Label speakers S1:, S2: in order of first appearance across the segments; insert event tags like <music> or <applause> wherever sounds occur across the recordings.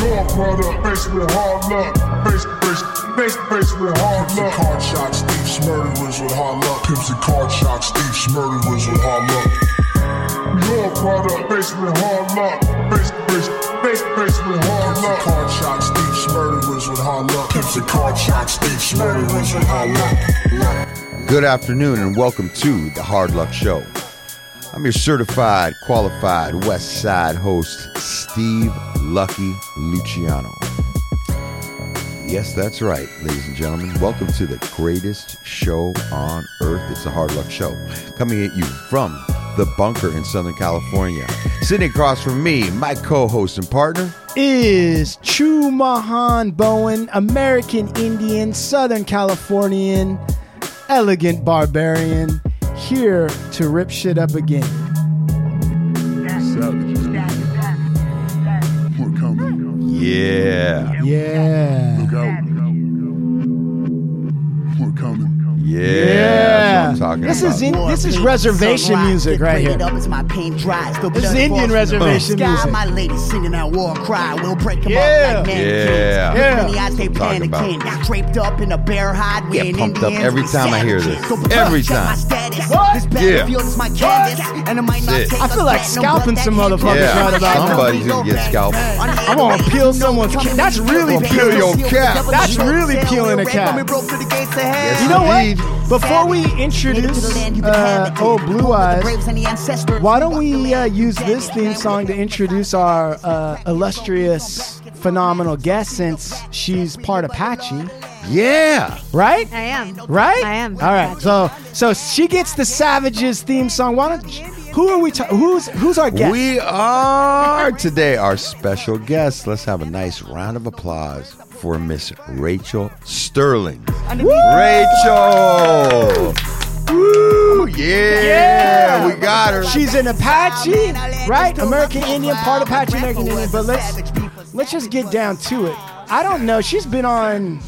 S1: core product, faced with hard luck. Faced, faced, faced, faced with hard
S2: Pimps and
S1: luck.
S2: card shots, thieves, murderers with hard luck. Pimps and card shots, thieves, murderers with hard luck.
S1: Your product, faced with hard luck. Faced, faced, faced, faced with hard
S2: Pimps and
S1: luck.
S2: card shots, thieves, murderers with hard luck. Pimps and card shots, thieves, murderers with hard luck.
S3: Good afternoon and welcome to the Hard Luck Show. I'm your certified, qualified West Side host, Steve Lucky Luciano. Yes, that's right, ladies and gentlemen. Welcome to the greatest show on earth. It's the Hard Luck Show, coming at you from the bunker in Southern California. Sitting across from me, my co host and partner,
S4: is Chu Mahan Bowen, American Indian, Southern Californian, elegant barbarian, here to rip shit up again.
S2: We're coming.
S3: yeah,
S4: Yeah.
S2: We're coming.
S3: yeah,
S4: Yeah.
S3: that's what I'm talking
S4: This
S3: about.
S4: is in-
S5: War
S4: this is
S5: beat,
S4: reservation
S5: sunrise,
S4: music
S5: get
S4: right
S5: rated
S4: here.
S5: Up as my pain dries, the
S4: This is
S5: blood
S4: Indian
S5: falls from the
S4: reservation
S5: sky.
S4: music.
S5: My lady singing that war cry. We'll break 'em
S4: Yeah.
S5: up
S3: Yeah.
S5: like mannequins.
S4: Yeah.
S5: With many eyes, they
S3: That's what I'm talking
S5: panicking. Draped up in a bear hide.
S3: Get
S5: we ain't
S3: pumped up
S5: Indians,
S3: every
S5: we
S3: time I hear
S5: savages.
S3: this.
S5: So protect
S3: Every
S5: my
S3: time.
S5: status.
S4: What?
S5: This
S3: Yeah.
S5: battlefield is my canvas, and it might not
S3: Shit.
S5: take
S4: I
S5: us
S4: feel like
S5: platinum, but
S4: scalping
S5: that
S4: some
S5: can't
S4: motherfuckers
S3: right
S5: change my
S3: about now. Somebody's gonna get scalped.
S4: I'm gonna peel someone's ca- that's really
S3: peeling your cap.
S4: That's really peeling a cap.
S3: Yes,
S4: You know
S3: indeed.
S4: what? Before we introduce uh, old Blue Eyes, why don't we uh, use this theme song to introduce our uh, illustrious, phenomenal guest since she's part Apache,
S3: yeah.
S4: right?
S6: I am.
S4: Right?
S6: I am.
S4: All right. So, so she gets the Savages theme song. Why don't? Who are we? Ta- who's who's our guest?
S3: We are today our special guest. Let's have a nice round of applause for Miss Rachel Sterling. Rachel! Woo! Yeah,
S4: Yeah.
S3: We got her.
S4: She's an Apache, right? American Indian, part Apache, American Indian. But let's let's just get down to it. I don't know. She's been on.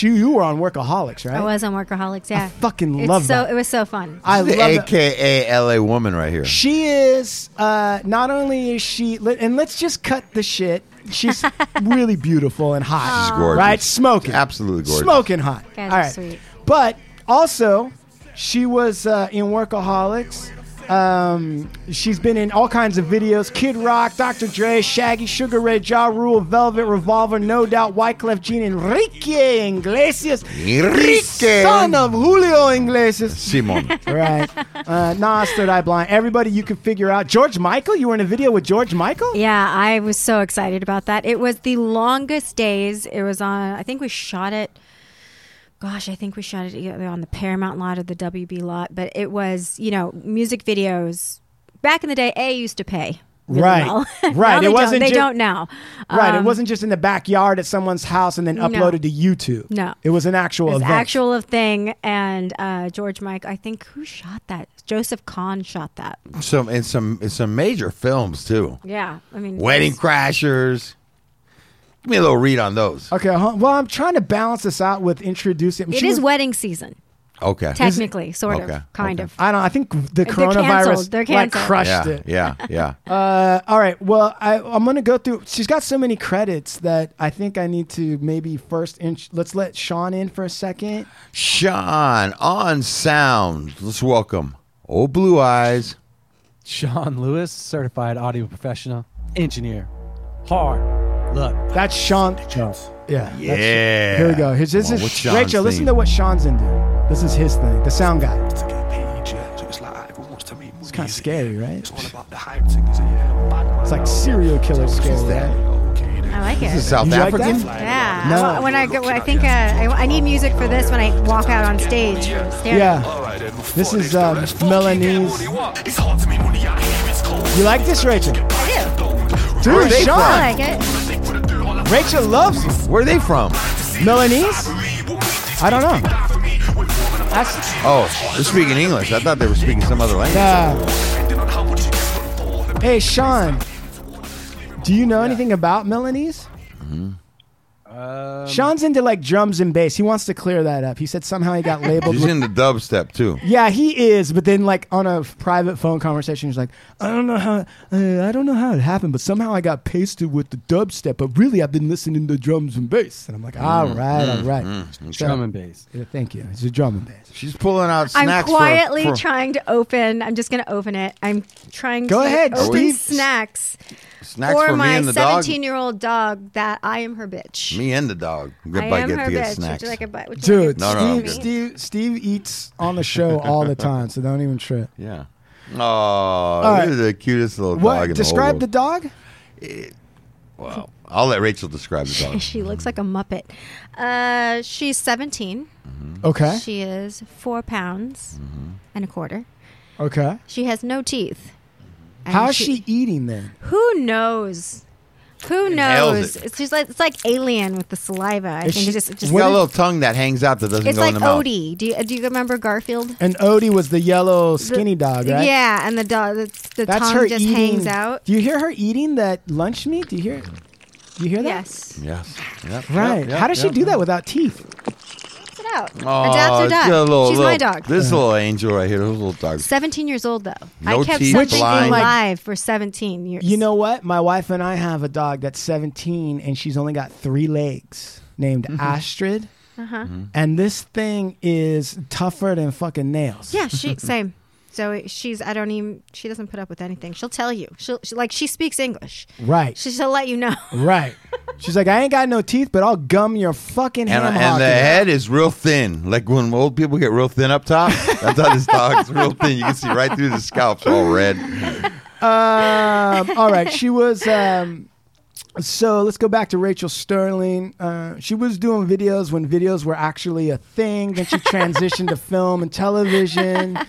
S4: You you were on Workaholics, right?
S6: I was on Workaholics. Yeah,
S4: fucking
S6: it's
S4: love
S6: so,
S4: that.
S6: It was so fun.
S4: I
S3: the
S4: love it.
S3: AKA LA woman right here.
S4: She is uh, not only is she, let- and let's just cut the shit. She's really beautiful and hot.
S3: She's gorgeous.
S4: Right? Smoking.
S3: Absolutely gorgeous.
S4: Smoking hot.
S6: Guys
S4: All
S6: are
S4: right.
S6: sweet.
S4: But also, she was uh, in Workaholics. Um, she's been in all kinds of videos: Kid Rock, Dr. Dre, Shaggy, Sugar Ray, Ja Rule, Velvet Revolver, No Doubt, Wyclef Jean, Enrique Iglesias, the
S3: Enrique.
S4: son of Julio Iglesias. <laughs>
S3: Simon.
S4: Right. Uh, Nas, Third Eye Blind. Everybody you could figure out. George Michael? You were in a video with George Michael?
S6: yeah, I was so excited about that. It was the longest days. It was on. I think we shot it. Gosh, I think we shot it either on the Paramount lot or the WB lot. But it was, you know, music videos. Back in the day, A used to pay. really
S4: Right.
S6: well.
S4: <laughs>
S6: <laughs>
S4: Right.
S6: Now
S4: It
S6: they
S4: wasn't
S6: Don't. They
S4: ju-
S6: don't now.
S4: Right. it
S6: Um,
S4: wasn't just in the backyard at someone's house and then uploaded to YouTube.
S6: No.
S4: It was an actual
S6: It was
S4: event.
S6: actual of thing, and uh, George Mike. I think who shot that? Joseph Kahn shot that.
S3: some in some in some major films too.
S6: Yeah, I mean,
S3: Wedding Crashers. Give me a little read on those.
S4: Okay. huh, Well, I'm trying to balance this out with introducing.
S6: It
S4: she
S6: is
S4: was-
S6: wedding season,
S3: Okay.
S6: technically, sort
S3: Okay,
S6: of, kind
S3: okay.
S6: of.
S4: I don't. I think the
S6: canceled.
S4: coronavirus
S6: They're
S4: like
S6: canceled.
S4: crushed
S3: Yeah,
S4: it.
S3: yeah, yeah.
S4: Uh, all right. Well, I, I'm going to go through. She's got so many credits that I think I need to maybe first. In, let's let Sean in for a second.
S3: Sean on sound. Let's welcome old blue eyes.
S7: Sean Lewis, certified audio professional, engineer. Hard luck.
S4: That's Sean. Yeah. that's-
S3: Yeah.
S4: Here we go. Here's, this
S3: Come on,
S4: is
S3: what's Sean's
S4: Rachel. Listen
S3: theme?
S4: to what Sean's into. This is his thing. The sound guy.
S8: to get paid, yeah. So it's like everyone wants to make money. It's
S4: kinda scary, right?
S8: It's all about the hype thing, is it? Yeah, bad man.
S4: It's like serial killer scale. Right?
S8: Okay, then.
S6: I like it.
S3: This is South
S4: You like
S3: African.
S4: that?
S6: yeah,
S4: No.
S6: Well, when I go, I think uh, I, I need music for this when I walk out on stage. Or stand
S4: Yeah.
S8: All right, then, before
S4: This is,
S8: next time,
S4: um,
S8: let's fucking
S4: Melanie's-
S8: get money, what? It's hard to make money, I hear it's cold.
S4: You like this, Rachel?
S6: I do.
S3: Where are
S4: Dude,
S3: they
S6: I
S4: Sean.
S6: like it.
S8: They put a dirt on us,
S4: Rachel loves
S3: Where are they from?
S4: Milanese.
S8: we will make this
S4: I don't know.
S8: die for me. We're forming a
S4: That's
S3: Oh, they're speaking English. I thought they were speaking some other language.
S4: uh,
S8: depending on how much you get for the ball.
S4: Hey, Sean. Do you know anything about Milanese?
S7: Um,
S4: Sean's into like drums and bass. He wants to clear that up. He said somehow he got labeled.
S3: He's
S4: with-
S3: in the dubstep too.
S4: yeah, he is. But then, like on a private phone conversation, he's like, "I don't know how, uh, I don't know how it happened, but somehow I got pasted with the dubstep. But really, I've been listening to drums and bass." And I'm like, "All right, all right, So-
S7: drum and bass.
S4: Yeah, thank you. It's a drum and bass."
S3: She's pulling out snacks.
S6: I'm
S3: for-
S6: quietly
S3: for-
S6: trying to open. I'm just going to open it. I'm trying
S4: Go
S6: to
S4: ahead,
S6: open
S3: Steve.
S6: snacks
S3: snacks
S6: for,
S3: for me
S6: my
S3: and the dog.
S6: 17 year old dog that I am her bitch.
S3: Me and the dog.
S6: I
S3: Goodbye.
S6: am
S3: Get
S6: her
S3: to get
S6: bitch.
S3: snacks.
S6: Would you like a bite? Would you like
S4: Dude,
S6: a
S3: No, no, I'm
S4: Steve,
S3: good.
S4: Steve, Steve eats on the show all the time, so don't even trip.
S3: yeah. Oh,
S4: right.
S3: this is the cutest little dog
S4: What?
S3: in
S4: Describe
S3: the
S4: the dog.
S3: whole world. Wow. I'll let Rachel describe the
S6: <laughs>
S3: dog.
S6: she looks like a muppet. Uh, she's 17.
S4: Okay.
S6: She is four pounds
S3: Mm-hmm.
S6: and a quarter.
S4: Okay.
S6: She has no teeth. And
S4: How is she eating then?
S6: Who knows? Who
S3: Nails
S6: knows?
S3: it.
S6: It's just like it's like alien with the saliva. I
S4: Is
S6: think
S4: she-
S6: it's just, it's just
S3: She's got a little tongue that hangs out that doesn't
S6: it's
S3: go
S6: like
S3: in the mouth.
S6: Odie. Do you do you remember Garfield?
S4: And Odie was the yellow skinny
S6: The-
S4: dog, right?
S6: Yeah, and the dog the, the
S4: That's
S6: tongue
S4: her
S6: just
S4: eating.
S6: hangs out.
S4: Do you hear her eating that lunch meat? Do you hear? Do you hear that?
S6: Yes,
S3: Yes. Yep,
S4: Right.
S3: yep, yep,
S4: How does she
S3: yep.
S4: do that without teeth?
S6: Spit it out.
S3: Oh,
S6: Adapt or
S3: it's got a
S6: die.
S3: little-
S6: She's
S3: little,
S6: my dog.
S3: This little angel right here, this little dog.
S6: 17 years old though.
S3: No
S6: I kept
S3: teeth,
S6: something
S3: blind.
S6: alive for 17 years.
S4: You know what? My wife and I have a dog that's 17 and she's only got three legs named Astrid.
S6: Mm-hmm. Uh-huh.
S3: Mm-hmm.
S4: And this thing is tougher than fucking nails.
S6: Yeah, she same. So it- she's I don't even she doesn't put up with anything. She'll tell you. She'll she, like she speaks English.
S4: Right.
S6: She, she'll let you know.
S4: Right. She's like, I ain't got no teeth, but I'll gum your fucking
S3: And,
S4: ham
S3: and
S4: hock.
S3: the head is real thin. Like when old people get real thin up top, that's how this dog's real thin. You can see right through the scalp, all red.
S4: Um, <laughs> all right. She was. Um, so let's go back to Rachel Sterling. Uh, she was doing videos when videos were actually a thing. Then she transitioned to
S3: <laughs>
S4: film and television.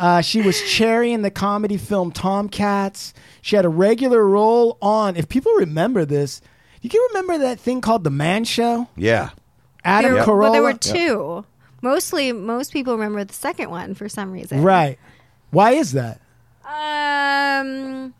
S4: Uh, she was Cherry in the comedy film Tomcats. She had a regular role on. If people remember this, you can remember that thing called The Man Show.
S3: Yeah.
S4: Adam
S6: There-
S4: Carolla.
S6: Well, there were two. Mostly most people remember the second one for some reason.
S4: right. Why is that?
S6: Um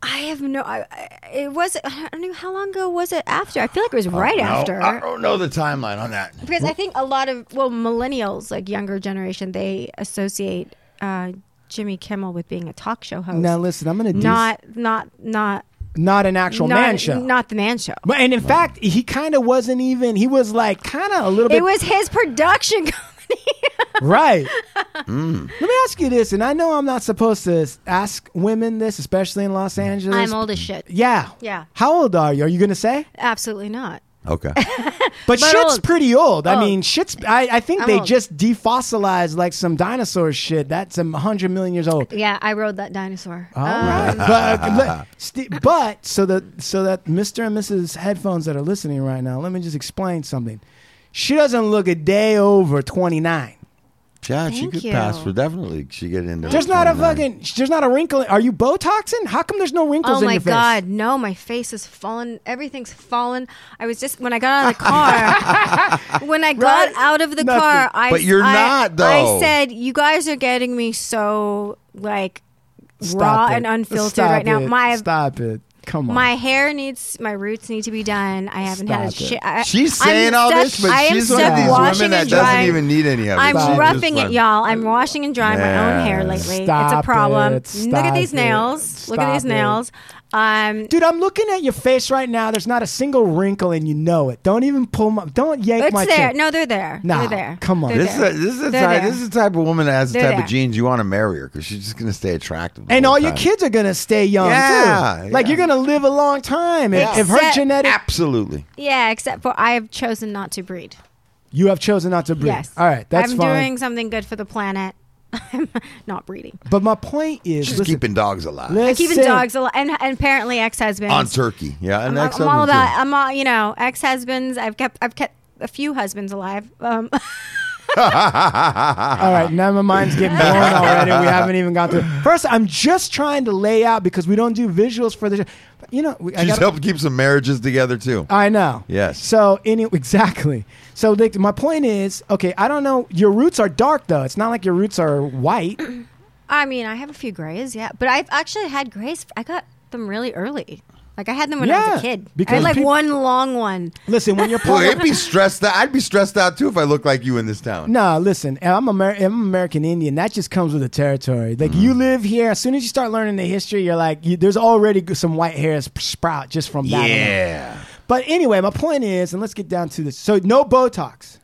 S6: I have no. I, I, it was. I don't know how long ago was it after. I feel like it was
S4: Oh,
S6: right
S3: No,
S6: after.
S3: I don't know the timeline on that.
S6: because I think a lot of well millennials, like younger generation, they associate uh, Jimmy Kimmel with being a talk show host.
S4: Now listen, I'm gonna do
S6: not not not
S4: not an actual
S6: not,
S4: man show.
S6: not the man show.
S4: But and in fact, he kind of wasn't even. He was like kind of a little bit
S6: It was his production <laughs> company.
S4: <laughs>
S6: <laughs>
S4: right. Let me ask you this, and I know I'm not supposed to s- ask women this, especially in Los Angeles.
S6: I'm old as shit.
S4: Yeah.
S6: Yeah.
S4: How old are you? Are you gonna say?
S6: Absolutely not.
S3: Okay.
S4: But,
S6: But
S4: shit's
S6: old.
S4: pretty old. I
S6: Old.
S4: mean, shit's. I, I think
S6: I'm
S4: they
S6: old.
S4: just defossilized like some dinosaur shit. That's a hundred million years old.
S6: Yeah, I rode that dinosaur.
S3: Oh,
S6: Uh,
S4: All right.
S3: <laughs>
S4: but, uh, let- st- but so that so that Mr. and Mrs. Headphones that are listening right now, let me just explain something. She doesn't look a day over twenty nine.
S3: Yeah, she
S6: Thank
S3: could
S6: you.
S3: pass for definitely. She get into.
S4: There's
S3: the
S4: not a
S3: 29.
S4: fucking. There's not a wrinkle. Are you Botoxing? How come there's no wrinkles
S6: Oh
S4: in
S6: my
S4: your face?
S6: god, no, my face is fallen. Everything's fallen. I was just when I got out of the
S3: <laughs>
S6: car. when I got
S4: Right?
S6: out of the
S4: Nothing.
S6: car, I
S3: But you're
S6: I-
S3: not, though.
S6: I said, "You guys are getting me so like
S4: Stop
S6: raw
S4: it.
S6: and unfiltered
S4: Stop
S6: right now."
S4: it.
S6: My
S4: stop it. Come on.
S6: my hair needs my roots need to be done. I haven't had a
S4: Stop it.
S6: shit. I-
S3: She's
S6: I'm
S3: saying all
S6: stuck-
S3: this, but
S6: I am
S3: she's
S6: stuck
S3: one of these
S6: washing
S3: women that
S6: and
S3: doesn't
S6: drying.
S3: even need any of it.
S6: I'm
S3: She just
S6: roughing it,
S3: went-
S6: y'all. I'm washing and drying my
S3: Yeah.
S6: own hair lately.
S4: Stop
S6: it's a problem.
S4: it.
S6: Look
S4: Stop
S6: at these
S4: it.
S6: nails. Look
S4: Stop
S6: at these
S4: it.
S6: nails. Um,
S4: Dude, I'm looking at your face right now. There's not a single wrinkle, and you know it. Don't even pull my. Don't yank
S6: it's
S4: my
S6: there.
S4: chin.
S6: No, they're there.
S4: Nah,
S6: they're there.
S4: come on.
S6: They're
S3: This is,
S6: there.
S3: a, this, is the
S6: They're
S3: type,
S6: there.
S3: this is the type of woman that has the
S6: They're
S3: type of
S6: there.
S3: genes you want to marry her because she's just going to stay attractive. the
S4: And
S3: whole
S4: all your
S3: time.
S4: kids are gonna stay young
S3: Yeah,
S4: too. Like
S3: yeah.
S4: you're gonna live a long time. If, if her
S6: Except-
S4: genetic,
S3: Absolutely.
S6: yeah, except for I have chosen not to breed.
S4: you have chosen not to breed.
S6: Yes.
S4: All right, that's
S6: I'm
S4: fine.
S6: doing something good for the planet. <laughs> I'm not breeding.
S4: but my point is,
S3: She's
S4: listen,
S3: keeping dogs alive.
S4: listen,
S6: Keeping dogs alive, and, and apparently ex-husbands.
S3: on turkey. Yeah, and
S6: I'm,
S3: ex
S6: I'm all about. uh, I'm all you know. Ex-husbands. I've kept. I've kept a few husbands alive. Um,
S4: All right, now my mind's
S3: <laughs>
S4: getting blown already. We haven't even got to. First, I'm just trying to lay out because we don't do visuals for the show. You know, we, I
S3: She's
S4: gotta- Uh,
S3: helped keep some marriages together too.
S4: I know.
S3: Yes.
S4: So any exactly. So like, my point is, okay, I don't know. Your roots are dark though. It's not like your roots are white.
S6: I mean, I have a few grays, yeah, but I've actually had grays. I got them really early. Like I had them when I was
S4: Yeah,
S6: a kid. I
S4: because
S6: had like
S4: peop-
S6: one long one.
S4: Listen, when
S3: <laughs>
S4: you're
S3: Boy,
S4: part
S3: it'd
S4: of
S3: be stressed out. I'd be stressed out too if I looked like you in this town.
S4: Nah, listen, I'm, Amer- I'm American Indian. That just comes with the territory. Like, you
S3: Mm-hmm.
S4: live here. As soon as you start learning the history, you're like, you, there's already g- some white hairs sprout just from that. alone.
S3: Yeah.
S4: But anyway, my point is, and let's get down to this. So, no Botox.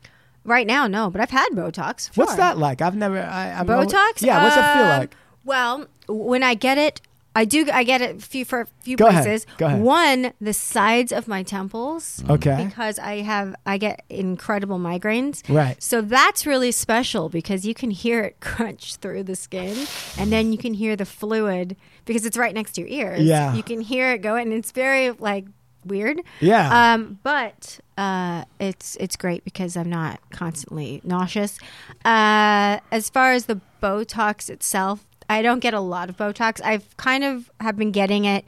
S6: Right now, no, but I've had Botox.
S4: What's
S6: sure.
S4: that like? I've never. I, I'm
S6: Botox?
S4: yeah, what's it feel
S6: Um,
S4: like?
S6: Well, when I get it, I do. I get it few for a few
S4: Go ahead.
S6: places.
S4: Go ahead.
S6: One, the sides of my temples.
S4: Okay.
S6: Um, Because I have, I get incredible migraines.
S4: Right.
S6: So that's really special because you can hear it <laughs> crunch through the skin, and then you can hear the fluid because it's right next to your ears.
S4: Yeah.
S6: You can hear it go, and it's very like weird.
S4: Yeah.
S6: Um, but uh, it's it's great because I'm not constantly nauseous. Uh, as far as the Botox itself, I don't get a lot of Botox. I've kind of have been getting it.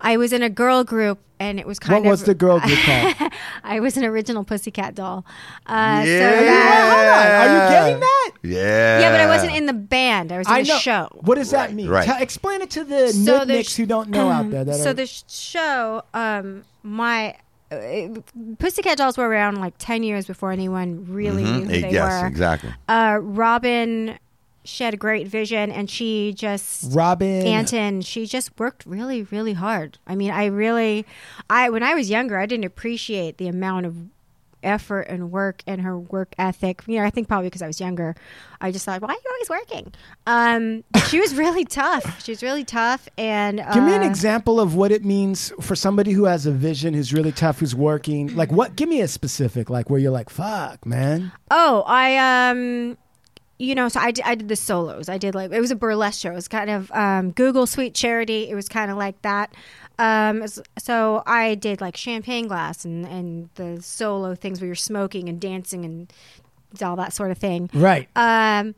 S6: I was in a girl group, and it was kind
S4: What
S6: of
S4: was the girl group called?
S6: <laughs> I was an original Pussycat doll. Uh, so
S3: Yeah.
S6: that-
S4: Are you getting that?
S3: Yeah.
S6: yeah, but I wasn't in the band. I was in
S4: I
S6: the
S4: know.
S6: show.
S4: What does that
S3: Right,
S4: mean?
S3: right.
S4: Tell- explain it to the
S6: So
S4: nitpicks
S6: there's-
S4: who don't know out there. That
S6: <clears throat> so
S4: are,
S6: the sh- show, um, my uh, Pussycat Dolls were around like ten years before anyone really knew who
S3: Eh,
S6: they
S3: yes,
S6: were.
S3: exactly.
S6: Uh, Robin, she had a great vision, and she just
S4: Robin.
S6: Anton, she just worked really, really hard. I mean, I really, I when I was younger, I didn't appreciate the amount of effort and work and her work ethic. You know, I think probably because I was younger, I just thought, why are you always working? Um, but she was really <laughs> tough. She was really tough, and uh,
S4: Give me an example of what it means for somebody who has a vision, who's really tough, who's working. Like, what? Give me a specific, like where you're like, "Fuck, man."
S6: Oh, I um, you know, so I did, I did the solos. I did like it was a burlesque show. It was kind of um, Google Sweet Charity. It was kind of like that. Um, s- so I did like champagne glass and and the solo things where you're smoking and dancing and all that sort of thing.
S4: Right.
S6: Um,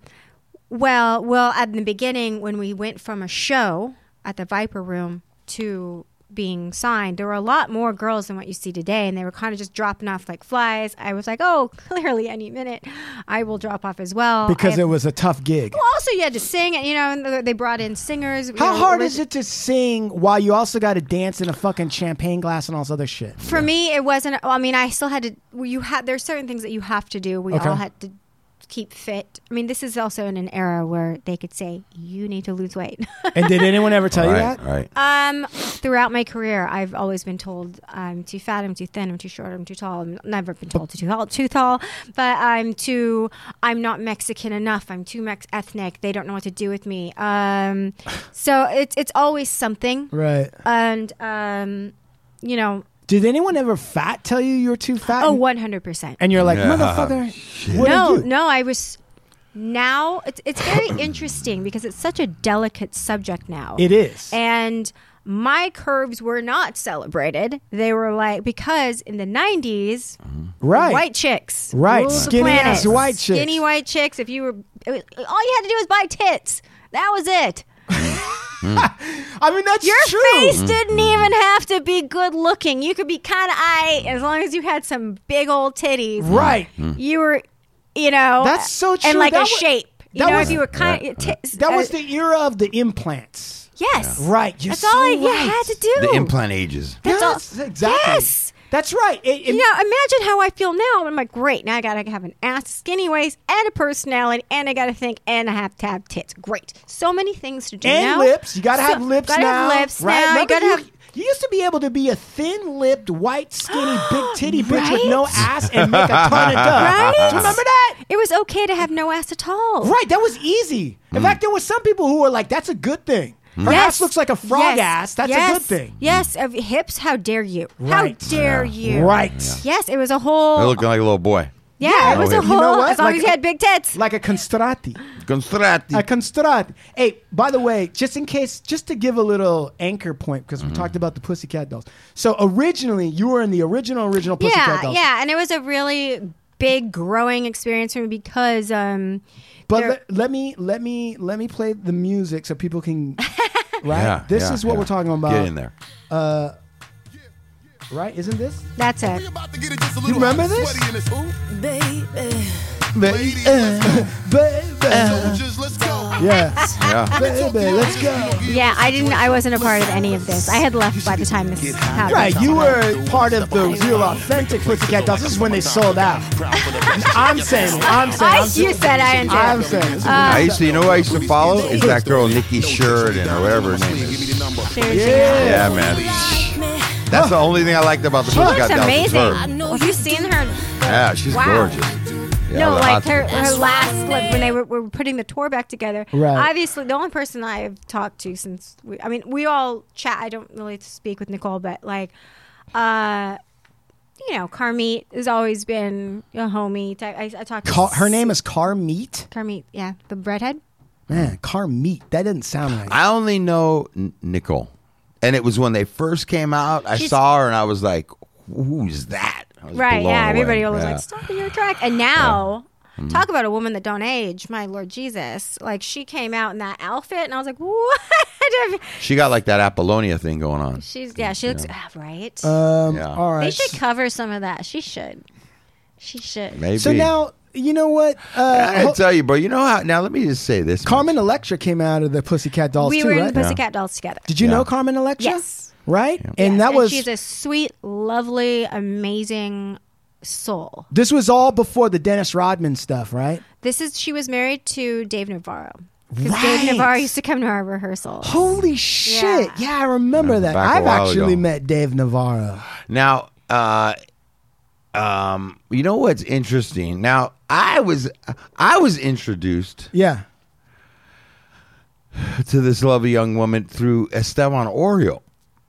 S6: well, well, at the beginning when we went from a show at the Viper Room to being signed, there were a lot more girls than what you see today, and they were kind of just dropping off like flies. I was like, oh, <laughs> clearly any minute I will drop off as well
S4: because
S6: I-
S4: it was a tough gig.
S6: Well, also you had to sing, and you know, and th- they brought in singers. you
S4: How
S6: know,
S4: hard
S6: with-
S4: is it to sing while you also got to dance in a fucking champagne glass and all this other shit?
S6: For me, it wasn't. I mean, I still had to. well, You had there's certain things that you have to do. We
S4: Okay.
S6: all had to keep fit. I mean, this is also in an era where they could say you need to lose weight. <laughs>
S4: And did anyone ever tell
S3: All
S4: you
S3: right.
S4: that?
S3: All right.
S6: Um, throughout my career, I've always been told I'm too fat, I'm too thin, I'm too short, I'm too tall. I'm never been told to too tall, too tall, but I'm too. I'm not Mexican enough. I'm too Mex ethnic. They don't know what to do with me. Um, so it's it's always something,
S4: Right.
S6: and um, you know,
S4: Did anyone ever fat tell you you were too fat?
S6: oh,
S4: and-
S6: 100 percent.
S4: And you're like,
S3: Yeah, <laughs>
S4: motherfucker. What
S6: no,
S4: are you?
S6: no, I was. Now it's it's very interesting because it's such a delicate subject now.
S4: It is.
S6: And my curves were not celebrated. They were like because in the 90s,
S4: Mm-hmm. right.
S6: white chicks,
S4: Right.
S6: ruled the
S4: Skinny
S6: planet.
S4: ass white chicks.
S6: skinny white chicks. If you were, it was, all you had to do was buy tits. That was it.
S4: I mean, that's
S6: Your
S4: true. Mm-hmm.
S6: face didn't even have to be good looking. You could be kind of eye as long as you had some big old titties.
S4: Right.
S3: Hmm.
S6: You were, you know,
S4: That's so true.
S6: And like
S4: That
S6: a
S4: wa-
S6: shape. You
S4: that
S6: know,
S4: was-
S6: if you were kind of
S4: That
S6: Uh,
S4: was the era of the implants.
S6: yes,
S4: Right. You're
S6: That's
S4: so
S6: all I- you
S4: right.
S6: had to do.
S3: The implant ages.
S6: That's all-
S4: Yes, exactly.
S6: Yes.
S4: That's right. It, it-
S6: You know, imagine how I feel now. I'm like, great. Now I gotta have an ass, skinny waist, and a personality, and I gotta think, and I have to have tits. Great. So many things to do
S4: and
S6: now.
S4: lips. You gotta
S6: So-
S4: have lips
S6: gotta
S4: now.
S6: Have lips
S4: right?
S6: now. You
S4: Remember
S6: gotta
S4: you, <laughs>
S6: have.
S4: you used to be able to be a thin-lipped, white,
S6: <gasps>
S4: skinny, big titty bitch with no ass and make a
S6: <laughs>
S4: ton of dough.
S6: Right?
S4: Do you remember that?
S6: It was okay to have no ass at all.
S4: Right. That was easy. In fact, there were some people who were like, "That's a good thing. Her ass
S6: Yes.
S4: looks like a frog
S6: Yes.
S4: ass. That's a
S6: Yes.
S4: good thing."
S6: Yes. Of hips. How dare you?
S4: Right.
S6: How dare you?
S4: Right.
S6: Yes. It was a
S3: I
S6: whole.
S3: look like a little boy.
S6: yeah, It was
S3: Yeah.
S6: a
S3: You
S6: whole.
S4: Oh, know what?
S6: As long
S4: Like-
S6: as you had big tits.
S4: Like a castrati.
S3: Constrati.
S4: A construct. Hey, by the way, just in case, just to give a little anchor point, because
S3: Mm-hmm.
S4: we talked about the Pussycat Dolls. So originally, you were in the original, original Pussycat
S6: yeah,
S4: Dolls.
S6: yeah, and it was a really big growing experience for me because um
S4: But
S6: They're-
S4: let, let me, let me, let me play the music so people
S6: <laughs>
S4: can. Right.
S3: Yeah,
S4: this
S3: yeah,
S4: is what
S3: yeah.
S4: we're talking about.
S3: Get in there.
S4: Right? Isn't this?
S6: that's it.
S4: You remember this?
S9: Baby,
S4: Baby, baby.
S9: soldiers, let's go.
S4: Yeah.
S3: <laughs> Yeah.
S4: Baby, let's go.
S6: Yeah, I didn't. I wasn't a part of any of this. I had left by the time this happened.
S4: Right, you were part of the real authentic Pussycat Dolls. This is when they sold out. I'm saying, I'm saying,
S6: I,
S4: I'm
S6: you
S4: saying,
S6: said I
S4: I'm
S6: enjoyed.
S4: saying.
S3: I used to, you know who I used to follow? Is that girl Nikki Sheridan or whatever her name is.
S4: Yeah.
S3: Yeah, man. That's the only thing I liked about the
S6: She
S3: Pussycat Dolls. was
S6: looks amazing.
S3: her.
S6: Have you seen her?
S3: Yeah, she's
S6: Wow.
S3: gorgeous. Yeah,
S6: no,
S3: the
S6: like
S3: hot-
S6: her, her last like, when they were, were putting the tour back together.
S4: Right.
S6: Obviously, the only person I've talked to since we, I mean, we all chat. I don't really speak with Nicole, but like, uh, you know, Carmeet has always been a homie. Type. I, I talked. to
S4: Car- her name is Car Meat.
S6: Carmeet. Yeah, the breadhead.
S4: Man, Car Meat. That doesn't sound right.
S3: I only know N- Nicole, and it was when they first came out. I
S6: She's-
S3: saw her and I was like, "Who's that?" I was
S6: Right.
S3: blown
S6: Yeah.
S3: away.
S6: Everybody was
S3: Yeah. Mm-hmm.
S6: like, "Stop in your track." And now, talk about a woman that don't age. My Lord Jesus! Like she came out in that outfit, and I was like, "What?" <laughs>
S3: She got like that Apollonia thing going on.
S6: She's yeah. She looks ah, right.
S3: Uh,
S4: Um,
S3: Yeah.
S4: All right.
S6: They should cover some of that. She should. She should.
S3: Maybe.
S4: so now, you know what?
S3: I
S4: Uh, ho-
S3: tell you, bro. You know how? Now let me just say this. much.
S4: Carmen Electra came out of the Pussycat Dolls
S6: we
S4: too,
S6: were in
S4: right?
S6: Pussycat Dolls together.
S4: Did you
S3: Yeah.
S4: know Carmen Electra?
S6: Yes.
S4: Right? And
S6: Yes,
S4: that was
S6: she's a sweet, lovely, amazing soul.
S4: this was all before the Dennis Rodman stuff, right?
S6: This is she was married to Dave Navarro. Because
S4: Right.
S6: Dave Navarro used to come to our rehearsals.
S4: Holy shit. Yeah, I remember that.
S3: back a
S4: I've
S3: while
S4: actually
S3: ago.
S4: met Dave Navarro.
S3: Now, uh, um, you know what's interesting? Now, I was I was introduced
S4: Yeah.
S3: to this lovely young woman through Esteban Oriol,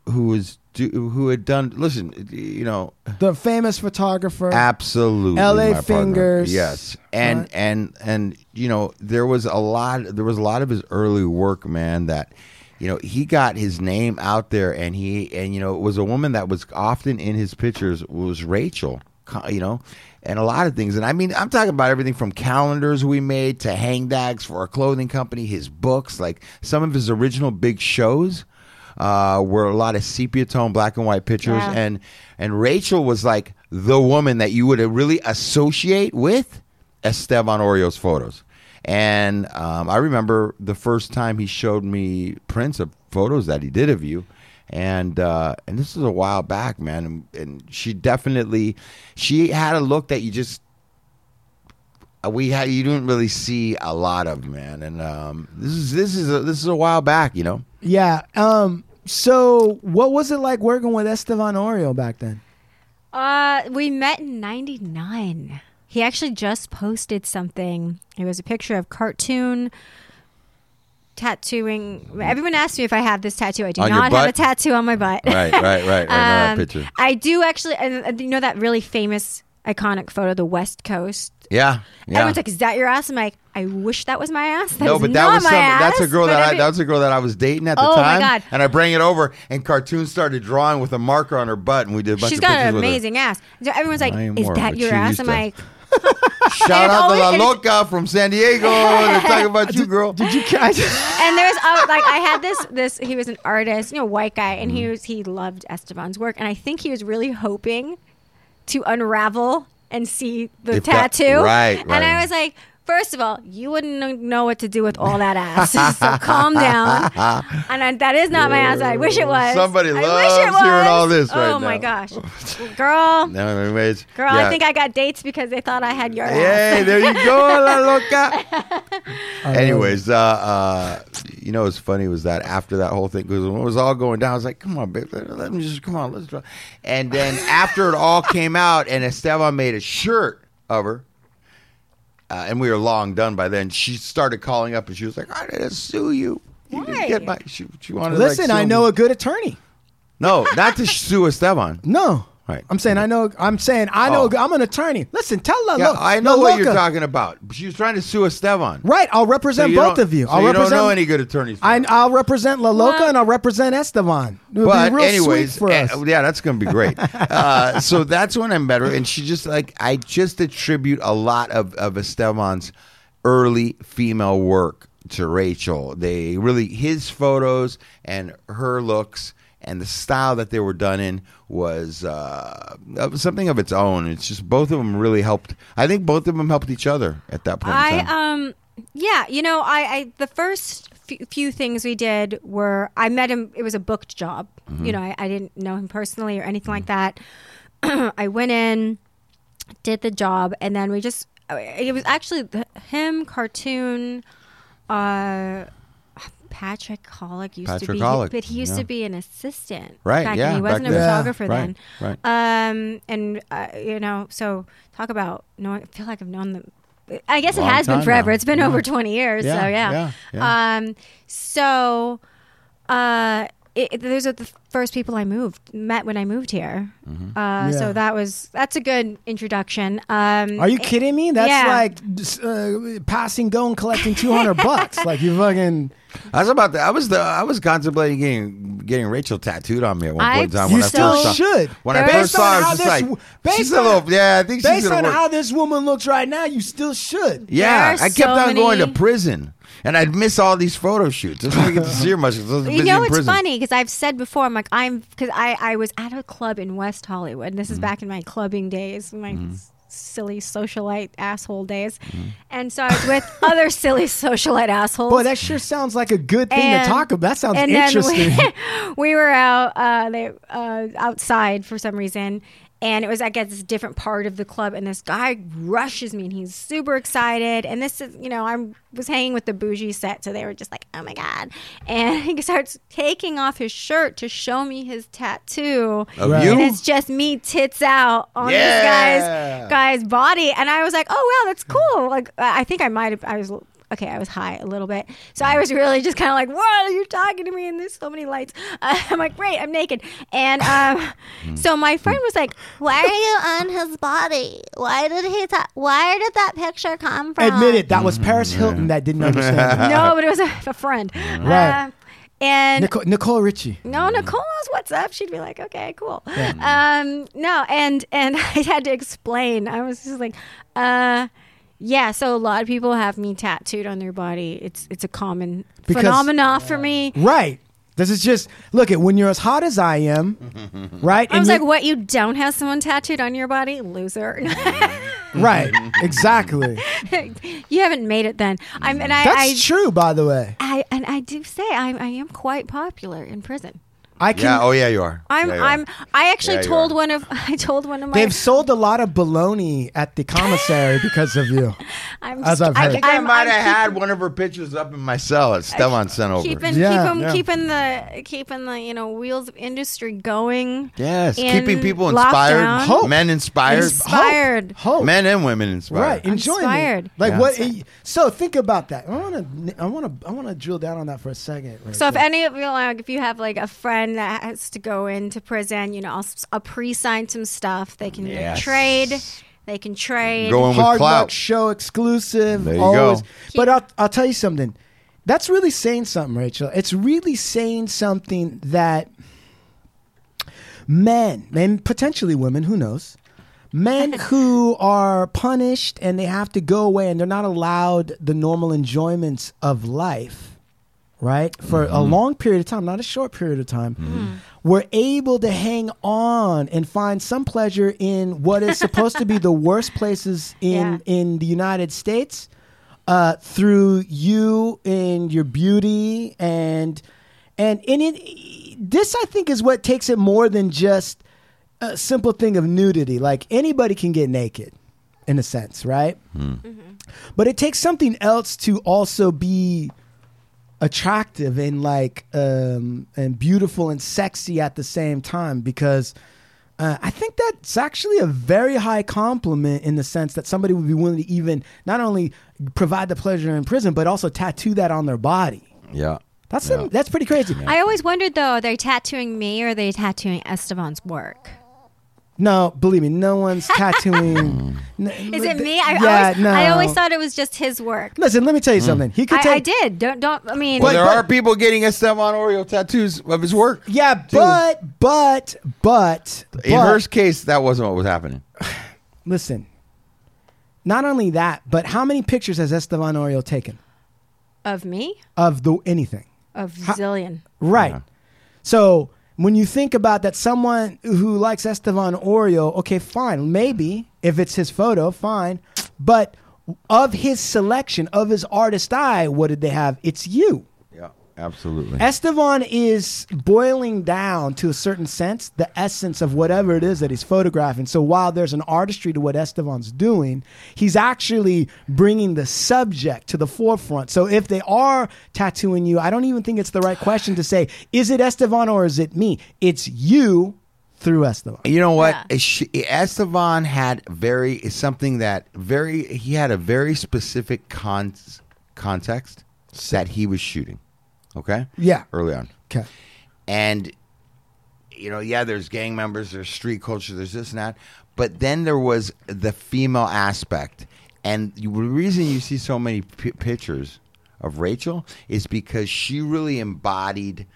S3: who was do, who had done. Listen, you know,
S4: The famous photographer.
S3: absolutely,
S4: LA
S3: my partner.
S4: Fingers.
S3: Yes, and
S4: Right.
S3: and and you know, there was a lot. There was a lot of his early work, man. That. You know, he got his name out there, and he and you know it was a woman that was often in his pictures was Rachel, co- you know, and a lot of things. And I mean, I'm talking about everything from calendars we made to hang dags for a clothing company, his books, like some of his original big shows uh, were a lot of sepia tone black and white pictures
S6: Yeah.
S3: and and Rachel was like the woman that you would really associate with Esteban Orio's photos. And um, I remember the first time he showed me prints of photos that he did of you. And uh, and this was a while back, man. And, and she definitely she had a look that you just uh, we had you didn't really see a lot of, man. And um, this is this is a, this is a while back, you know.
S4: Yeah. Um, so what was it like working with Esteban Oriol back then?
S6: Uh, we met in '99. He actually just posted something. It was a picture of cartoon tattooing. Everyone asked me if I had this tattoo. I do
S3: On your
S6: not have a
S3: butt?
S6: tattoo on my butt.
S3: Right,
S6: <laughs>
S3: right, right, right. I know that
S6: Um,
S3: picture.
S6: I do actually. and- and You know that really famous, iconic photo, the West Coast.
S3: Yeah, yeah.
S6: Everyone's like, "Is that your ass?" I'm like, "I wish that was my ass. That
S3: no,
S6: is
S3: but
S6: not
S3: that was
S6: my
S3: some,
S6: ass,
S3: that's a girl
S6: but
S3: that I,
S6: every-
S3: that was a girl that I was dating at the
S6: Oh, my
S3: time.
S6: God.
S3: And I bring it over, and cartoon started drawing with a marker on her butt, and we did a bunch
S6: She's
S3: of pictures
S6: got an
S3: with her.
S6: amazing ass. So everyone's like,
S3: Not
S6: "Is
S3: anymore,
S6: that
S3: but
S6: your
S3: she
S6: ass?"
S3: used
S6: I'm
S3: to.
S6: like,
S3: Shout
S6: And
S3: out to
S6: always-
S3: La
S6: and it's-
S3: Loca from San Diego. They're talking
S6: <laughs>
S3: about you, girl.
S4: Did you
S3: <laughs>
S4: I,
S6: and there's uh, like I had this this he was an artist, you know, white guy, and
S3: Mm-hmm.
S6: he was he loved Esteban's work, and I think he was really hoping to unravel and see the
S3: If that-
S6: tattoo.
S3: right, right.
S6: And I was like, first of all, you wouldn't kn- know what to do with all that ass, <laughs> so
S3: <laughs>
S6: calm down. And I, that is not my ass. I wish it was.
S3: Somebody
S6: I wish
S3: loves
S6: it was.
S3: hearing all this right
S6: Oh my
S3: now. <laughs>
S6: gosh, girl.
S3: No, anyways,
S6: Girl,
S3: yeah.
S6: I think I got dates because they thought I had your ass.
S3: Hey, there you go, La Loca.
S4: <laughs>
S3: Anyways, uh, uh, you know what's funny was that after that whole thing, because when it was all going down, I was like, come on, babe, let, let me just, come on, let's draw. And
S4: <laughs>
S3: then after it all came out and Esteban made a shirt of her, uh, and we were long done by then, she started calling up and she was like, I didn't sue you. You didn't
S6: Why?
S3: get my, she, she wanted to, like,
S4: listen,
S3: sue
S4: I know
S3: me.
S4: a good attorney.
S3: No, not to sue Esteban.
S4: <laughs> No.
S3: Right.
S4: I'm saying I know. I'm saying I know.
S3: Oh.
S4: I'm an attorney. Listen, tell La
S3: Yeah,
S4: Lo-
S3: I know
S4: La
S3: what you're
S4: Loca.
S3: talking about. She was trying to sue Esteban.
S4: Right, I'll
S3: So
S4: represent
S3: you
S4: both
S3: don't-
S4: of you.
S3: so
S4: I'll
S3: you
S4: represent,
S3: don't know any good attorneys. for
S4: I,
S3: that.
S4: I'll represent La Loca
S6: Well-
S4: and I'll represent Esteban. It would
S3: but
S4: be real
S3: anyways,
S4: sweet for
S3: eh,
S4: us.
S3: yeah, that's gonna be great.
S4: <laughs>
S3: uh, so that's when I met her, and she just like I just attribute a lot of of Esteban's early female work to Rachel. They really his photos and her looks and the style that they were done in was uh, of- something of its own. It's just both of them really helped. I think both of them helped each other at that point. in time.
S6: I um Yeah, you know, I, I the first f- few things we did were I met him. It was a booked job.
S3: Mm-hmm.
S6: You know, I, I didn't know him personally or anything like that. <clears throat> I went in, did the job, and then we just. uh, It was actually the, him, cartoon, uh, Patrick Hollick used to
S3: Patrick
S6: be,
S3: Hollick,
S6: but he used
S3: yeah.
S6: to be an assistant.
S3: Right,
S6: Back
S3: yeah,
S6: Then. He wasn't
S3: back
S6: a
S3: then.
S4: Yeah.
S6: photographer
S3: Right,
S6: then.
S3: right.
S6: Um, and uh, you know, so talk about no. I feel like I've known them. I guess it
S3: Long
S6: has been
S3: time
S6: forever.
S3: now.
S6: It's been
S3: Yeah.
S6: over twenty years.
S3: Yeah,
S6: so yeah.
S3: yeah, yeah.
S6: Um. So, uh, it, it- those are the first people I moved met when I moved here.
S3: Mm-hmm.
S6: Uh,
S4: Yeah.
S6: so that was that's a good introduction. Um,
S4: Are you
S6: it-
S4: kidding me? That's
S6: Yeah.
S4: like just, uh, passing go and collecting
S6: <laughs>
S4: 200 bucks. Like you fucking
S3: I was about to. I was the. I was contemplating getting getting Rachel tattooed on me at one
S6: I-
S3: point in time.
S6: You
S3: when
S6: still
S3: I first saw,
S4: should.
S3: When I
S6: Based
S3: first
S4: on
S3: saw, her, I
S4: how
S3: was just
S4: this
S3: like,
S4: w- based
S3: she's a little.
S4: on-
S3: Yeah, I think she's
S4: based
S3: gonna
S4: on
S3: work.
S4: how this woman looks right now, you still should.
S3: yeah,
S6: There are
S3: I kept
S6: so
S3: on going to
S6: many-
S3: prison, and I'd miss all these photo shoots. I didn't get to see her much. 'cause I was busy
S6: You know,
S3: in
S6: it's
S3: prison.
S6: funny because I've said before, I'm like, I'm because I, I was at a club in West Hollywood. And
S3: Mm-hmm.
S6: this is back in my clubbing days, my s- silly socialite asshole days.
S3: Mm-hmm.
S6: And so I was with
S3: <laughs>
S6: other silly socialite assholes.
S4: Boy, that sure sounds like a good thing
S6: And-
S4: to talk about. That sounds
S6: and
S4: interesting.
S6: <laughs> then we, we were out uh, they, uh, outside for some reason. And it was like at this different part of the club, and this guy rushes me, and he's super excited. And this is, you know, I was hanging with the bougie set, so they were just like, "Oh my god!" And <laughs> he starts taking off his shirt to show me his tattoo,
S3: Of
S4: Right.
S3: you?
S6: and it's just me tits out on
S3: Yeah.
S6: this guy's guy's body, and I was like, "Oh wow, that's cool!" Like I I think I might have. I was okay. I was high a little bit, so I was really just kind of like, "Whoa, you're talking to me!" And there's so many lights. <laughs> Uh, I'm like, "Great, I'm naked."
S4: <laughs>
S6: And um, <laughs> so my friend was like, "Why are you on his body? Why did he? Ta- where did that picture come from?"
S4: Admit it, that was Paris Hilton that didn't understand. it.
S6: No, but it was a, a friend.
S4: Right.
S6: Uh, <laughs> and
S4: Nicole, Nicole Richie.
S6: no, Nicole knows what's up. She'd be like, okay, cool. Um, no, and and <laughs> I had to explain. I was just like, uh, yeah. So a lot of people have me tattooed on their body. It's it's a common
S4: Because-
S6: phenomena for me.
S4: Right. This is just look at when you're as hot as I am, right?
S6: I was
S4: you-
S6: like, what? You don't have someone tattooed on your body, loser. <laughs>
S4: right, exactly.
S6: you haven't made it then. I'm and I.
S4: That's
S6: I,
S4: true, by the way.
S6: I and I do say I, I am quite popular in prison.
S4: I can.
S3: Yeah. Oh yeah, you are.
S6: I'm
S3: Yeah, you are.
S6: I'm I actually
S3: Yeah, you
S6: told
S3: are.
S6: one of <laughs> I told one of my
S4: They've sold a lot of baloney at the commissary because of you.
S6: I'm
S4: as I've
S3: I
S4: heard.
S3: think i
S6: I'm-
S3: might
S6: I'm
S3: have
S6: keeping-
S3: had one of her pictures up in my cell that Stellan sent over.
S6: keeping
S4: Yeah,
S6: keeping
S4: yeah.
S6: keeping the keeping the you know wheels of industry going.
S3: yes,
S6: in
S3: keeping people
S6: lockdown.
S3: inspired,
S4: Hope.
S3: men inspired,
S6: Inspired. Fired.
S4: Hope.
S3: men and women
S4: Right,
S3: inspired.
S4: enjoying
S6: Inspired.
S4: it. Like
S3: Yeah.
S4: what? eh, So think about that. I want to. I want to. I want to drill down on that for a second.
S6: So if
S4: Rachel.
S6: any of you like, if you have like a friend that has to go into prison, you know, I'll, s- I'll pre-sign some stuff. They can like,
S3: Yes.
S6: trade. They can trade.
S3: Going with
S4: hard
S3: clout.
S4: luck show exclusive.
S3: There you
S4: always.
S3: go.
S4: But I'll I'll tell you something. That's really saying something, Rachel. It's really saying something that men and potentially women, who knows, men who are punished and they have to go away and they're not allowed the normal enjoyments of life, right? For a long period of time, not a short period of time, were able to hang on and find some pleasure in what is supposed to be the worst places in
S6: Yeah.
S4: in the United States uh, through you and your beauty and and and it, this I think is what takes it more than just a simple thing of nudity. Like anybody can get naked, in a sense, right? But it takes something else to also be attractive and like um, and beautiful and sexy at the same time because. Uh, I think that's actually a very high compliment in the sense that somebody would be willing to even not only provide the pleasure in prison, but also tattoo that on their body.
S3: Yeah.
S4: That's
S3: Yeah.
S4: that's pretty crazy.
S6: I always wondered though, are they tattooing me or are they tattooing Esteban's work?
S4: No, believe me, no
S6: <laughs>
S3: <laughs>
S4: one's tattooing.
S6: Is it me? I, always, I always thought it was just his work.
S4: Listen, let me
S3: Mm.
S4: tell you something. He could
S6: I,
S4: take.
S6: I did. Don't don't. I mean,
S3: Well, there
S4: but-
S3: are people getting Esteban Oreo tattoos of his work.
S4: Yeah,
S3: too.
S4: but but but
S3: in
S4: but-
S3: her case, that wasn't what was happening.
S4: listen. Not only that, but how many pictures has Esteban Oreo taken
S6: of me,
S4: of the anything?
S6: of zillion.
S4: Right. So when you think about that, someone who likes Esteban Oreo, okay, fine, maybe if it's his photo, fine. But of his selection of his artist eye, what did they have? It's you.
S3: Yeah, absolutely.
S4: Estevan is boiling down to a certain sense the essence of whatever it is that he's photographing. So while there's an artistry to what Estevan's doing, he's actually bringing the subject to the forefront. So if they are tattooing you, I don't even think it's the right question to say, is it Estevan or is it me? It's you through Estevan.
S3: You know what?
S6: Yeah.
S3: She, Estevan had very something that very he had a very specific con- context that he was shooting. Okay.
S4: Yeah.
S3: Early on,
S4: Okay.
S3: and you know, yeah, there's gang members, there's street culture, there's this and that, but then there was the female aspect, and you, the reason you see so many pi pictures of Rachel is because she really embodied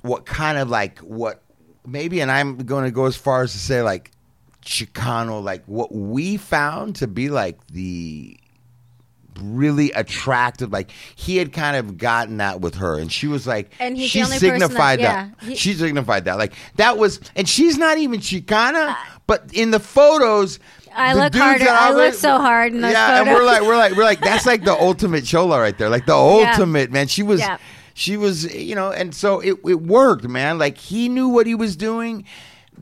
S3: what kind of like what maybe and I'm going to go as far as to say like Chicano like what we found to be like the really attractive like he had kind of gotten that with her and she was like
S6: And he's
S3: she
S6: the only person that-
S3: signified that,
S6: yeah, he-
S3: she signified that like that was and she's not even Chicana but in the photos
S6: Uh, I
S3: the
S6: look
S3: dudes
S6: harder-
S3: that
S6: I look
S3: always-
S6: so hard in those
S3: yeah and we're
S6: photos.
S3: like we're like we're like that's
S6: <laughs>
S3: like the ultimate chola right there like the
S6: Yeah.
S3: ultimate man she was
S6: Yeah.
S3: she was you know and so it, it worked man like he knew what he was doing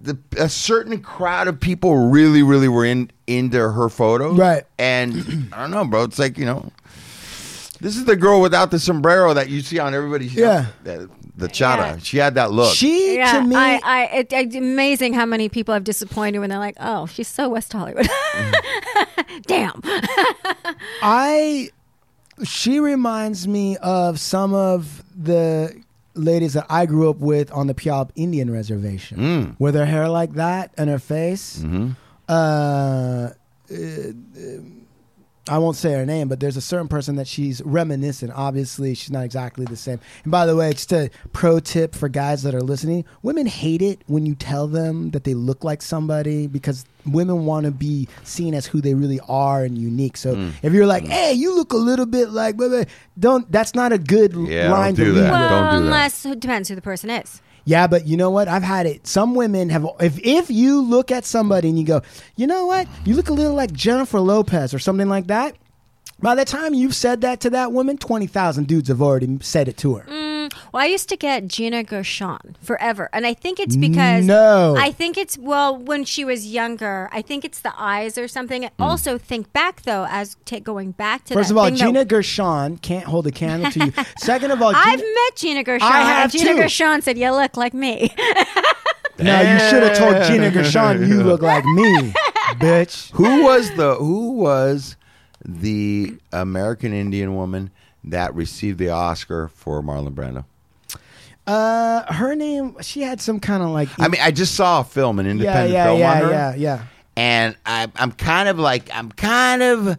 S3: the a certain crowd of people really really were in into her photos
S4: Right.
S3: and <clears throat> i don't know bro it's like you know this is the girl without the sombrero that you see on everybody's
S4: Yeah.
S3: the, the chata
S6: Yeah.
S3: she had that look
S4: She
S6: Yeah,
S4: to me
S6: I, I, it, it's amazing how many people I've disappointed when they're like, "Oh, she's so West Hollywood." <laughs> Damn.
S4: I she reminds me of some of the ladies that I grew up with on the Puyallup Indian Reservation, with her hair like that and her face. Uh, uh, I won't say her name, but there's a certain person that she's reminiscent. Obviously, she's not exactly the same. And by the way, just a pro tip for guys that are listening: women hate it when you tell them that they look like somebody because women want to be seen as who they really are and unique. So
S3: Mm.
S4: if you're like, "Hey, you look a little bit like," blah, blah, don't. That's not a good l-
S3: Yeah, don't
S4: line
S3: do
S4: to lead
S3: that.
S4: with.
S3: Well- don't
S6: well,
S3: do that.
S6: unless it depends who the person is.
S4: Yeah, but you know what? I've had it. Some women have. If if you look at somebody and you go, you know what? You look a little like Jennifer Lopez or something like that. By the time you've said that to that woman, twenty thousand dudes have already said it to her.
S6: Mm, Well, I used to get Gina Gershon forever, and I think it's because
S4: No.
S6: I think it's well when she was younger. I think it's the eyes or something. I Also, think back though, as ta going back to
S4: Hmm. First
S6: that
S4: of all,
S6: thing that-
S4: Gina Gershon can't hold a candle
S6: <laughs>
S4: to you. Second of all, Gina,
S6: I've met Gina Gershon.
S4: I
S6: and
S4: have
S6: Gina
S4: too.
S6: Gershon said, "You look like me."
S4: no, you should have told Gina
S3: <laughs>
S4: Gershon you look like
S6: <laughs>
S4: me, bitch.
S3: who was the who was the american indian woman that received the oscar for marlon brando
S4: Uh, her name. She had some kind of like.
S3: I mean, I just saw a film, an
S4: yeah,
S3: independent
S4: yeah,
S3: film on
S4: yeah,
S3: her,
S4: yeah, yeah.
S3: and I, I'm kind of like, I'm kind of, uh,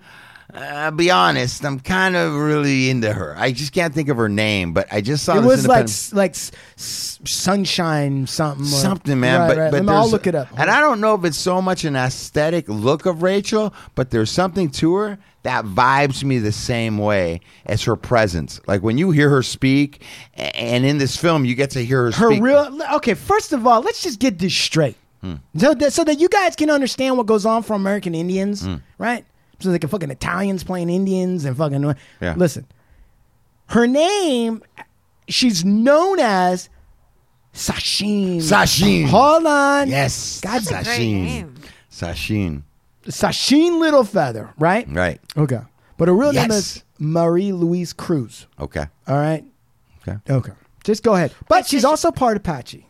S3: I'll be honest, I'm kind of really into her. I just can't think of her name, but I just saw
S4: It
S3: this
S4: was like
S3: independent-
S4: s- like s- s- sunshine something or-
S3: something, man.
S4: Right,
S3: but
S4: right.
S3: but
S4: Let me- I'll
S3: there's-
S4: look it up.
S3: And I don't know if it's so much an aesthetic look of Rachel, but there's something to her that vibes me the same way as her presence. Like when you hear her speak, a- and in this film, you get to hear her.
S4: her
S3: speak. Hmm.
S4: real okay. First of all, let's just get this straight, so that so that you guys can understand what goes on for American Indians,
S3: Hmm.
S4: right? So they can fucking Italians playing Indians and fucking
S3: Yeah.
S4: listen. Her name, she's known as Sashin.
S3: Sashin.
S4: Hold on,
S3: Yes,
S4: God,
S6: a great
S3: Sashin.
S6: name.
S3: Sashin,
S4: Sashin Littlefeather, right?
S3: right?
S4: Okay, but her real name
S3: Yes.
S4: is Marie Louise Cruz.
S3: Okay.
S4: All right.
S3: Okay.
S4: Okay. Just go ahead. But she's also part Apache.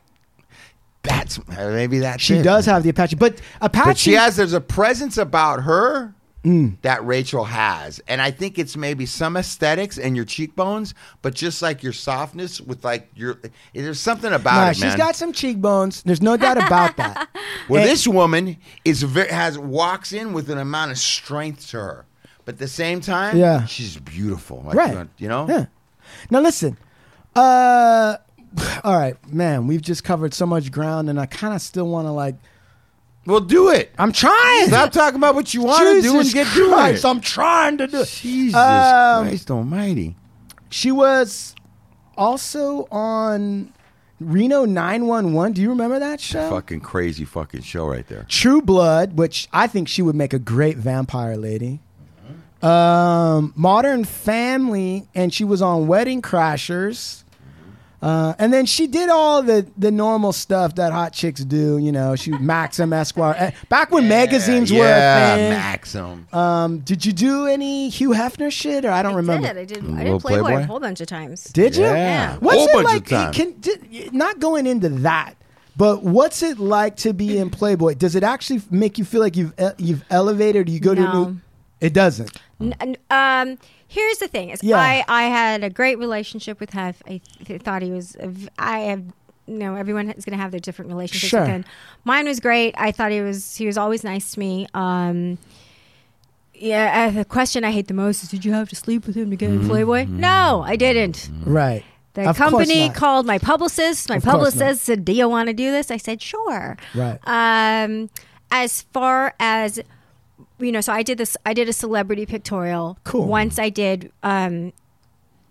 S3: That's maybe that's
S4: She
S3: it.
S4: does have the Apache, but Apache.
S3: But she has there's a presence about her
S4: Mm.
S3: that Rachel has. And I think it's maybe some aesthetics and your cheekbones, but just like your softness with like your there's something about
S4: Nah,
S3: it,
S4: she's
S3: man.
S4: got eh, some cheekbones. There's no doubt about that.
S3: <laughs> well, this woman is very, has walks in with an amount of strength to her. But at the same time,
S4: Yeah.
S3: she's beautiful. Like,
S4: right.
S3: You know?
S4: Yeah. Now listen. Uh, all right, man. We've just covered so much ground, and I kind of still want to like.
S3: Well, do it.
S4: I'm trying.
S3: Stop talking about what you want to do and
S4: Jesus
S3: get doing
S4: Christ,
S3: it.
S4: I'm trying to do it.
S3: Jesus
S4: Um,
S3: Christ almighty.
S4: She was also on Reno 911. Do you remember that show?
S3: Fucking crazy fucking show right there.
S4: True Blood, which I think she would make a great vampire lady. um, Modern Family, and she was on Wedding Crashers. Uh, and then she did all the, the normal stuff that hot chicks do, you know. She was Maxim Esquire. Eh, Back when magazines were
S3: yeah,
S4: a thing.
S3: Maxim.
S4: Um, did you do any Hugh Hefner shit? Or I don't remember.
S6: <laughs> I did. I
S3: Little
S6: did Playboy,
S3: Playboy?
S6: a whole bunch of times.
S4: Did you?
S3: Yeah.
S4: What's
S3: Whole
S4: it
S3: bunch of time.
S4: like? Can, did, not going into that, but what's it like to be in Playboy? Does it actually make you feel like you've e- you've elevated? Or you go to a
S6: No.
S4: new? It doesn't.
S3: Mm.
S6: N- n- um, here's the thing: is
S4: Yeah.
S6: I, I had a great relationship with Hef. I th- thought he was. a v- I have. You know, everyone is going to have their different relationships.
S4: Sure.
S6: with him. Mine was great. I thought he was. He was always nice to me. Um, yeah. I, the question I hate the most is: Did you have to sleep with him to get in
S4: Mm-hmm.
S6: Playboy? No, I didn't.
S4: Right.
S6: The
S4: Of course
S6: company
S4: not.
S6: called my publicist. My
S4: Of course not.
S6: publicist said, "Do you want to do this?" I said, "Sure."
S4: Right.
S6: Um, as far as you know, so I did this. I did a celebrity pictorial.
S4: Cool.
S6: Once I did um,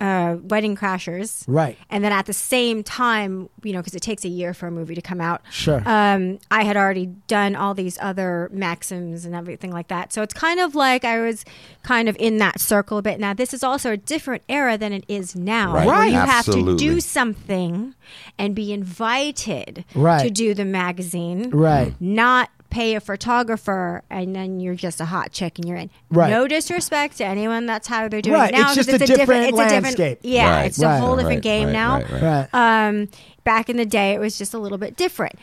S6: uh, Wedding Crashers.
S4: Right.
S6: And then at the same time, you know, because it takes a year for a movie to come out.
S4: Sure.
S6: Um, I had already done all these other maxims and everything like that. So it's kind of like I was kind of in that circle a bit. Now, this is also a different era than it is now.
S3: Right.
S6: Where
S4: Right.
S6: you have to
S3: Absolutely.
S6: do something and be invited
S4: Right.
S6: to do the magazine.
S4: Right.
S6: Not pay a photographer and then you're just a hot chick and you're in.
S4: Right.
S6: No disrespect to anyone. That's how they're doing
S4: Right.
S6: it now.
S4: It's just
S6: 'cause
S4: a different landscape.
S6: yeah.
S3: Right.
S6: It's a whole different
S3: Right,
S6: game
S3: right,
S6: now.
S3: right, right.
S4: Right.
S6: Um, back in the day, it was just a little bit different.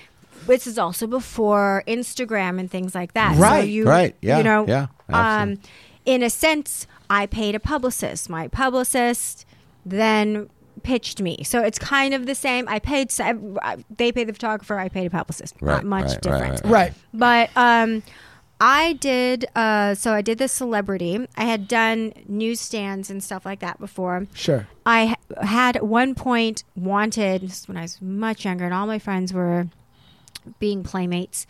S6: This is also before Instagram and things like that.
S4: Right,
S6: So you,
S3: right, yeah,
S6: You know,
S3: yeah,
S6: um,
S3: absolutely.
S6: in a sense, I paid a publicist. My publicist then pitched me. So it's kind of the same. I paid, s- I- they paid the photographer, I paid a publicist.
S3: Right,
S6: Not much
S3: right, right,
S6: difference.
S3: right,
S4: right.
S6: But um, I did. Uh, so I did the celebrity. I had done newsstands and stuff like that before.
S4: Sure.
S6: I ha- had at one point wanted this is when I was much younger, and all my friends were being playmates,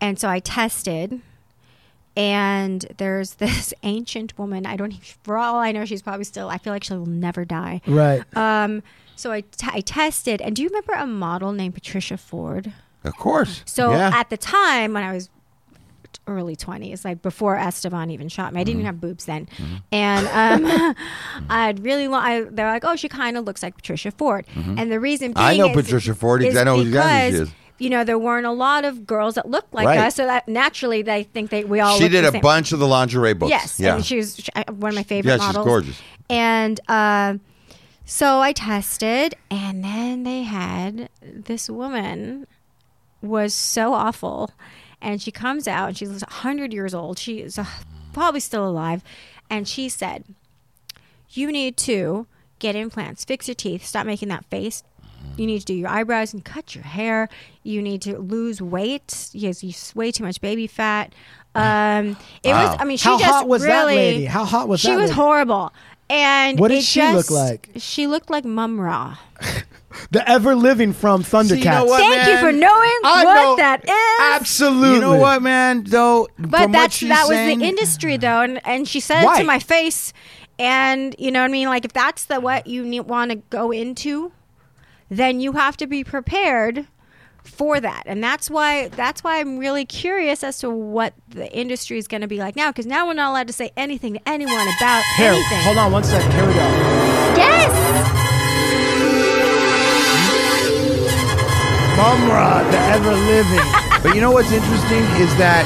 S6: and so I tested. And there's <laughs> this ancient woman. I don't. even- For all I know, she's probably still. I feel like she will never die.
S4: Right.
S6: Um. So I, t- I tested. And do you remember a model named Patricia Ford?
S3: Of course.
S6: So
S3: yeah.
S6: at the time when I was early 20s, like before Esteban even shot me, I
S3: Mm-hmm.
S6: didn't even have boobs then.
S3: <laughs>
S6: And um, <laughs> I'd really, lo- I, they're like, oh, she kind of looks like Patricia Ford. And the reason being
S3: Mm-hmm. I know
S6: is-
S3: Patricia Ford,
S6: is
S3: I know exactly who she
S6: because,
S3: is.
S6: You know, there weren't a lot of girls that looked like
S3: Right.
S6: us. So that naturally they think they, we all
S3: she
S6: look
S3: did
S6: the
S3: a
S6: same.
S3: bunch of the lingerie books.
S6: Yes,
S3: Yeah.
S6: and she was she- uh, one of my favorite
S3: Yeah, she's
S6: models.
S3: gorgeous.
S6: And uh, so I tested, and then they had this woman was so awful, and she comes out, and she's hundred years old. She is uh, probably still alive, and she said, "You need to get implants, fix your teeth, stop making that face." You need to do your eyebrows and cut your hair. You need to lose weight. Yes, you s- way too much baby fat. Um, it
S3: Wow.
S6: was. I mean, she
S4: How
S6: just
S4: hot was
S6: really,
S4: that lady? How hot was
S6: she
S4: that
S6: was
S4: lady?
S6: horrible. And
S4: What did
S6: it
S4: she look
S6: just-
S4: like?
S6: She looked like Mum Ra.
S4: The ever living from Thundercats.
S3: you know what?
S6: Thank you
S3: man,
S6: for knowing
S3: I
S6: what
S3: know
S6: that is.
S4: Absolutely.
S3: You know what, man? Though, from
S6: But
S3: what
S6: that's
S3: she's
S6: that was
S3: saying-
S6: the industry though, and, and she said it
S4: Right.
S6: to my face, and you know what I mean. Like if that's the what you need, want to go into, then you have to be prepared for that, and that's why that's why I'm really curious as to what the industry is going to be like now, because now we're not allowed to say anything to anyone about
S4: Here,
S6: anything.
S4: hold on one second. Here we go.
S6: Yes.
S4: Mumra, the ever
S3: <laughs>
S4: living.
S3: But you know what's interesting is that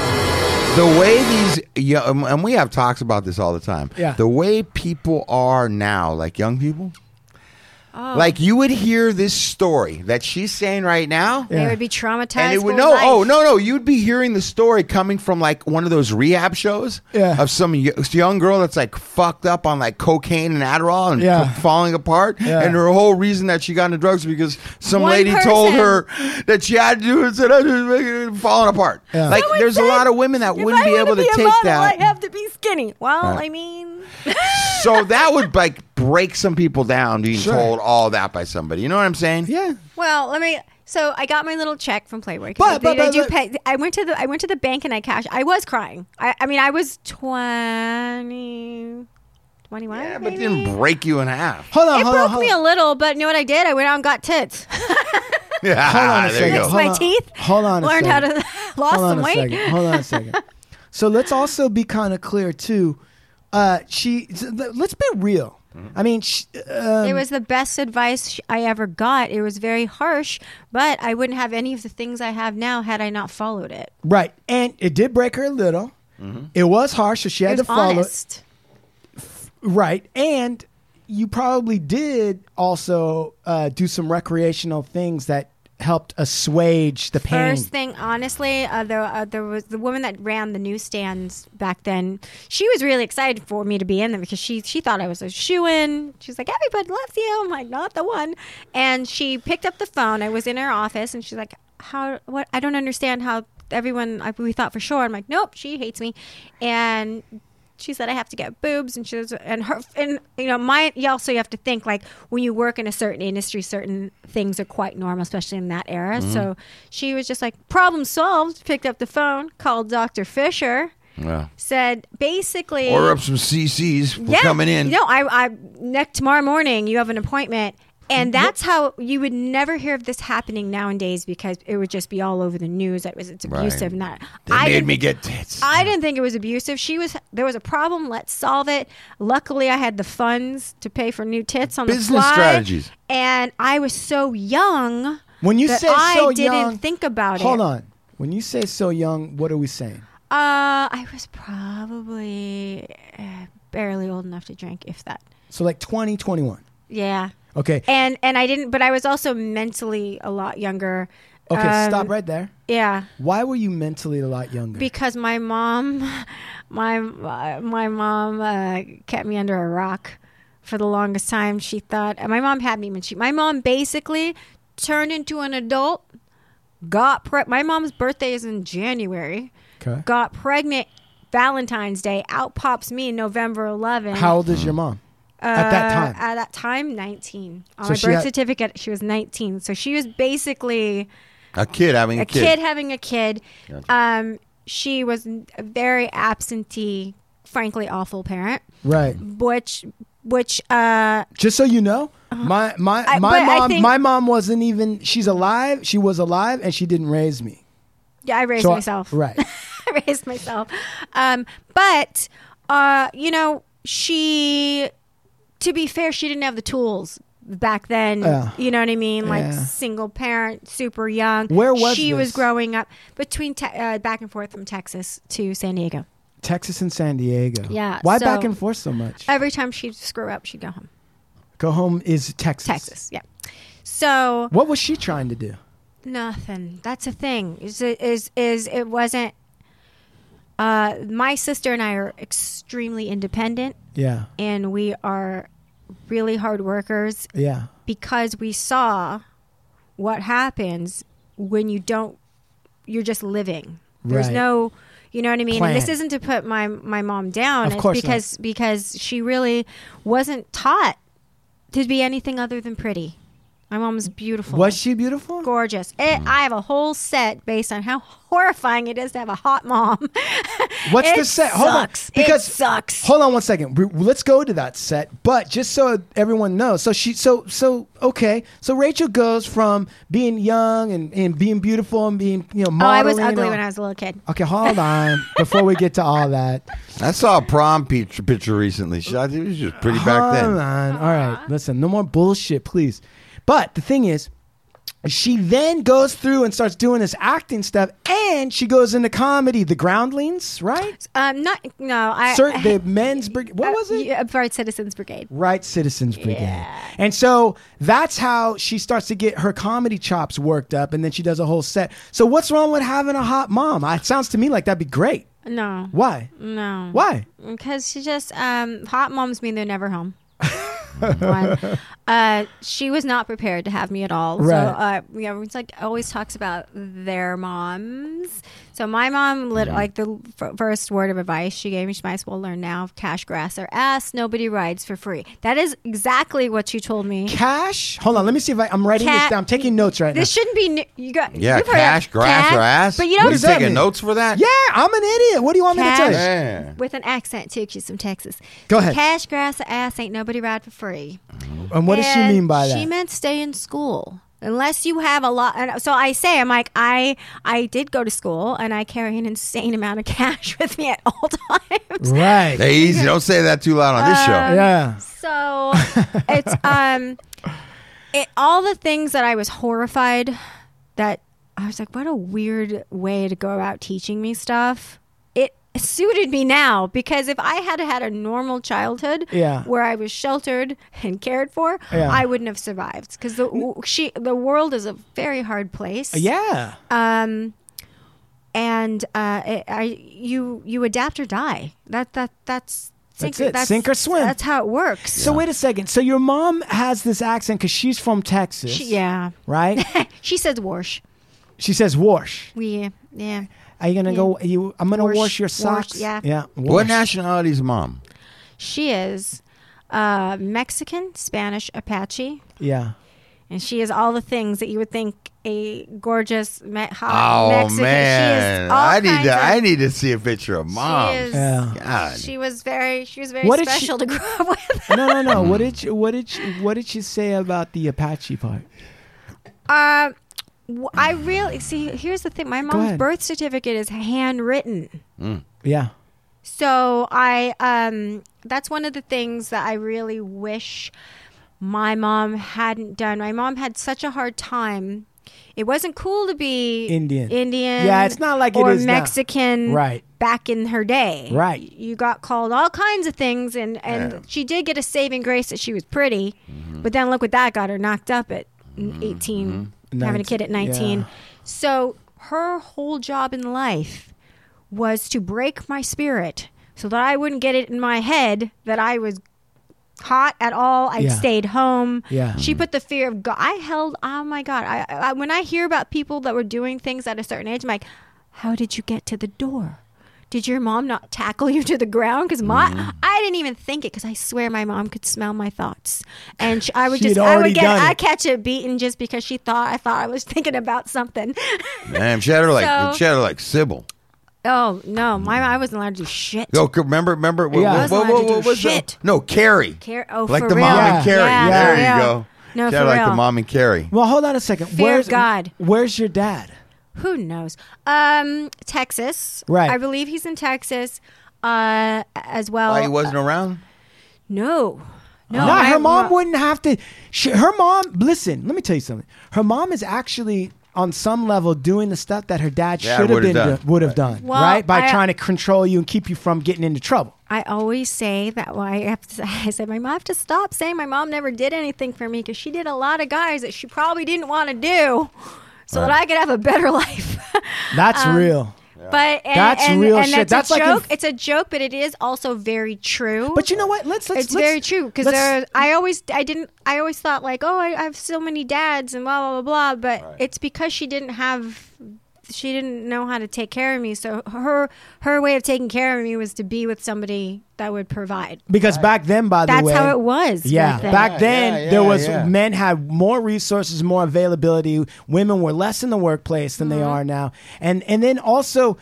S3: the way these yo- um, and we have talks about this all the time.
S4: Yeah.
S3: The way people are now, like young people.
S6: Oh.
S3: Like you would hear this story that she's saying right now.
S6: They
S4: Yeah.
S6: would be traumatized.
S3: And it would
S6: for
S3: no,
S6: life.
S3: oh no, no! You'd be hearing the story coming from like one of those rehab shows
S4: Yeah.
S3: of some y- young girl that's like fucked up on like cocaine and Adderall and
S4: Yeah.
S3: f- falling apart,
S4: Yeah.
S3: and her whole reason that she got into drugs because some
S6: One
S3: lady told
S6: person.
S3: her that she had to do it, said I just making it falling apart.
S4: Yeah.
S3: Like,
S6: Someone
S3: there's
S6: said,
S3: a lot of women that
S6: "If
S3: wouldn't
S6: I
S3: be
S6: wanna
S3: able to
S6: be a
S3: take
S6: model,
S3: that.
S4: <laughs>
S6: I have to be skinny. Well,
S3: Right.
S6: I mean,
S3: so that would like break some people down being
S4: Sure.
S3: told all that by somebody. You know what I'm saying?
S4: yeah.
S6: well, let me. So I got my little check from Playboy.
S4: But-
S6: 'cause I-
S4: but-
S6: I
S4: but-
S6: do
S4: but-
S6: pay. I went to the I went to the bank and I cashed. I was crying. I, I mean, I was 20, 21.
S3: Yeah, but it
S6: maybe?
S3: didn't break you in half.
S4: Hold on.
S6: it
S4: hold on,
S6: broke
S4: hold
S6: me
S4: on.
S6: a little, but you know what I did? I went out and got tits.
S3: Yeah,
S4: Hold on a
S3: <laughs> there you
S6: <laughs>
S4: second.
S3: go.
S6: Fixed my
S4: on.
S6: teeth.
S4: Hold on a
S6: Learned how
S4: second.
S6: to <laughs> lost
S4: Hold on
S6: some
S4: a
S6: weight. <laughs>
S4: second. Hold on a second. So let's also be kind of clear too. uh, she. Let's be real.
S3: Mm-hmm.
S4: I mean, she, um,
S6: it was the best advice sh- I ever got. It was very harsh, but I wouldn't have any of the things I have now had I not followed it.
S4: right, and it did break her a little. It was harsh, so she had
S6: It
S4: to
S6: was
S4: follow.
S6: honest.
S4: Right, and you probably did also uh, do some recreational things that helped assuage the pain.
S6: First thing, honestly, uh, the, uh, there was the woman that ran the newsstands back then. She was really excited for me to be in them because she she thought I was a shoe in. She was like, "Everybody loves you." I'm like, "Not the one." And she picked up the phone. I was in her office, and she's like, "How? What? I don't understand how everyone I, we thought for sure." I'm like, "Nope, she hates me," and. She said, "I have to get boobs," and she was, and her, and you know, my. You also you have to think like when you work in a certain industry, certain things are quite normal, especially in that era.
S3: Mm-hmm.
S6: So she was just like, "Problem solved." Picked up the phone, called Doctor Fisher,
S3: Yeah.
S6: said basically,
S3: Order up some CCs. We're coming in.
S6: No, I, I next tomorrow morning you have an appointment. And that's how you would never hear of this happening nowadays because it would just be all over the news. That was it's
S3: Right.
S6: abusive. Not
S3: They
S6: I
S3: made
S6: didn't-
S3: me get tits.
S6: I didn't think it was abusive. She was there was a problem. Let's solve it. Luckily, I had the funds to pay for new tits on the
S3: Business
S6: fly,
S3: strategies.
S6: and I was so young.
S4: when you
S6: that
S4: say
S6: I
S4: so
S6: didn't
S4: young,
S6: think about
S4: hold
S6: it.
S4: on. When you say so young, what are we saying?
S6: Uh, I was probably uh, barely old enough to drink, if that.
S4: So like 20, 21.
S6: Yeah,
S4: Okay.
S6: and and I didn't, but I was also mentally a lot younger.
S4: Okay,
S6: Um,
S4: stop right there.
S6: Yeah.
S4: Why were you mentally a lot younger?
S6: because my mom <laughs> my my mom uh, kept me under a rock for the longest time she thought my mom had me when she my mom basically turned into an adult got pre- my mom's birthday is in january
S4: Okay.
S6: got pregnant valentine's day out pops me november 11th
S4: How old is your mom? at that
S6: uh,
S4: time.
S6: at that time 19 on
S4: So
S6: my
S4: she
S6: birth
S4: had-
S6: certificate she was 19 so she was basically
S3: a kid having a,
S6: a kid, having a kid. Um, she was a very absentee, frankly awful parent,
S4: right.
S6: which which uh,
S4: Just so you know, my my
S6: Uh-huh. I-
S4: my
S6: but I
S4: mom
S6: think-
S4: my mom wasn't even she's alive. She was alive and she didn't raise me.
S6: yeah, I raised
S4: So I-
S6: myself.
S4: right.
S6: <laughs> I raised myself. Um, but uh, you know, she to be fair, she didn't have the tools back then.
S4: Yeah.
S6: You know what I mean? Like
S4: Yeah.
S6: single parent, super young.
S4: Where was
S6: she
S4: this?
S6: was growing up between te- uh, back and forth from Texas to San Diego.
S4: Texas and San Diego.
S6: Yeah,
S4: Why
S6: so-
S4: back and forth so much?
S6: Every time she'd screw up, she'd go home.
S4: Go home is Texas.
S6: Texas, yeah. So
S4: What was she trying to do?
S6: Nothing. That's a thing. Is is is it wasn't. Uh, my sister and I are extremely independent,
S4: Yeah.
S6: and we are really hard workers
S4: Yeah.
S6: because we saw what happens when you don't. You're just living. There's
S4: Right.
S6: no. You know what I mean? And this
S4: Plan.
S6: isn't to put my my mom down.
S4: Of
S6: It's
S4: course not.
S6: because because she really wasn't taught to be anything other than pretty. My mom was beautiful
S4: Was she Mm. beautiful?
S6: gorgeous. It, I have a whole set based on how horrifying it is to have a hot mom. <laughs>
S4: What's
S6: It
S4: the set? Hold
S6: sucks.
S4: on,
S6: It
S4: because
S6: sucks.
S4: Hold on one second. We, let's go to that set. But just so everyone knows, so she, so so okay. So Rachel goes from being young and, and being beautiful and being you know
S6: oh, I was
S4: modeling
S6: ugly
S4: and
S6: when I
S4: all-
S6: was a little kid.
S4: Okay, hold on. Before we get to all that,
S3: I saw a prom picture, picture recently. She, I think it was just pretty <laughs> back
S4: Hold
S3: then.
S4: on. All right, listen, no more bullshit, please. But the thing is, she then goes through and starts doing this acting stuff, and she goes into comedy, The Groundlings, right?
S6: Um, not no. I <laughs>
S4: Cer- the Men's Brigade. What was it?
S6: uh, Yeah, Bright Citizens Brigade.
S4: Right Citizens Brigade. And so that's how she starts to get her comedy chops worked up, and then she does a whole set. So what's wrong with having a hot mom? I- It sounds to me like that'd be great.
S6: No,
S4: Why?
S6: no.
S4: Why?
S6: Because she just um, hot moms mean they're never
S3: <laughs>
S6: home. One. Uh, she was not prepared to have me at all. So
S4: Right.
S6: uh, you know, everyone's like always talks about their moms. So my mom, lit- like the f- first word of advice she gave me, she might as well learn now. Cash grass or ass. Nobody rides for free. That is exactly what she told me.
S4: Cash? Hold on, let me see if I, I'm writing this
S6: Cat-
S4: down. I'm taking notes right
S6: <laughs> This
S4: now.
S6: shouldn't be. New- you got
S3: Yeah,
S6: you've heard of
S3: cash, grass,
S6: cat,
S3: or ass.
S6: But you
S3: What
S6: don't
S3: are you
S4: that
S3: taking
S4: mean?
S3: notes for that?
S4: yeah, I'm an idiot. What do you want me to tell you?
S6: Cash.
S3: Yeah.
S6: with an accent too. She's from Texas.
S4: Go
S6: So
S4: ahead.
S6: Cash grass or ass ain't nobody ride for free.
S4: And what does she
S6: And
S4: mean by that?
S6: She meant stay in school. unless you have a lot. And so I say, I'm like, I I did go to school, and I carry an insane amount of <laughs> cash with me at all times.
S4: Right.
S3: Hey, easy. Don't say that too loud on this
S6: Uh,
S3: show.
S4: yeah.
S6: Um, So
S4: <laughs>
S6: it's um, it, all the things that I was horrified that I was like, what a weird way to go about teaching me stuff. It suited me now because if I had had a normal childhood,
S4: Yeah.
S6: where I was sheltered and cared for,
S4: Yeah.
S6: I wouldn't have survived because the she the world is a very hard place.
S4: Yeah.
S6: Um, and uh, it, I you you adapt or die. That that that's.
S4: That's it. Sink or swim.
S6: That's how it works.
S4: So wait a second. So your mom has this accent because she's from Texas,
S6: She, yeah. <laughs>
S4: right?
S6: She says wash.
S4: she says "wash."
S6: We yeah.
S4: Are you gonna
S6: Yeah.
S4: go? You, I'm gonna
S6: Wash-
S4: wash, your
S6: wash,
S4: socks.
S6: yeah.
S4: yeah.
S3: What
S4: wash.
S3: nationality is mom?
S6: She is uh, Mexican, Spanish, Apache, <laughs>
S4: Yeah.
S6: and she is all the things that you would think a gorgeous me- hot
S3: Oh
S6: Mexican. She
S3: man,
S6: is all
S3: I need
S6: kinds
S3: to.
S6: of-
S3: I need to see a picture of mom.
S6: She is.
S4: Yeah.
S3: God.
S6: She was very. She was very
S4: What did she-
S6: special to grow up
S4: <laughs>
S6: with.
S4: No, no, no. what did you, what did you, what did you say about the Apache part?
S6: Um, w- I really see. Here's the thing. My mom's
S4: Uh, ahead.
S6: birth certificate is handwritten,
S4: Yeah.
S6: so I um. That's one of the things that I really wish my mom hadn't done. My mom had such a hard time. It wasn't cool to be
S4: Indian.
S6: Indian.
S4: Yeah, it's not like it
S6: or
S4: is now.
S6: Mexican.
S4: Right.
S6: Back in her day.
S4: Right.
S6: Y- You got called all kinds of things, and and
S3: Yeah.
S6: she did get a saving grace that she was pretty, but then look what that got her knocked up at 18 having a kid at 19.
S4: Mm-hmm. yeah.
S6: So her whole job in life was to break my spirit so that I wouldn't get it in my head that I was hot at all. I
S4: Yeah.
S6: stayed home.
S4: Yeah.
S6: She put the fear of God. I held, oh my God. I, I When I hear about people that were doing things at a certain age, I'm like, how did you get to the door? Did your mom not tackle you to the ground? Because my,
S4: Mm.
S6: I didn't even think it. Because I swear my mom could smell my thoughts, and she, I would
S4: She'd
S6: just, I
S4: already
S6: would get,
S4: done it.
S6: I catch it beaten just because she thought I thought I was <laughs> thinking about something. <laughs>
S3: Damn, she had her like
S6: So-
S3: she had her like Sybil.
S6: oh no, my I wasn't allowed to do shit.
S3: Yo, c- remember, remember, what,
S4: Yeah. I
S3: what,
S4: was
S3: what,
S6: allowed
S3: what,
S6: to do
S3: what was
S6: shit.
S3: the, no Carrie?
S6: Car- oh,
S3: like
S6: for
S3: the
S6: real.
S3: mom
S4: Yeah.
S3: and Carrie.
S6: Yeah,
S3: there
S6: for
S3: you
S6: real.
S3: go.
S6: No,
S3: she
S6: for
S3: had like the
S6: real.
S3: mom and Carrie.
S4: Well, hold on a second.
S6: Fear
S4: where's
S6: God.
S4: Where's your dad?
S6: Who knows? Um, Texas,
S4: Right.
S6: I believe he's in Texas, uh, as well.
S3: Why he wasn't around?
S6: no, no,
S4: No,
S6: I-
S4: her mom wouldn't have to. She, her mom, listen, let me tell you something. Her mom is actually on some level doing the stuff that her dad
S3: Yeah,
S4: should have
S3: would've
S4: been
S3: done.
S4: would have done,
S6: Well,
S4: right? By
S6: I-
S4: trying to control you and keep you from getting into trouble.
S6: I always say that. Why I have to. <laughs> I said my mom I have to stop saying my mom never did anything for me because she did a lot of guys that she probably didn't want to do, so that I could have a better <laughs> life.
S4: That's
S6: Um,
S4: real.
S6: But and,
S4: That's
S6: and,
S4: real
S6: and
S4: shit.
S6: That's,
S4: That's
S6: a
S4: like in-
S6: joke. it's a joke, but it is also very true.
S4: But you know what? Let's let's.
S6: it's
S4: let's-
S6: very true because
S4: let's-
S6: there. Are, I always, I didn't, I always thought like, oh, I, I have so many dads and blah blah blah blah. But it's because she didn't have, she didn't know how to take care of me. So her her way of taking care of me was to be with somebody that would provide.
S4: because back then, by the
S6: That's
S4: way,
S6: how it was.
S4: Yeah,
S6: back then.
S4: back then
S3: yeah,
S4: there was
S3: yeah.
S4: men had more resources, more availability. Women were less in the workplace than
S6: Mm-hmm.
S4: they are now, and and then also,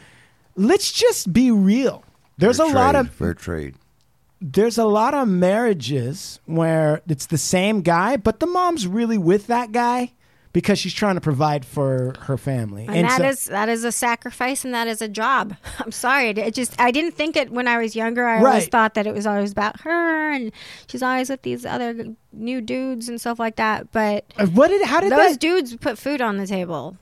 S4: let's just be real. There's
S3: Fair
S4: a lot
S3: trade,
S4: of
S3: fair trade.
S4: there's a lot of marriages where it's the same guy, but the mom's really with that guy because she's trying to provide for her family.
S6: and that
S4: so-
S6: is that is a sacrifice and that is a job <laughs> i'm sorry it- it just i didn't think it when i was younger i always
S4: Right.
S6: thought that it was always about her and she's always with these other new dudes and stuff like that but
S4: Uh, what did how did
S6: those
S4: that?
S6: dudes put food on the table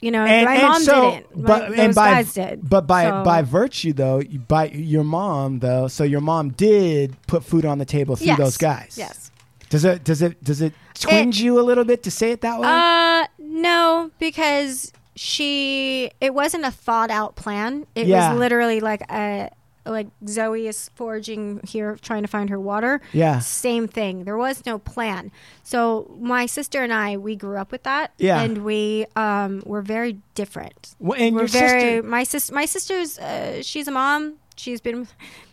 S6: you know
S4: and,
S6: my
S4: and
S6: mom
S4: so,
S6: didn't
S4: But
S6: My-
S4: and
S6: those
S4: by
S6: guys did
S4: but by
S6: So-
S4: by virtue though, you- by your mom though, so your mom did put food on the table through
S6: Yes.
S4: those guys.
S6: yes
S4: Does it does it does it twinge you a little bit to say it that way?
S6: Uh, no, because she it wasn't a thought out plan. It
S4: Yeah.
S6: was literally like a like Zoe is foraging here trying to find her water.
S4: Yeah.
S6: Same thing. There was no plan. So my sister and I we grew up with that.
S4: Yeah.
S6: And we um were very different.
S4: Well, and
S6: we're
S4: your
S6: very
S4: sister-
S6: my sister my sister's uh, she's a mom. She's been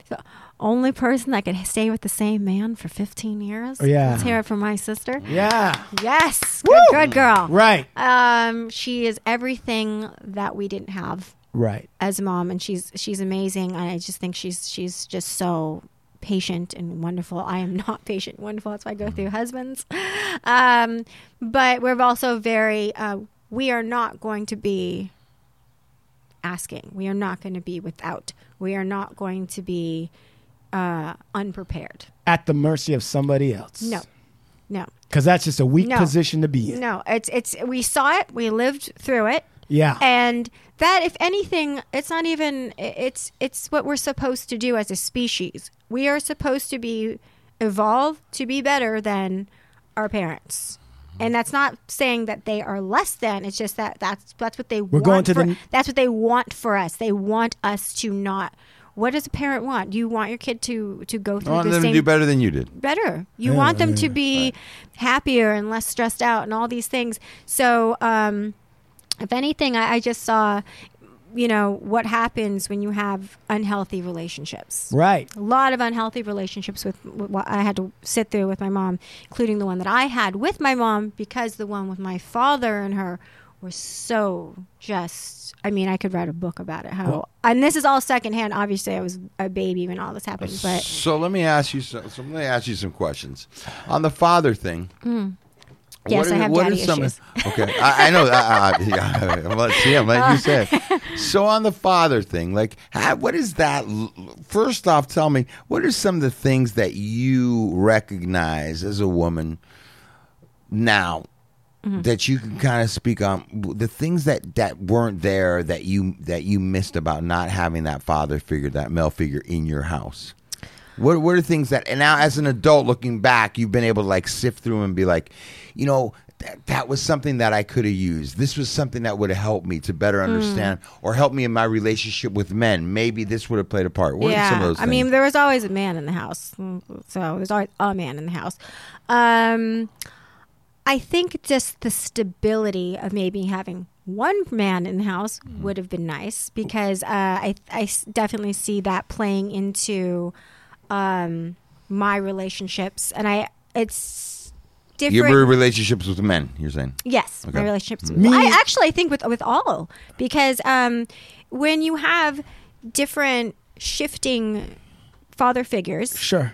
S6: the only person that could stay with the same man for 15 years.
S4: Oh, Yeah.
S6: Let's hear it from my sister.
S4: yeah.
S6: Yes. Good, good girl.
S4: Right.
S6: Um, she is everything that we didn't have
S4: Right.
S6: as a mom, and she's she's amazing. And I just think she's she's just so patient and wonderful. I am <laughs> not patient and wonderful. That's why I go through husbands. Um, but we're also very, uh, we are not going to be asking. We are not going to be without. We are not going to be uh, unprepared.
S4: At the mercy of somebody else.
S6: No, no,
S4: Because that's just a weak
S6: No.
S4: position to be in.
S6: no. It's it's we saw it. We lived through it.
S4: Yeah.
S6: And that, if anything, it's not even. It's it's what we're supposed to do as a species. We are supposed to be evolve to be better than our parents. And that's not saying that they are less than. It's just that that's that's what they
S4: We're
S6: want.
S4: going to
S6: for,
S4: the-
S6: that's what they want for us. They want us to not. What does a parent want? You want your kid to to go
S3: I
S6: through
S3: want
S6: the
S3: them to
S6: same
S3: do better than you did.
S6: better. You
S4: Yeah,
S6: want them
S4: yeah,
S6: to be happier and less stressed out and all these things. So, um, if anything, I, I just saw, you know, what happens when you have unhealthy relationships.
S4: Right.
S6: A lot of unhealthy relationships with, with what I had to sit through with my mom, including the one that I had with my mom, because the one with my father and her were so just. I mean, I could write a book about it. How and this is all secondhand. Obviously, I was a baby when all this happened, but
S3: So let me ask you some, so let me ask you some questions on the father thing.
S6: Hmm. Yes, I have daddy issues.
S3: Okay, I, I know. I, <laughs> I, yeah, I'm like, see, I'm
S6: <laughs>
S3: like you said. So on the father thing, like, how, what is that? l- First off, tell me what are some of the things that you recognize as a woman now
S6: Mm.
S3: that you can kind of speak on the things that that weren't there that you that you missed about not having that father figure, that male figure in your house. What what are things that and now as an adult looking back, you've been able to like sift through and be like, you know, that that was something that I could have used. This was something that would have helped me to better
S6: Mm.
S3: understand or help me in my relationship with men. Maybe this would have played a part. What are some of those
S6: I mean,
S3: things?
S6: there was always a man in the house. Mm, So there's always a man in the house. Um, I think just the stability of maybe having one man in the house
S3: Mm-hmm.
S6: would have been nice because uh, I, I s- definitely see that playing into um, my relationships. And I, it's
S3: your
S6: different.
S3: relationships with men, you're saying.
S6: Yes,
S3: Okay.
S6: my relationships.
S4: Me-
S6: I actually I think with with all because um, when you have different shifting father figures
S4: Sure.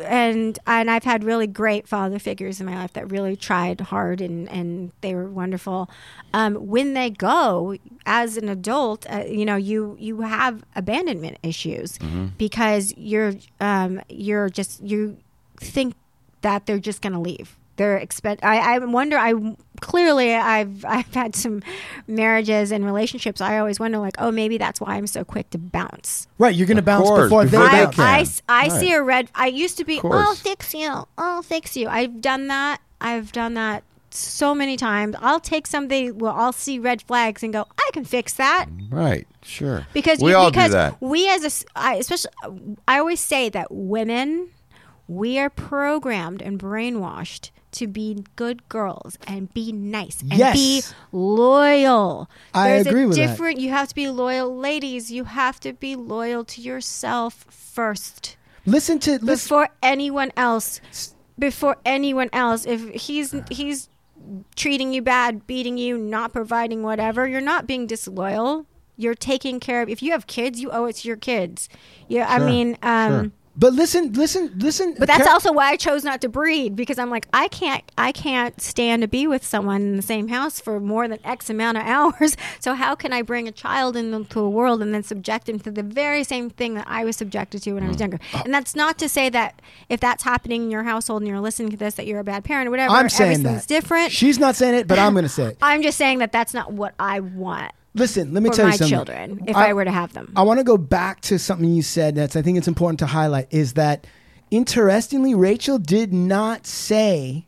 S6: and and I've had really great father figures in my life that really tried hard and and they were wonderful. Um, when they go as an adult, uh, you know you you have abandonment issues because you're um, you're just you think that they're just going to leave. They're expect. I, I wonder. I clearly I've I've had some marriages and relationships. I always wonder like, oh, maybe that's why I'm so quick to bounce.
S4: Right. You're going to bounce
S3: course,
S4: before,
S3: before
S4: they
S3: they
S4: bounce.
S3: can.
S6: I, s- I
S3: Right.
S6: see a red. I used to be,
S3: Of course.
S6: I'll fix you. I'll fix you. I've done that. I've done that so many times. I'll take something. Well, I'll see red flags and go, I can fix that
S3: Right. Sure.
S6: because
S3: we
S6: you-
S3: all
S6: because
S3: do that.
S6: We as a s I especially, I always say that women, we are programmed and brainwashed to be good girls and be nice and
S4: Yes.
S6: be loyal.
S4: I
S6: There's
S4: agree
S6: a
S4: with that.
S6: different. You have to be loyal, ladies. You have to be loyal to yourself first
S4: Listen to listen.
S6: before anyone else before anyone else if he's he's treating you bad beating you not providing whatever you're not being disloyal you're taking care of if you have kids you owe it to your kids yeah i mean um
S4: But listen, listen, listen.
S6: But that's also why I chose not to breed because I'm like I can't I can't stand to be with someone in the same house for more than X amount of <laughs> hours. So how can I bring a child into a world and then subject him to the very same thing that I was subjected to when I
S4: Hmm.
S6: was younger?
S4: Oh.
S6: And that's not to say that if that's happening in your household and you're listening to this that you're a bad parent or whatever.
S4: I'm saying
S6: everything's
S4: that.
S6: different.
S4: She's not saying it, but I'm going to say it.
S6: <laughs> I'm just saying that that's not what I want
S4: Listen, let me
S6: for
S4: tell
S6: my
S4: you something.
S6: children if I, were to have them.
S4: I want to go back to something you said that's I think it's important to highlight is that interestingly Rachel did not say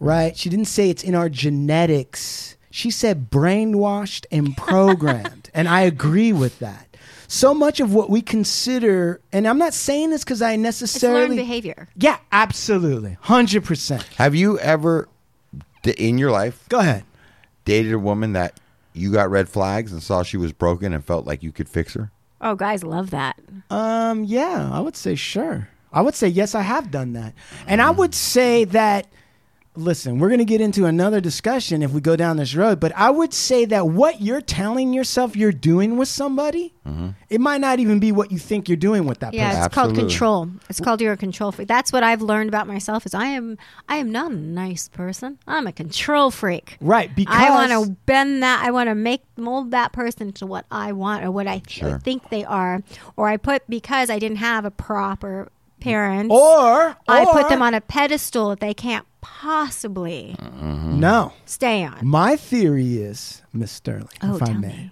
S4: right she didn't say it's in our genetics she said brainwashed
S6: <laughs>
S4: and programmed and I agree with that so much of what we consider and I'm not saying this cuz I
S6: it's learned
S4: necessarily
S6: behavior.
S4: Yeah, absolutely. 100%.
S3: Have you ever d- in your life
S4: Go ahead.
S3: dated a woman that you got red flags and saw she was broken and felt like you could fix
S6: <laughs>
S3: her?
S6: Oh, guys love that.
S4: Um, yeah, I would say sure. I would say yes, I have done that, and I would say that listen, we're going to get into another discussion if we go down this road, but I would say that what you're telling yourself you're doing with somebody, it might not even be what you think you're doing with that
S6: Yeah,
S4: person.
S6: it's
S3: Absolutely.
S6: called control. It's called your control freak. That's what I've learned about myself is I am I am not a nice person. I'm a control freak.
S4: Right, because
S6: I want to bend that. I want to make mold that person to what I want or what I th-
S3: Sure.
S6: think they are. Or I put because I didn't have a proper parent.
S4: or,
S6: I put
S4: or- Uh,
S6: them on a pedestal that they can't possibly
S4: No.
S6: stay on.
S4: My theory is, Miss Sterling,
S6: Oh,
S4: if I
S6: tell
S4: may,
S6: me.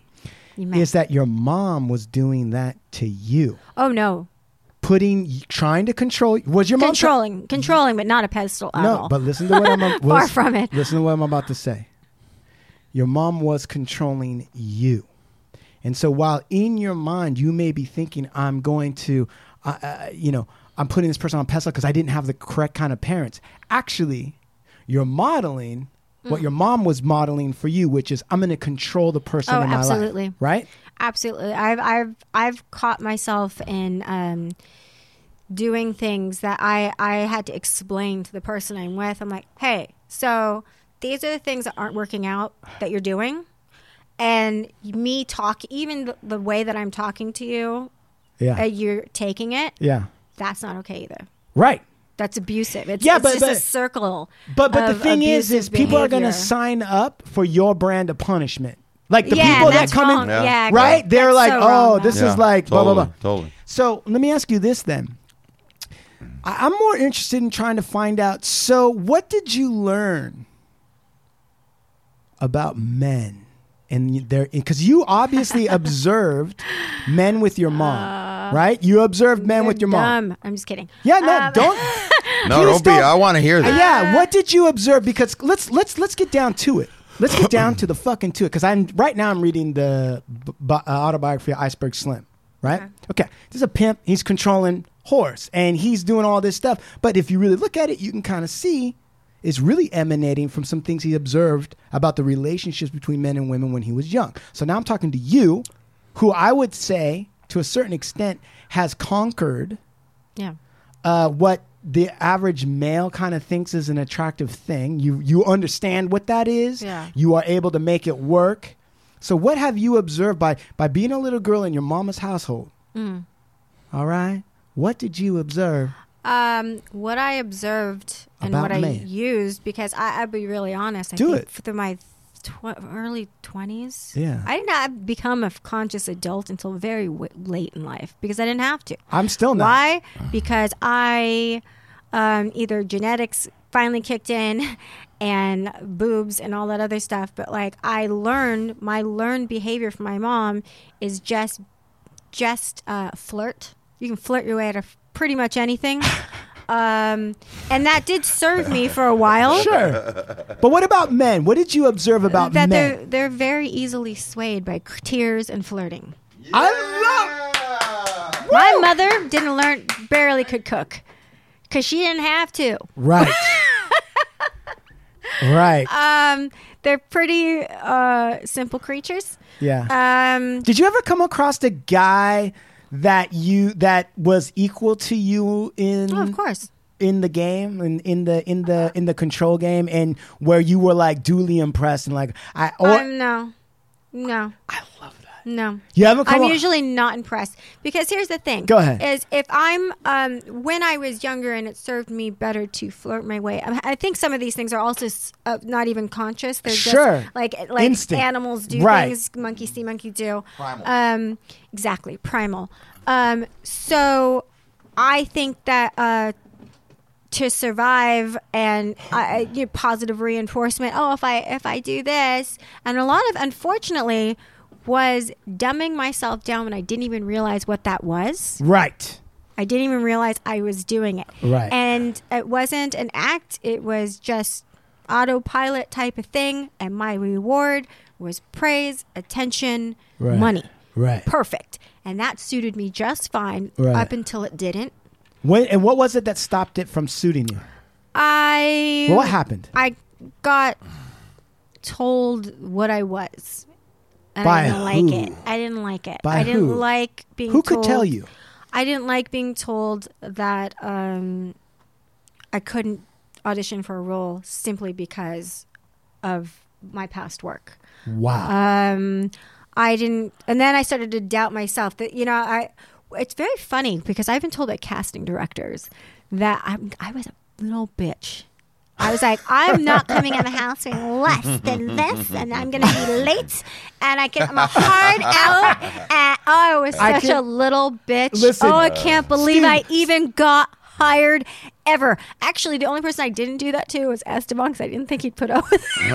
S6: You may.
S4: is that your mom was doing that to you,
S6: oh no,
S4: putting, trying to control. Was your mom
S6: controlling, controlling, but not a pedestal at
S4: No,
S6: all.
S4: but listen to what
S6: <laughs>
S4: I'm ab-
S6: Far
S4: listen-
S6: from it.
S4: Listen to what I'm about to say. Your mom was controlling you, and so while in your mind you may be thinking, "I'm going to," uh, uh, you know, I'm putting this person on a pedestal because I didn't have the correct kind of parents. Actually, you're modeling. What
S6: Mm.
S4: your mom was modeling for you, which is, I'm going to control the person
S6: Oh,
S4: in my
S6: absolutely.
S4: life, right?
S6: Absolutely. I've I've I've caught myself in um, doing things that I I had to explain to the person I'm with. I'm like, hey, so these are the things that aren't working out that you're doing, and me talk even the, the way that I'm talking to you,
S4: Yeah,
S6: uh, you're taking it.
S4: yeah,
S6: That's not okay either.
S4: right.
S6: That's abusive. It's,
S4: Yeah,
S6: it's
S4: but-
S6: just
S4: but-
S6: a circle.
S4: But but the
S6: of
S4: thing is, is
S6: abusive
S4: people are going to
S6: behavior.
S4: sign up for your brand of punishment. Like the
S6: yeah,
S4: people that
S6: that's
S4: come
S6: wrong.
S4: in,
S3: Yeah.
S6: yeah,
S4: right? They're
S6: that's
S4: like,
S6: so
S4: oh,
S6: wrong.
S4: this
S3: Yeah,
S4: is like blah blah blah.
S3: totally, Totally.
S4: So let me ask you this then. I- I'm more interested in trying to find out. So, what did you learn about men and their? Because you
S6: <laughs>
S4: obviously observed men with your mom, right? You observed men with your mom.
S6: Uh, Dumb. I'm just kidding.
S4: Yeah, no,
S6: Um,
S4: don't.
S6: <laughs>
S3: No,
S4: Please
S3: don't be.
S4: don't-
S3: I want to hear this.
S4: Uh, Yeah, what did you observe? Because let's let's let's get down to it. Let's get down to the fucking to it. Because I'm right now I'm reading the b- bi- uh, autobiography of Iceberg Slim. Right? Okay. This is a pimp. He's controlling horse and he's doing all this stuff. But if you really look at it, you can kind of see it's really emanating from some things he observed about the relationships between men and women when he was young. So now I'm talking to you, who I would say to a certain extent has conquered
S6: Yeah.
S4: uh, what the average male kind of thinks is an attractive thing. You you understand what that is.
S6: Yeah.
S4: You are able to make it work. So what have you observed by by being a little girl in your mama's household?
S6: Mm.
S4: All right. What did you observe?
S6: Um, what I observed and
S4: About
S6: what I
S4: men.
S6: used, because I, I'll be really honest, I
S4: Do
S6: think
S4: it.
S6: through my tw- early 20s,
S4: Yeah.
S6: I did not become a f- conscious adult until very w- late in life because I didn't have to.
S4: I'm still not.
S6: Why? Because I um, either genetics finally kicked in <laughs> and boobs and all that other stuff, but like I learned my learned behavior from my mom is just just uh, flirt. You can flirt your way out of pretty much anything. Um, and that did serve me for a while.
S4: Sure. but what about men? What did you observe about
S6: That
S4: men?
S6: they're they're very easily swayed by c- tears and flirting. <laughs>
S4: I
S6: My mother didn't learn, barely could cook, cause she didn't have to.
S4: love Right. right.
S6: Um, they're pretty uh, simple creatures.
S4: yeah.
S6: Um,
S4: Did you ever come across a guy that you that was equal to you in
S6: oh, of course.
S4: in the game in, in the in the in the control game and where you were like duly impressed and like I or
S6: Um, no, no. I love that. No.
S4: you haven't come
S6: I'm
S4: on-
S6: usually not impressed because here's the thing.
S4: Go ahead.
S6: Is if I'm um, when I was younger and it served me better to flirt my way. I, I think some of these things are also s- uh, not even conscious. They're
S4: Sure.
S6: just like like
S4: Instinct.
S6: animals do
S4: Right.
S6: things, monkey see, monkey do. Primal. Um, exactly, primal. Um, so I think that. Uh, to survive and I, I- you know, positive reinforcement. Oh, if I if I do this, and a lot of unfortunately was dumbing myself down when I didn't even realize what that was.
S4: right
S6: I didn't even realize I was doing it.
S4: Right.
S6: And it wasn't an act. It was just autopilot type of thing. And my reward was praise, attention,
S4: Right.
S6: money.
S4: right
S6: Perfect. And that suited me just fine
S4: Right.
S6: up until it didn't.
S4: when, and what was it that stopped it from suiting you
S6: I
S4: well, what happened
S6: Mm. I got told what I was. And
S4: By
S6: I didn't
S4: who?
S6: like it. I didn't like it.
S4: By
S6: I didn't
S4: who?
S6: like being
S4: who could tell
S6: told-
S4: you
S6: I didn't like being told that um, I couldn't audition for a role simply because of my past work.
S4: Wow.
S6: um, I didn't, and then I started to doubt myself. That you know, I it's very funny because I've been told by casting directors that I'm, I was a little bitch. I was like, I'm not coming in the house with less than this, and I'm going to be late, and I can, I'm a hard out. And, oh, I was
S4: I
S6: such
S4: can-
S6: a little bitch.
S4: Listen,
S6: oh, I can't believe
S4: Steve-
S6: I even got hired ever. Actually, the only person I didn't do that to was Esteban because I didn't think he'd put up with it.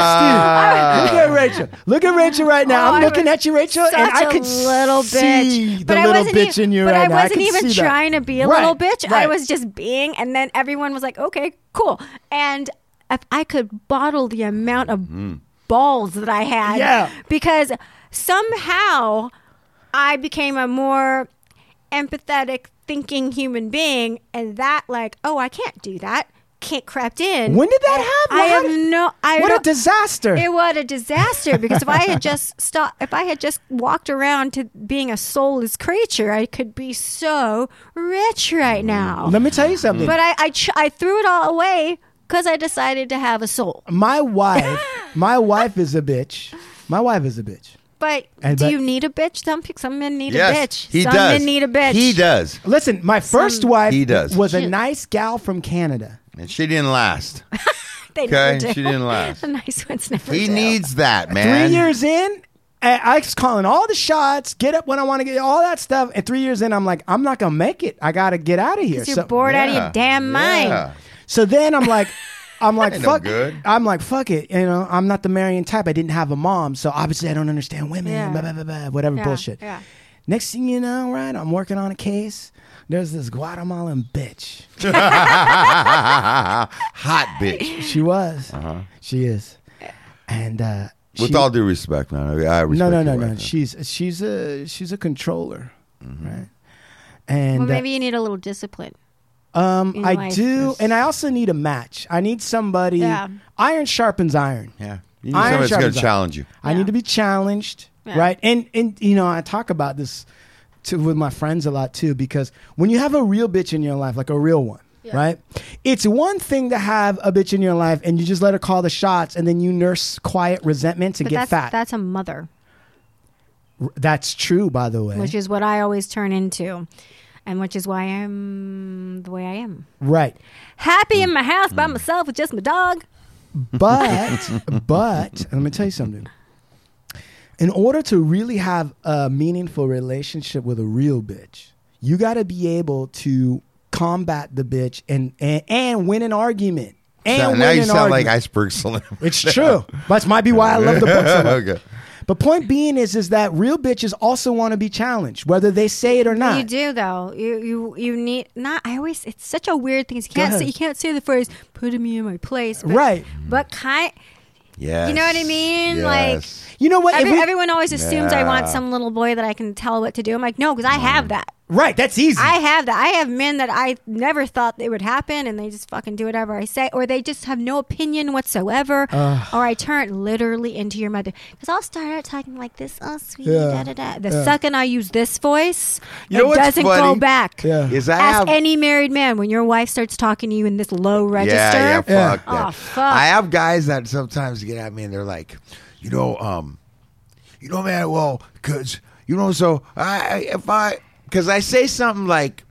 S3: Ah.
S4: Look at Rachel. Look at Rachel right now.
S6: Uh, Oh,
S4: I'm
S6: I
S4: looking
S6: was
S4: at you, Rachel, and
S6: such
S4: I
S6: a
S4: could
S6: little
S4: see
S6: bitch.
S4: the
S6: but I
S4: little
S6: wasn't
S4: bitch
S6: e-
S4: in you
S6: but
S4: right
S6: I
S4: now.
S6: wasn't
S4: could
S6: even
S4: see that.
S6: trying to be a
S4: Right,
S6: little bitch. I
S4: right.
S6: was just being, and then everyone was like, "Okay, cool." And if I could bottle the amount of balls that I had,
S4: Yeah.
S6: because somehow I became a more empathetic thinking human being, and that like, oh, I can't do that. Can't crept in.
S4: When did that happen?
S6: I
S4: How
S6: have
S4: did-
S6: no. I
S4: What a
S6: don't-
S4: disaster.
S6: <laughs> it was a disaster because if I had just stopped, if I had just walked around to being a soulless creature, I could be so rich right now.
S4: Let me tell you something.
S6: But I, I, ch- I threw it all away because I decided to have a soul.
S4: my
S6: <laughs>
S4: wife, my wife is a bitch. My wife is a bitch.
S6: But
S4: And
S6: do
S4: but-
S6: you need a bitch? Some pe- some men need
S3: Yes,
S6: a bitch.
S3: He
S6: some
S3: does.
S6: men need a bitch.
S3: He does.
S4: Listen, my first wife
S3: He does.
S4: was a
S6: Shoot.
S4: nice gal from Canada.
S3: And she didn't
S6: <laughs>
S3: last.
S6: They
S3: Okay,
S6: never <laughs> do.
S3: she didn't last.
S6: the nice ones never
S3: He
S6: do.
S3: needs that, man.
S4: Three years in, I I was calling all the shots, get up when I want to get all that stuff. And three years in, I'm like, I'm not gonna make it. I gotta get out of here.
S6: 'Cause You're
S4: So-
S6: bored out of your
S3: Yeah,
S6: damn mind.
S3: yeah.
S4: So then I'm
S6: <laughs>
S4: like, I'm like,
S3: Ain't no
S4: fuck.
S3: good.
S4: I'm like, fuck it. You know, I'm not the Marion type. I didn't have a mom, so obviously I don't understand women.
S6: Yeah.
S4: Blah, blah, blah, blah, whatever
S6: Yeah,
S4: bullshit.
S6: yeah.
S4: Next thing you know, right? I'm working on a case. There's this Guatemalan bitch.
S3: Hot
S6: <laughs>
S3: bitch.
S4: She was. She is. And uh,
S3: Uh-huh. With
S4: she-
S3: all due respect, man. I I respect
S4: no, no,
S3: your
S4: no,
S3: wife,
S4: no.
S3: man.
S4: She's she's a she's a controller,
S3: Mm-hmm.
S4: right? And
S6: Well,
S4: uh,
S6: maybe you need a little discipline.
S4: um,
S6: in
S4: I
S6: life
S4: do, and I also need a match. I need somebody.
S6: Yeah.
S4: Iron sharpens iron.
S3: Yeah. You need
S4: Iron
S3: somebody that's going
S4: sharpens
S3: to
S4: iron.
S3: challenge you.
S4: I
S6: Yeah.
S4: need to be challenged,
S6: Yeah.
S4: right? And and you know, I talk about this to, with my friends a lot too because when you have a real bitch in your life, like a real one, right? It's one thing to have a bitch in your life and you just let her call the shots and then you nurse quiet resentment to
S6: But
S4: get
S6: that's
S4: fat.
S6: that's a mother.
S4: R- that's true, by the way.
S6: which is what I always turn into, and which is why I'm the way I am.
S4: right.
S6: Happy
S4: Mm.
S6: in my house by myself with just my dog.
S4: But but let me tell you something. In order to really have a meaningful relationship with a real bitch, you got to be able to combat the bitch and and, and win an argument. And
S3: Sound-
S4: win
S3: now you
S4: an
S3: sound
S4: argument.
S3: like iceberg celebrity. <laughs>
S4: it's true. That might be why I love the book so much.
S3: okay.
S4: But point being is, is that real bitches also want to be challenged, whether they say it or not.
S6: You do though. You you you need not. I always. It's such a weird thing. 'cause You
S4: Go
S6: can't say
S4: ahead.
S6: you can't say the phrase "putting me in my place." But,
S4: Right.
S6: But kind.
S3: Yes.
S6: You know what I mean? Like-
S3: Yes.
S4: You know what?
S6: Every,
S4: If we-
S6: everyone always assumes I want
S3: Yeah.
S6: some little boy that I can tell what to do. I'm like, no, because I
S4: Mm.
S6: have that.
S4: right, that's easy.
S6: I have that. I have men that I never thought they would happen, and they just fucking do whatever I say, or they just have no opinion whatsoever, or I turn literally into your mother. Because I'll start out talking like this, oh sweet,
S4: Yeah.
S6: da da da. The second I use this voice,
S3: You know
S6: it
S3: what's
S6: doesn't go
S3: funny?
S6: back.
S4: Yeah.
S3: Is I
S6: Ask
S3: have
S6: any married man when your wife starts talking to you in this low register.
S3: Yeah, yeah,
S4: Yeah.
S3: fuck that.
S6: Oh, fuck.
S3: I have guys that sometimes get at me and they're like, you know, um, you know, man, well, cause you know, so I, I if I, cause I say something like,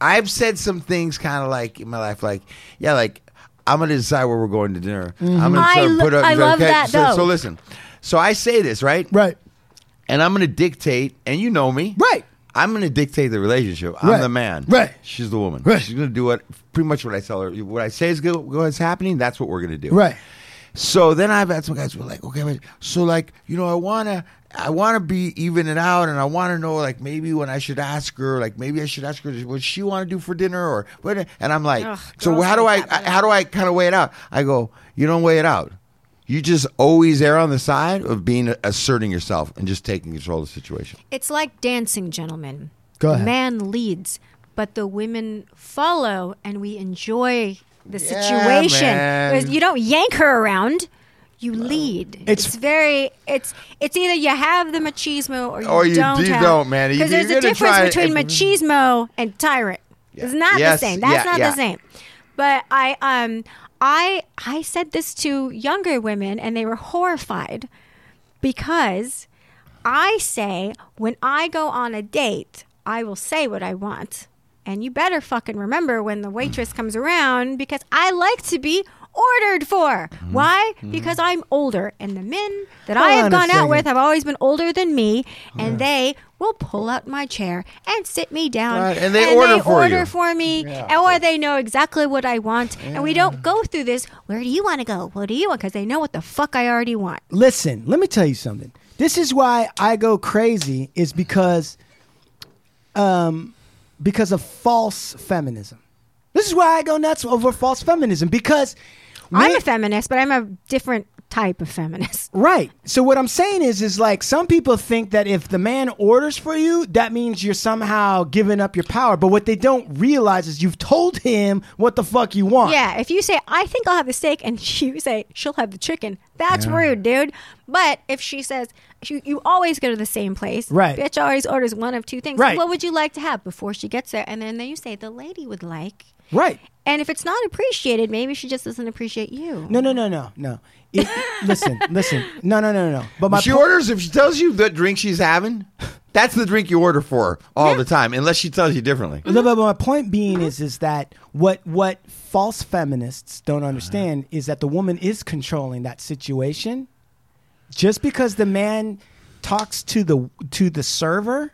S3: I've said some things kind of like in my life, like, yeah, like I'm gonna decide where we're going to dinner. I'm gonna
S6: Mm-hmm. I
S3: try to
S6: lo-
S3: put up.
S6: I love that,
S3: so,
S6: though.
S3: so listen, so I say this right,
S4: right.
S3: and I'm gonna dictate, and you know me,
S4: Right.
S3: I'm gonna dictate the relationship. I'm
S4: Right.
S3: the man.
S4: Right.
S3: She's the woman.
S4: Right.
S3: She's gonna do what pretty much what I tell her. What I say is go, go is happening. That's what we're gonna do.
S4: Right.
S3: So then I've had some guys who are like, okay, wait, so like you know, I wanna I wanna be even it out, and I wanna know like maybe when I should ask her, like maybe I should ask her what she wanna do for dinner or what. And I'm like,
S6: Ugh,
S3: so
S6: girls
S3: how do I,
S6: hate that,
S3: how do I kind of weigh it out? I go, you don't weigh it out. You just always err on the side of being asserting yourself and just taking control of the situation.
S6: It's like dancing, gentlemen.
S4: Go
S6: The
S4: ahead.
S6: man leads, but the women follow, and we enjoy the
S3: Yeah,
S6: situation.
S3: man.
S6: Whereas You don't yank her around. You lead.
S4: It's-
S6: It's, very. It's it's either you have the machismo or you
S3: Or you
S6: don't.
S3: do-
S6: have,
S3: don't, man. If
S6: Because there's
S3: you're
S6: a
S3: gonna
S6: difference
S3: try-
S6: between
S3: if-
S6: machismo and tyrant. It's not
S3: Yes,
S6: the same. That's
S3: yeah,
S6: not
S3: yeah.
S6: the same. But I um I I said this to younger women and they were horrified because I say when I go on a date, I will say what I want. And you better fucking remember when the waitress comes around because I like to be ordered for.
S3: Mm-hmm.
S6: Why? Because I'm older and the men that
S4: Hold
S6: I have
S4: on a
S6: gone out
S4: second.
S6: with have always been older than me
S3: Oh,
S6: and they will pull out my chair and sit me down
S3: Right, and they order for you.
S6: order for me or they know exactly what I want and we don't go through this where do you want to go? What do you want? Cuz they know what the fuck I already want.
S4: Listen, let me tell you something. This is why I go crazy is because um because of false feminism. This is why I go nuts over false feminism because
S6: I'm
S4: we-
S6: a feminist, but I'm a different type
S4: <laughs>
S6: of feminist.
S4: Right. So what I'm saying is, is like some people think that if the man orders for you, that means you're somehow giving up your power. But what they don't realize is you've told him what the fuck you want.
S6: Yeah, if you say I think I'll have the steak and <laughs> you say she'll have the chicken, that's rude, dude. But if she says you, you always go to the same place,
S4: Right.
S6: Bitch always orders one of two things.
S4: Right.
S6: What would you like to have before she gets there? And then then you say the lady would like.
S4: Right.
S6: And if it's not appreciated, maybe she just doesn't appreciate you.
S4: No, no, no, no, no. It- listen, listen. No, no, no, no. But my
S3: she
S4: po-
S3: orders if she tells you the drink she's having. That's the drink you order for all the time, unless she tells you differently.
S4: No, but my point being is, is that what what false feminists don't understand is that the woman is controlling that situation. Just because the man talks to the to the server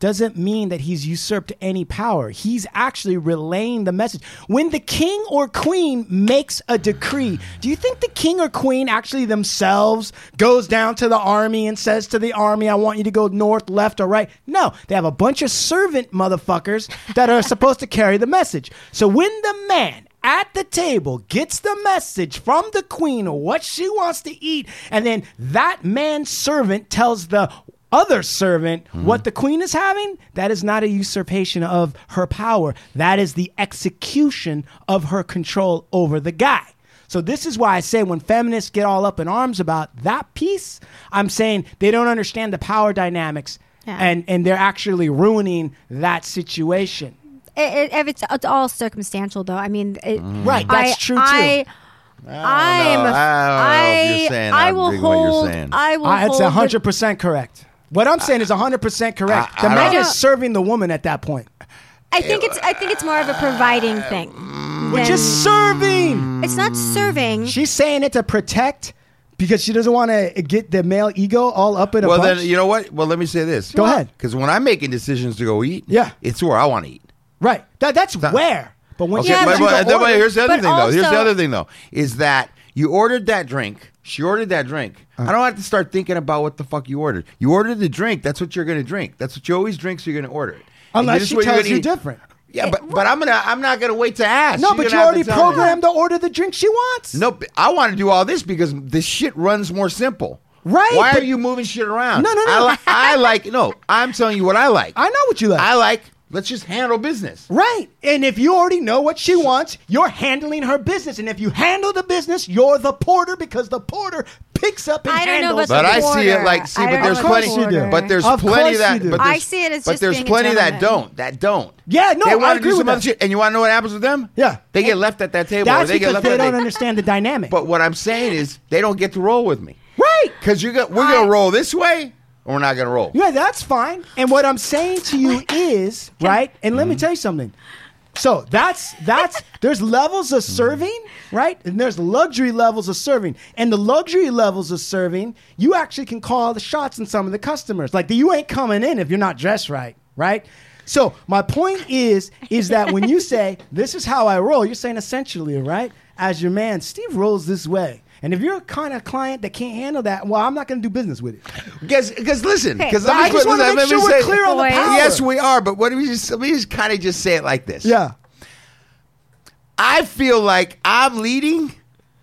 S4: doesn't mean that he's usurped any power. He's actually relaying the message. When the king or queen makes a decree, do you think the king or queen actually themselves goes down to the army and says to the army, I want you to go north, left, or right? No, they have a bunch of servant motherfuckers that are supposed to carry the message. So when the man at the table gets the message from the queen of what she wants to eat, and then that man's servant tells the other servant what the queen is having. That is not a usurpation of her power. That is the execution of her control over the guy. So this is why I say when feminists get all up in arms about that piece, I'm saying they don't understand the power dynamics.
S6: Yeah.
S4: And, and they're actually ruining that situation.
S6: It, it, if it's, it's all circumstantial, though. I mean, it,
S4: Mm. Right, that's
S6: I-
S4: true, too.
S6: I, I'm.
S3: know. I don't know if you're saying
S6: I
S3: I'm
S6: will
S3: digging what you're
S6: hold.
S3: saying.
S6: I will.
S4: Uh, it's
S6: hold the-
S4: 100% correct. What I'm saying is 100% correct.
S3: I-
S4: the
S3: I
S4: man
S6: don't-
S4: is serving the woman at that point.
S6: I think it's. I think it's more of a providing
S4: Uh,
S6: thing.
S4: mm.
S6: than-
S4: Just
S3: Mm.
S4: serving.
S6: it's not serving.
S4: She's saying it to protect because she doesn't want to get the male ego all up in a
S3: Well,
S4: bunch.
S3: then you know what? Well, let me say this.
S4: Go ahead.
S3: Because when I'm making decisions to go eat,
S4: Yeah.
S3: it's where I want to eat.
S4: right. That, that's where. But when
S3: Okay,
S4: she
S6: Yeah,
S3: but,
S4: gives you
S3: but-
S4: the
S3: but
S4: order-
S3: here's the other
S6: but
S3: thing, though. Here's the
S6: also-
S3: other thing, though, is that you ordered that drink. She ordered that drink.
S4: Uh-huh.
S3: I don't have to start thinking about what the fuck you ordered. You ordered the drink. That's what you're going to drink. That's what you always drink. So you're going to order it. And
S4: Unless
S3: this is
S4: she
S3: what you're
S4: tells
S3: gonna
S4: you
S3: eat.
S4: different.
S3: Yeah, but but I'm gonna I'm not gonna wait to ask.
S4: No,
S3: You're
S4: but
S3: gonna have
S4: you
S3: to
S4: already
S3: tell me.
S4: programmed to order the drink she wants.
S3: Nope. I want to do all this because this shit runs more simple.
S4: Right,
S3: Why
S4: but-
S3: are you moving shit around?
S4: No, no, no.
S3: I, li- I like. No, I'm telling you what I like.
S4: I know what you like.
S3: I like. Let's just handle business.
S4: Right. And if you already know what she wants, you're handling her business. And if you handle the business, you're the porter because the porter picks up and
S6: I don't know
S4: handles.
S6: about
S3: But
S6: the
S3: I see it
S6: border.
S3: like see,
S6: I
S3: but
S6: don't
S3: there's
S4: know about the
S3: plenty,
S4: border.
S3: but there's
S4: Of course
S3: plenty that.
S4: you do.
S3: But
S6: I
S3: there's-
S6: see it as
S3: but
S6: just
S3: there's
S6: being a
S3: plenty that
S6: gentleman.
S3: don't. That don't.
S4: Yeah, no,
S3: they
S4: I
S3: want to
S4: agree
S3: do
S4: with
S3: some other
S4: that.
S3: shit, and you want to know what happens with them?
S4: Yeah.
S3: they get left at that table. or
S4: That's
S3: they get
S4: because
S3: left
S4: they
S3: at that
S4: don't
S3: table.
S4: understand the dynamic.
S3: But what I'm saying is they don't get to roll with me.
S4: right.
S3: Because you're go- we're gonna roll this way, or we're not gonna roll.
S4: Yeah, that's fine. And what I'm saying to you is, right? And let me tell you something. So that's that's there's levels of serving, right? And there's luxury levels of serving. And the luxury levels of serving, you actually can call the shots in some of the customers. Like you ain't coming in if you're not dressed right, right? So my point is, is that when you say this is how I roll, you're saying essentially, right? As your man, Steve rolls this way. And if you're a kind of client that can't handle that, well, I'm not going to do business with it.
S3: Because, because listen,
S6: Okay,
S3: because
S6: but
S4: I just wanna make sure we're clear
S6: on the power.
S3: Yes, we are. But what do we just? Let me just kind of just say it like this.
S4: Yeah.
S3: I feel like I'm leading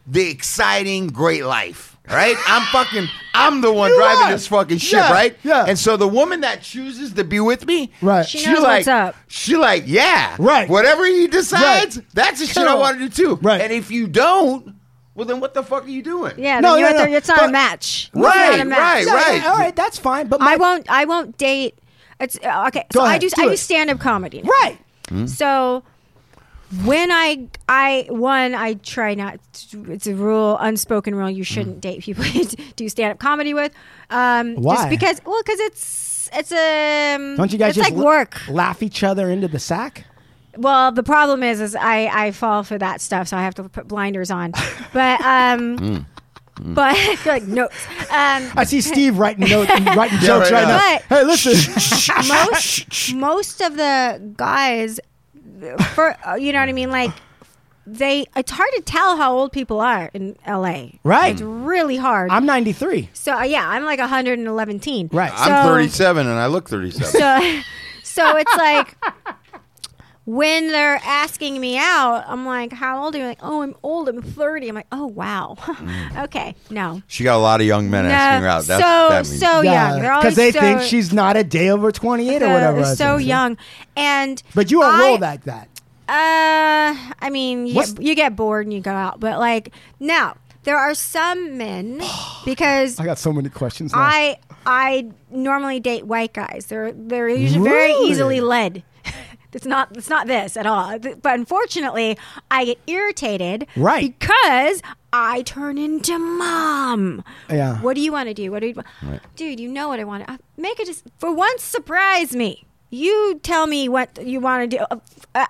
S3: the exciting, great life. Right? I'm fucking. I'm the one
S4: You
S3: driving
S4: are.
S3: this fucking ship.
S4: Yeah,
S3: Right?
S4: yeah.
S3: And so the woman that chooses to be with me,
S4: Right.
S6: She
S3: She,
S6: knows
S3: like,
S6: what's up.
S3: she like, yeah,
S4: Right.
S3: Whatever he decides, that's the shit I
S4: Cool.
S3: want to do too.
S4: Right.
S3: And if you don't, well, then what the fuck are you doing?
S6: yeah,
S4: No,
S6: then you're
S4: no, no,
S6: there- it's not
S4: but-
S6: a match. It's
S3: Right,
S6: not a
S3: right.
S6: match.
S4: Yeah, yeah, all right, that's fine. But my
S6: I won't. I won't date. It's uh, okay.
S4: Go
S6: so I
S4: ahead,
S6: do.
S4: do
S6: I
S4: it. Mm-hmm.
S6: do stand up comedy. now.
S4: Right.
S6: Mm-hmm. So when I I one I try not. To, it's a rule, unspoken rule.
S4: Mm.
S6: You shouldn't date people <laughs> you do stand up comedy with. Um,
S4: Why?
S6: Just because? Well, because it's it's a. um,
S4: Don't you guys
S6: It's
S4: just
S6: like
S4: la-
S6: work.
S4: laugh each other into the sack?
S6: Well, the problem is, is I I fall for that stuff, so I have to put blinders on. But um, but <laughs> you're like no. Um,
S4: I see Steve writing
S6: <laughs>
S4: notes, writing jokes
S3: right
S4: right now. Hey,
S6: now.
S4: listen.
S6: <laughs> most most of the guys, for you know what I mean, like they. It's hard to tell how old people are in L.A.
S4: <laughs> Right.
S6: It's really hard.
S4: I'm 93.
S6: so uh, yeah, I'm like 111. teen.
S4: Right.
S3: I'm
S6: So-
S3: 37 and I look 37.
S6: So, <laughs> so it's like when they're asking me out, I'm like, "How old are you?" Like, "Oh, I'm old. I'm 30." I'm like, "Oh, wow. <laughs> okay, no."
S3: she got a lot of young men asking her out. That's
S6: so
S3: that means.
S6: so young. They're Oh,
S4: Because
S6: always
S4: they
S6: so,
S4: think she's not a day over 28
S6: uh,
S4: or whatever. I
S6: so
S4: think.
S6: young, and
S4: But you don't
S6: I-
S4: roll like that.
S6: Uh, I mean, you
S4: What's-
S6: get, you get bored and you go out, but like now there are
S4: <gasps>
S6: some men because
S4: I got so many questions now.
S6: I I normally date white guys. They're they're usually very
S4: Really?
S6: easily led. <laughs> It's not it's not this at all. Th- But unfortunately, I get irritated
S4: Right.
S6: because I turn into mom.
S4: Yeah.
S6: What do you want to do? What do you Dude, you know what I want to make it just for once surprise me. You tell me what you want to do. Uh,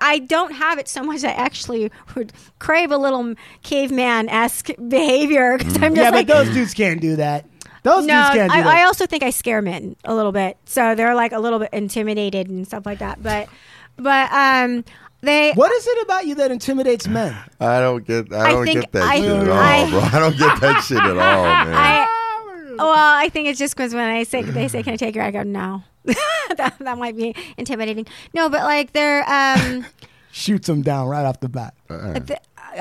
S6: I don't have it so much. I actually would crave a little caveman esque behavior because I'm just
S4: Mm. yeah,
S6: like,
S4: but those dudes can't do that. Those
S6: no,
S4: dudes can't do
S6: I,
S4: that.
S6: I also think I scare men a little bit, so they're like a little bit intimidated and stuff like that. But, but um, they.
S4: what is it about you that intimidates men?
S3: I don't get I
S6: I
S3: don't
S6: think
S3: get that
S6: I-
S3: shit at all,
S6: I-
S3: bro. I don't get that shit at all,
S6: <laughs>
S3: man.
S6: I, well, I think it's just because when I say they say, "Can I take your?" I go, "No." <laughs> that, that might be intimidating. No, but like they're. Um,
S4: Shoots them down right off the bat.
S6: th-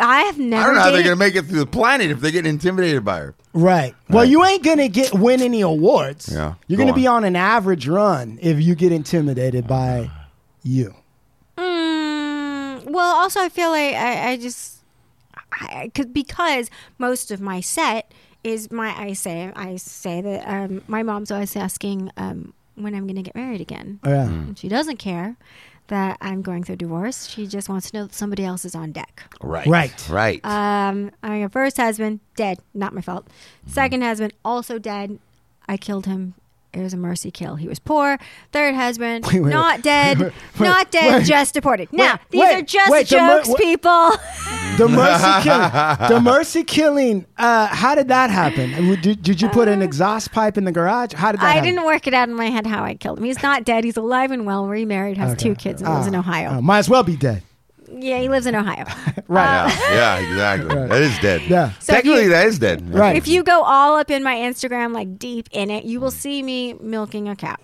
S6: I have
S3: I
S6: never.
S3: don't know how they're
S6: dated-
S3: gonna make it through the planet if they get intimidated by her.
S4: Right. Well, you ain't gonna get win any awards.
S3: Yeah.
S4: You're
S3: Go
S4: gonna
S3: on.
S4: be on an average run if you get intimidated by you.
S6: Mm, well, also I feel like I, I just I, I could because most of my set is my I say I say that um, my mom's always asking um, when I'm going to get married again.
S4: Oh, yeah.
S6: And she doesn't care that I'm going through divorce. She just wants to know that somebody else is on deck.
S3: Right.
S4: Right.
S3: Right.
S6: Um, I mean, first husband dead, not my fault. Second husband also dead. I killed him. It was a mercy kill. He was poor. Third husband,
S4: Wait, wait,
S6: not
S4: wait.
S6: dead,
S4: <laughs> Wait, wait,
S6: not dead,
S4: wait.
S6: just deported. Now
S4: Wait,
S6: these
S4: wait,
S6: are just
S4: wait, the mer-
S6: jokes,
S4: wha-
S6: people.
S3: <laughs>
S4: The mercy killing. The mercy killing. Uh, how did that happen? W- Did, did you put an exhaust pipe in the garage? How did that?
S6: <laughs> Uh, I
S4: happen?
S6: didn't work it out in my head how I killed him. He's not dead. He's alive and well, remarried, has
S4: Okay.
S6: two kids, and lives in
S4: Ah,
S6: Ohio.
S4: ah, might as well be dead.
S6: yeah, he lives in Ohio.
S4: Right.
S3: yeah, yeah, exactly. That is dead.
S4: Yeah.
S6: So if
S3: Technically,
S6: you-
S3: that is dead.
S4: Right.
S6: if you go all up in my Instagram, like deep in it, you will see me milking a cow.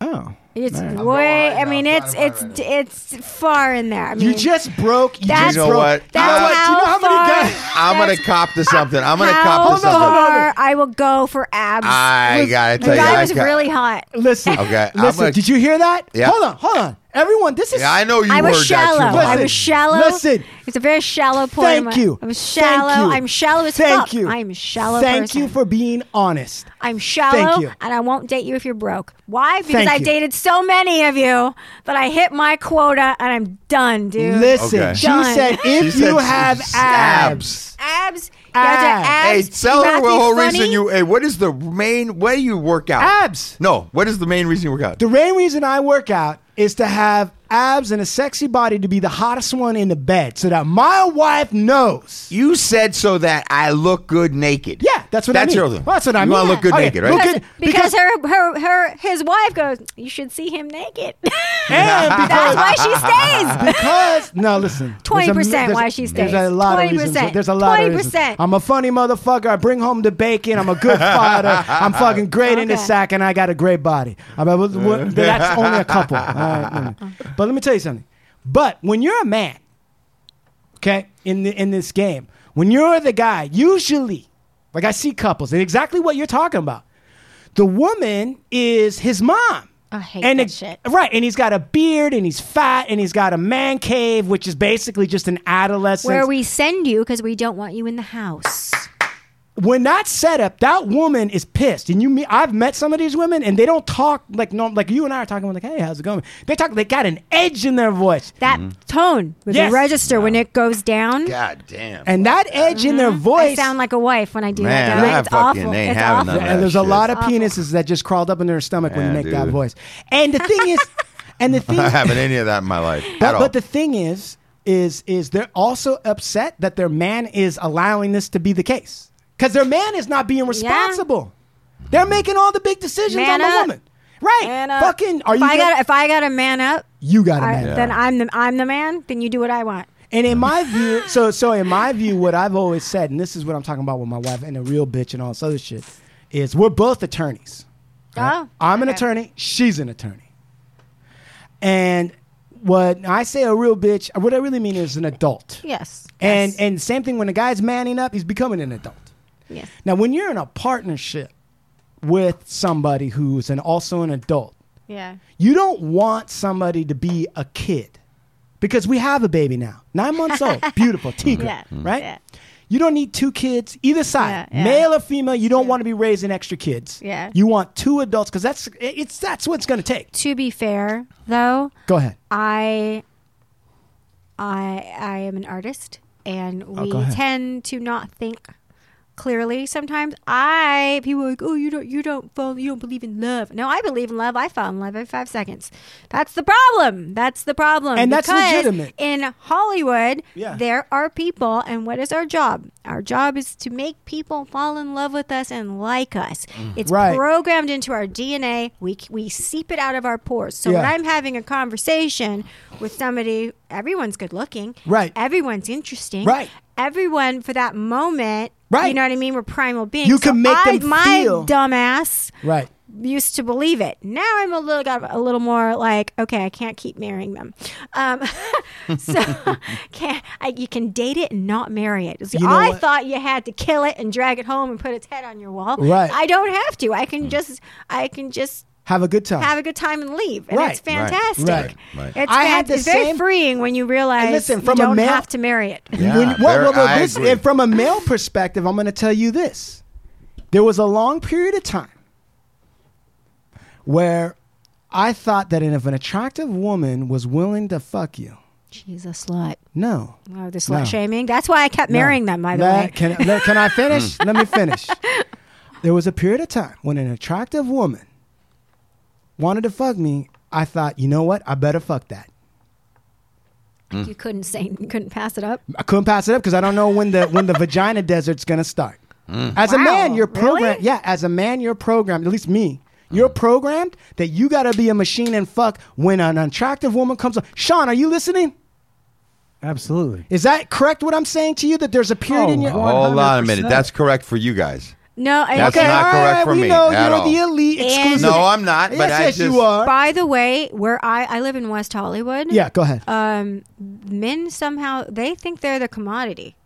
S4: oh.
S6: It's
S4: All right.
S6: way.
S3: right
S6: I
S3: now.
S6: mean,
S3: I'm
S6: it's
S3: fine
S6: it's it's far in there. I mean,
S4: You just broke. You
S6: That's-
S4: just
S6: You know
S4: broke.
S3: what?
S4: You know
S6: That's
S4: what? Do you know how
S6: how
S4: many
S6: far-
S4: guys?
S3: I'm gonna cop
S6: <laughs>
S3: to something. I'm gonna
S6: how
S3: cop to
S4: Hold on, hold
S3: something.
S4: on.
S6: far I will go for abs.
S3: I gotta
S6: the
S3: tell you,
S6: guy
S3: I
S6: was
S3: got-
S6: really hot.
S4: Listen.
S3: Okay, I'm
S4: Listen.
S3: gonna-
S4: did you hear that?
S3: Yeah.
S4: Hold on. Hold on. Everyone, this is.
S3: Yeah, I know you
S6: I
S3: were
S6: was shallow.
S3: That
S6: I
S4: Listen,
S6: was shallow.
S4: listen.
S6: It's a very shallow point.
S4: Thank you.
S6: I was shallow.
S4: Thank you.
S6: I'm shallow as
S4: Thank
S6: fuck.
S4: you.
S6: I'm a shallow.
S4: Thank
S6: person.
S4: you for being honest.
S6: I'm shallow,
S4: Thank you.
S6: and I won't date you if you're broke. Why? Because
S4: Thank
S6: I
S4: you.
S6: dated so many of you that I hit my quota, and I'm done, dude.
S4: Listen,
S3: Okay.
S4: she
S6: Done.
S4: said
S3: She
S4: if
S3: said
S4: you
S3: she-
S4: have
S3: she-
S4: abs,
S6: Abs. You have to have
S4: Abs.
S3: Hey,
S6: abs.
S3: tell
S6: you
S3: her
S6: have
S3: the
S6: to be
S3: whole
S6: funny.
S3: reason you. Hey, what is the main? Why do you work out?
S4: Abs.
S3: No, what is the main reason you work out?
S4: the main reason I work out is to have abs and a sexy body to be the hottest one in the bed, so that my wife knows.
S3: <laughs> You said so that I look good naked.
S4: Yeah, that's what I
S3: That's
S4: mean.
S3: your thing.
S4: Well, that's what I
S3: you
S4: mean.
S3: want to look good
S4: Okay,
S3: naked, right?
S4: look
S6: Because,
S4: good- because-
S6: because her, her, her, his wife goes, you should see him naked. <laughs>
S4: And because
S6: That's why
S3: <laughs>
S6: she stays.
S4: because <laughs> no, listen. there's a-
S6: 20%
S4: there's-
S6: why she stays.
S4: There's a lot of reasons.
S6: 20%.
S4: There's a lot of reasons.
S6: 20%.
S4: I'm a funny motherfucker. I bring home the bacon. I'm a
S6: <laughs>
S4: good father. I'm fucking great in the
S6: Okay.
S4: sack, and I got a great body. I mean, what- what- that's only a couple. All right, no, no. But let me tell you something. But when you're a man, okay, in the, in this game, when you're the guy, usually, like I see couples, and exactly what you're talking about. The woman is his mom.
S6: I hate
S4: and
S6: that
S4: it-
S6: shit.
S4: Right, and he's got a beard, and he's fat, and he's got a man cave, which is basically just an adolescent.
S6: Where we send you because we don't want you in the house.
S4: when that's set up, that woman is pissed. And you, meet, I've met some of these women, and they don't talk like no, like you and I are talking. Like, hey, how's it going? They talk. They got an edge in their voice,
S6: That tone with
S4: Yes.
S6: the register when it goes down.
S3: God damn.
S4: and that edge in their
S6: I
S4: voice.
S6: Uh-huh. sound like a wife when I do
S3: Man,
S6: that. don't I?
S3: I
S6: it's
S3: fucking
S6: awful.
S3: ain't
S6: it's
S3: having
S6: awful.
S3: none of
S4: and there's a
S3: shit.
S4: lot of
S6: Awful.
S4: penises that just crawled up into her stomach when you
S3: Yeah,
S4: make that
S3: dude.
S4: voice. And the thing is,
S3: <laughs>
S4: and the thing,
S3: I haven't any of that in my life at
S4: but,
S3: all.
S4: but the thing is, is is they're also upset that their man is allowing this to be the case because their man is not being responsible. They're making all the big decisions on
S6: Man
S4: the
S6: up.
S4: woman. Right?
S6: Man up.
S4: Fucking, are
S6: uh, if
S4: you?
S6: I
S4: gonna-
S6: got if I got a man up,
S4: you got to
S6: I-
S4: man up.
S6: then I'm the I'm the man. Then you do what I want.
S4: And in my view, so so in my view, what I've always said, and this is what I'm talking about with my wife and a real bitch and all this other shit, is we're both attorneys.
S6: Oh,
S4: I'm an
S6: okay.
S4: attorney. She's an attorney. And what I say a real bitch, what I really mean is an adult.
S6: Yes.
S4: And
S6: Yes.
S4: and same thing when a guy's manning up, he's becoming an adult.
S6: Yes.
S4: Now, when you're in a partnership with somebody who's an also an adult,
S6: yeah.
S4: you don't want somebody to be a kid because we have a baby now, nine months old,
S6: <laughs>
S4: beautiful, Tigra,
S6: Yeah,
S4: right?
S6: yeah.
S4: You don't need two kids either side,
S6: Yeah, yeah.
S4: male or female. You don't want to be raising extra kids.
S6: Yeah.
S4: you want two adults because that's it's that's what it's going to take.
S6: To be fair, though,
S4: Go ahead.
S6: I I I am an artist and we
S4: Oh, go ahead.
S6: tend to not think clearly sometimes. I people are like, Oh, you don't you don't fall you don't believe in love. No, I believe in love. I fell in love in five seconds. That's the problem. That's the problem.
S4: And that's
S6: Because
S4: legitimate.
S6: In Hollywood,
S4: Yeah.
S6: there are people and what is our job? Our job is to make people fall in love with us and like us. It's
S4: Right.
S6: programmed into our DNA. We we seep it out of our pores. So when
S4: Yeah.
S6: I'm having a conversation with somebody, everyone's good looking.
S4: Right.
S6: Everyone's interesting.
S4: Right.
S6: Everyone for that moment.
S4: Right.
S6: You know what I mean? We're primal beings.
S4: You can make
S6: I,
S4: them
S6: my
S4: feel-
S6: dumbass
S4: Right.
S6: used to believe it. Now I'm a little got a little more like, okay, I can't keep marrying them. Um, <laughs> so can I, you can date it and not marry it. See,
S4: You know
S6: I
S4: what?
S6: thought you had to kill it and drag it home and put its head on your wall.
S4: Right. Mm.
S6: I don't have to. I can just I can just
S4: Have a good time.
S6: have a good time and leave. And it's
S4: Right,
S3: right,
S6: fantastic.
S4: right,
S3: right.
S6: It's,
S4: I
S6: fan-
S4: had the
S6: it's very
S4: same-
S6: freeing when you realize
S4: listen,
S6: you
S4: from a
S6: don't
S4: male-
S6: have to marry it.
S3: Yeah,
S4: When- well,
S3: there-
S4: well, well,
S3: I
S4: this-
S3: agree.
S4: and from a male perspective, I'm going to tell you this. There was a long period of time where I thought that if an attractive woman was willing to fuck you,
S6: She's a slut.
S4: no.
S6: Oh, the slut
S4: No.
S6: shaming. That's why I kept marrying them, by the
S4: Let-
S6: way.
S4: Can, let- can I finish?
S3: Mm.
S4: let me
S6: <laughs>
S4: finish. There was a period of time when an attractive woman wanted to fuck me. I thought, you know what? I better fuck that.
S3: Mm.
S6: You couldn't say you couldn't pass it up.
S4: I couldn't pass it up because I don't know when the
S3: <laughs>
S4: when the vagina desert's gonna start.
S3: Mm.
S4: As a
S6: Wow,
S4: man, you're
S6: really?
S4: programmed. Yeah, as a man, you're programmed. At least me,
S3: Mm.
S4: you're programmed that you gotta be a machine and fuck when an attractive woman comes up. Sean, are you listening?
S7: Absolutely.
S4: Is that correct? What I'm saying to you that there's a period in
S7: Oh,
S4: your
S7: wow.
S3: Hold on a
S7: 100%.
S3: minute. That's correct for you guys.
S6: No, and
S3: That's
S6: okay.
S3: not correct for
S4: we
S3: me
S4: know
S3: at
S4: you're
S3: all.
S4: the elite
S6: And-
S4: exclusive.
S3: No, I'm not, but
S4: yes,
S3: I
S4: yes,
S3: just-
S4: you are.
S6: By the way, where I I live in West Hollywood.
S4: Yeah, go ahead.
S6: Um, men somehow they think they're the commodity.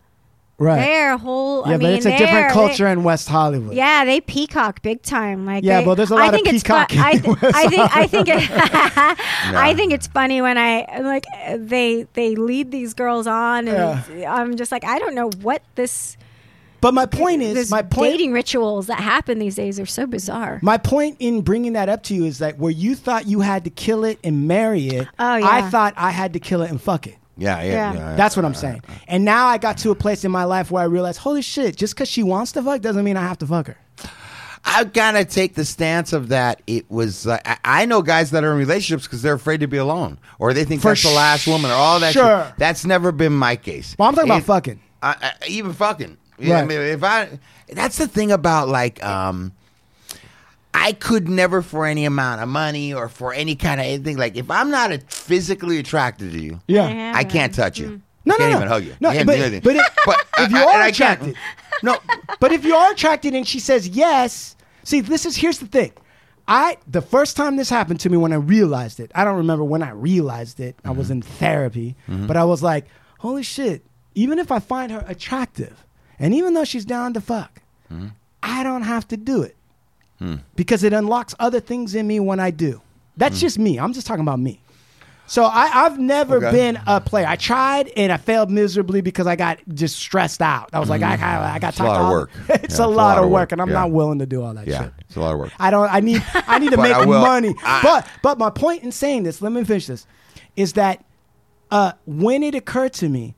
S4: right.
S6: They're a whole.
S4: yeah,
S6: I
S4: but
S6: mean,
S4: it's a
S6: they're-
S4: different
S6: they-
S4: culture in West Hollywood.
S6: yeah, they peacock big time. Like
S4: Yeah,
S6: they-
S4: well, there's a
S6: I
S4: lot of
S6: think it's fun-
S4: peacocking
S6: I,
S4: in
S6: th-
S4: West
S6: I think I think it, <laughs> I think it's funny when I like they they lead these girls on, and I'm just like I don't know what this
S4: But my point is,
S6: this
S4: my point
S6: dating rituals that happen these days are so bizarre.
S4: My point in bringing that up to you is that where you thought you had to kill it and marry it,
S6: Oh, yeah.
S4: I thought I had to kill it and fuck it.
S3: Yeah, yeah,
S6: Yeah.
S3: yeah. yeah.
S4: That's what I'm saying. And now I got to a place in my life where I realized, holy shit, just because she wants to fuck doesn't mean I have to fuck her.
S3: I gotta take the stance of that. It was uh, I, I know guys that are in relationships because they're afraid to be alone, or they think
S4: For
S3: that's the last woman, or all that.
S4: sure.
S3: shit. that's never been my case.
S4: Well, I'm talking about
S3: It-
S4: fucking.
S3: I, I, even fucking. Yeah, I
S4: Right.
S3: mean, if I, that's the thing about like, um, I could never for any amount of money or for any kind of anything. Like, if I'm not a, physically attracted to you,
S4: Yeah. Mm.
S6: Yeah.
S3: I can't touch you.
S4: No,
S3: I
S4: no,
S3: can't
S4: no.
S3: even hug you.
S4: No,
S3: I can't
S4: but-
S3: do anything. uh,
S4: but
S3: <laughs>
S4: if- if you are
S3: and I can't-
S4: attracted.
S3: no,
S4: But if you are attracted and she says yes, see, this is here's the thing. I the first time this happened to me when I realized it. I don't remember when I realized it. I
S3: Mm-hmm.
S4: was in therapy, but I was like, "Holy shit, even if I find her attractive and even though she's down to fuck,
S3: Mm-hmm.
S4: I don't have to do it."
S3: Mm.
S4: Because it unlocks other things in me when I do. That's just me. I'm just talking about me. So I, I've never
S3: Okay.
S4: been a player. I tried and I failed miserably because I got just stressed out. I was like, I got, I
S3: Mm.
S4: got
S3: It's a lot of work. Yeah,
S4: <laughs> it's a lot of work, and I'm
S3: yeah.
S4: not willing to do all that
S3: Yeah,
S4: shit.
S3: it's a lot of work.
S4: I don't. I need.
S3: <laughs>
S4: I need to
S3: But
S4: make
S3: I will-
S4: money.
S3: I-
S4: but but my point in saying this, let me finish this, is that uh, when it occurred to me,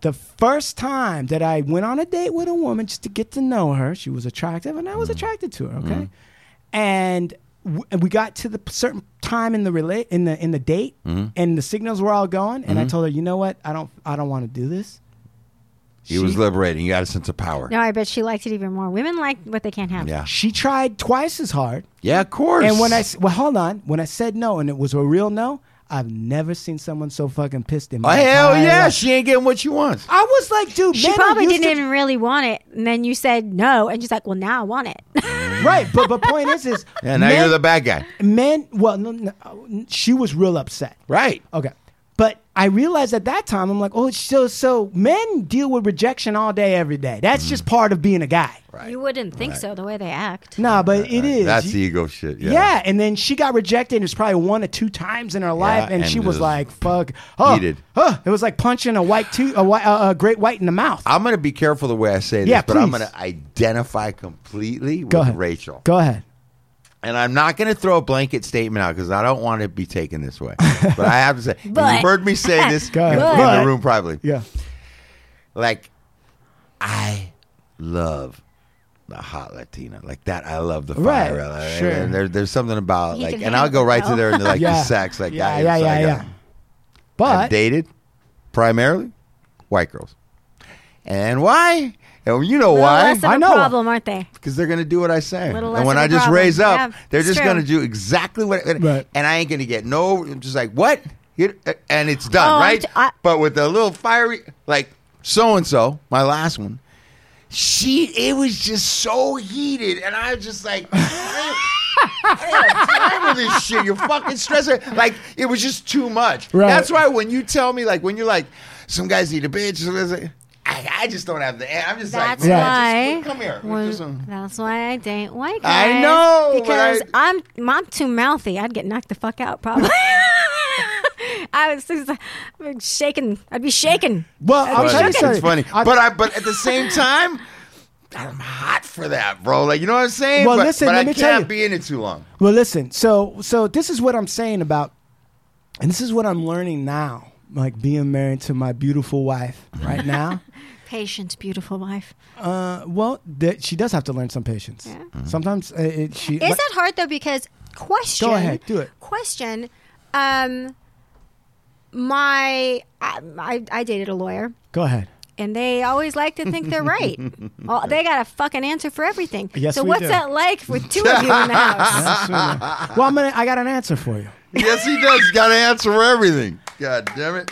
S4: the first time that I went on a date with a woman just to get to know her, she was attractive, and I
S3: Mm-hmm.
S4: was attracted to her. Okay, and. w- and We got to the p- certain time in the relate in the in the date,
S3: Mm-hmm.
S4: and the signals were all going. And I told her, you know what, I don't I don't want to do this.
S3: He was
S4: She-
S3: liberating. You got a sense of power.
S6: No, I bet she liked it even more. Women like what they can't have.
S3: Yeah.
S4: She tried twice as hard,
S3: Yeah, of course.
S4: And when I s- well, hold on. When I said no, and it was a real no, I've never seen someone so fucking pissed in
S3: oh,
S4: my
S3: hell
S4: entire
S3: yeah,
S4: life.
S3: she ain't getting what she wants.
S4: I was like, dude,
S6: She
S4: men are
S6: probably
S4: used
S6: didn't
S4: to-
S6: even really want it, and then you said no, and she's like, "Well, now I want it." <laughs>
S4: right. But but point is, is
S3: <laughs> Yeah, now
S4: men,
S3: you're the bad guy.
S4: men. Well, no, no, she was real upset.
S3: Right.
S4: Okay. But I realized at that time, I'm like, oh, it's so so men deal with rejection all day, every day. That's
S3: Mm.
S4: just part of being a guy.
S6: You wouldn't think so the way they act.
S4: Nah, but it is.
S3: That's
S4: You-
S3: the ego shit. Yeah.
S4: Yeah. and then she got rejected. It was probably one or two times in her life, and,
S3: and
S4: she was
S3: just
S4: like, "Fuck!" Oh,
S3: heated.
S4: oh, it was like punching a white tooth, a, white, uh, a great white in the mouth.
S3: I'm going to be careful the way I say this,
S4: Yeah,
S3: but I'm
S4: please.
S3: going to identify completely with
S4: Go ahead,
S3: Rachel.
S4: Go ahead.
S3: And I'm not going to throw a blanket statement out because I don't want it to be taken this
S4: <laughs>
S3: way. but I have to say, and
S6: But-
S3: you've heard me say this
S4: Go
S3: in, in
S4: ahead. But-
S3: the room privately.
S4: Yeah,
S3: Like, I love the hot Latina. Like that, I love the
S4: Right,
S3: fire.
S4: sure.
S3: And there, there's something about,
S6: He
S3: like,
S6: can
S3: and I'll
S6: handle
S3: go right
S6: it,
S3: to there and like
S4: Yeah.
S3: the sex. Like,
S4: yeah,
S3: that.
S4: yeah,
S3: It's
S4: yeah,
S3: like,
S4: yeah.
S3: uh, I've
S4: But
S3: dated primarily white girls. And why? And you know
S6: Little
S3: why?
S6: less of
S4: I
S6: a
S4: know.
S6: problem, aren't they?
S3: Because they're going to do what I say.
S6: Little
S3: and
S6: less
S3: when
S6: of a
S3: I just
S6: problem.
S3: raise up,
S6: Yeah,
S3: they're
S6: it's
S3: just
S6: true.
S3: going to do exactly what. And,
S4: Right.
S3: and I ain't going to get no. I'm just like, what? You- And it's done,
S6: Oh, I'm
S3: right?
S6: t- I-
S3: but with a little fiery, like so and so, my last one, she, it was just so heated. And I was just like, time with this shit. You're fucking stressing. Like it was just too much.
S4: Right.
S3: That's why when you tell me, like when you're like, some guys need a bitch. some guys like- I, I just don't have the. I'm just
S6: That's
S3: like, man,
S6: why.
S3: Just, come here.
S6: when-
S3: Just, um,
S6: that's why I date white guys.
S3: I know, but
S6: because
S3: I-
S6: I, am I'm too mouthy. I'd get knocked the fuck out probably. <laughs> I was just, I'm shaking. I'd be shaking.
S4: well, I'm
S3: but
S4: trying
S3: it's,
S4: to
S3: it's funny, but I but at the same time, I'm hot for that, bro. Like you know what I'm saying.
S4: Well,
S3: but,
S4: listen,
S3: but
S4: let
S3: I
S4: me
S3: can't
S4: tell you.
S3: be in it too long.
S4: Well, listen. So, so this is what I'm saying about, and this is what I'm learning now. Like being married to my beautiful wife
S3: <laughs>
S4: right now.
S6: Patience, beautiful wife.
S4: uh, well, that she does have to learn some patience.
S6: Yeah.
S4: Sometimes uh, it, she.
S6: Is it hard though? Because question.
S4: Go ahead, do it.
S6: Question. Um, my I, I, I dated a lawyer.
S4: Go ahead.
S6: and they always like to think
S4: <laughs>
S6: they're right. oh, they got a fucking answer for everything.
S4: Yes,
S6: so
S4: we
S6: what's
S4: do.
S6: that like with two of you in
S4: <laughs>
S6: the house?
S4: well, I'm gonna. I got an answer for you.
S3: yes, he does. Got to answer for everything. God damn it.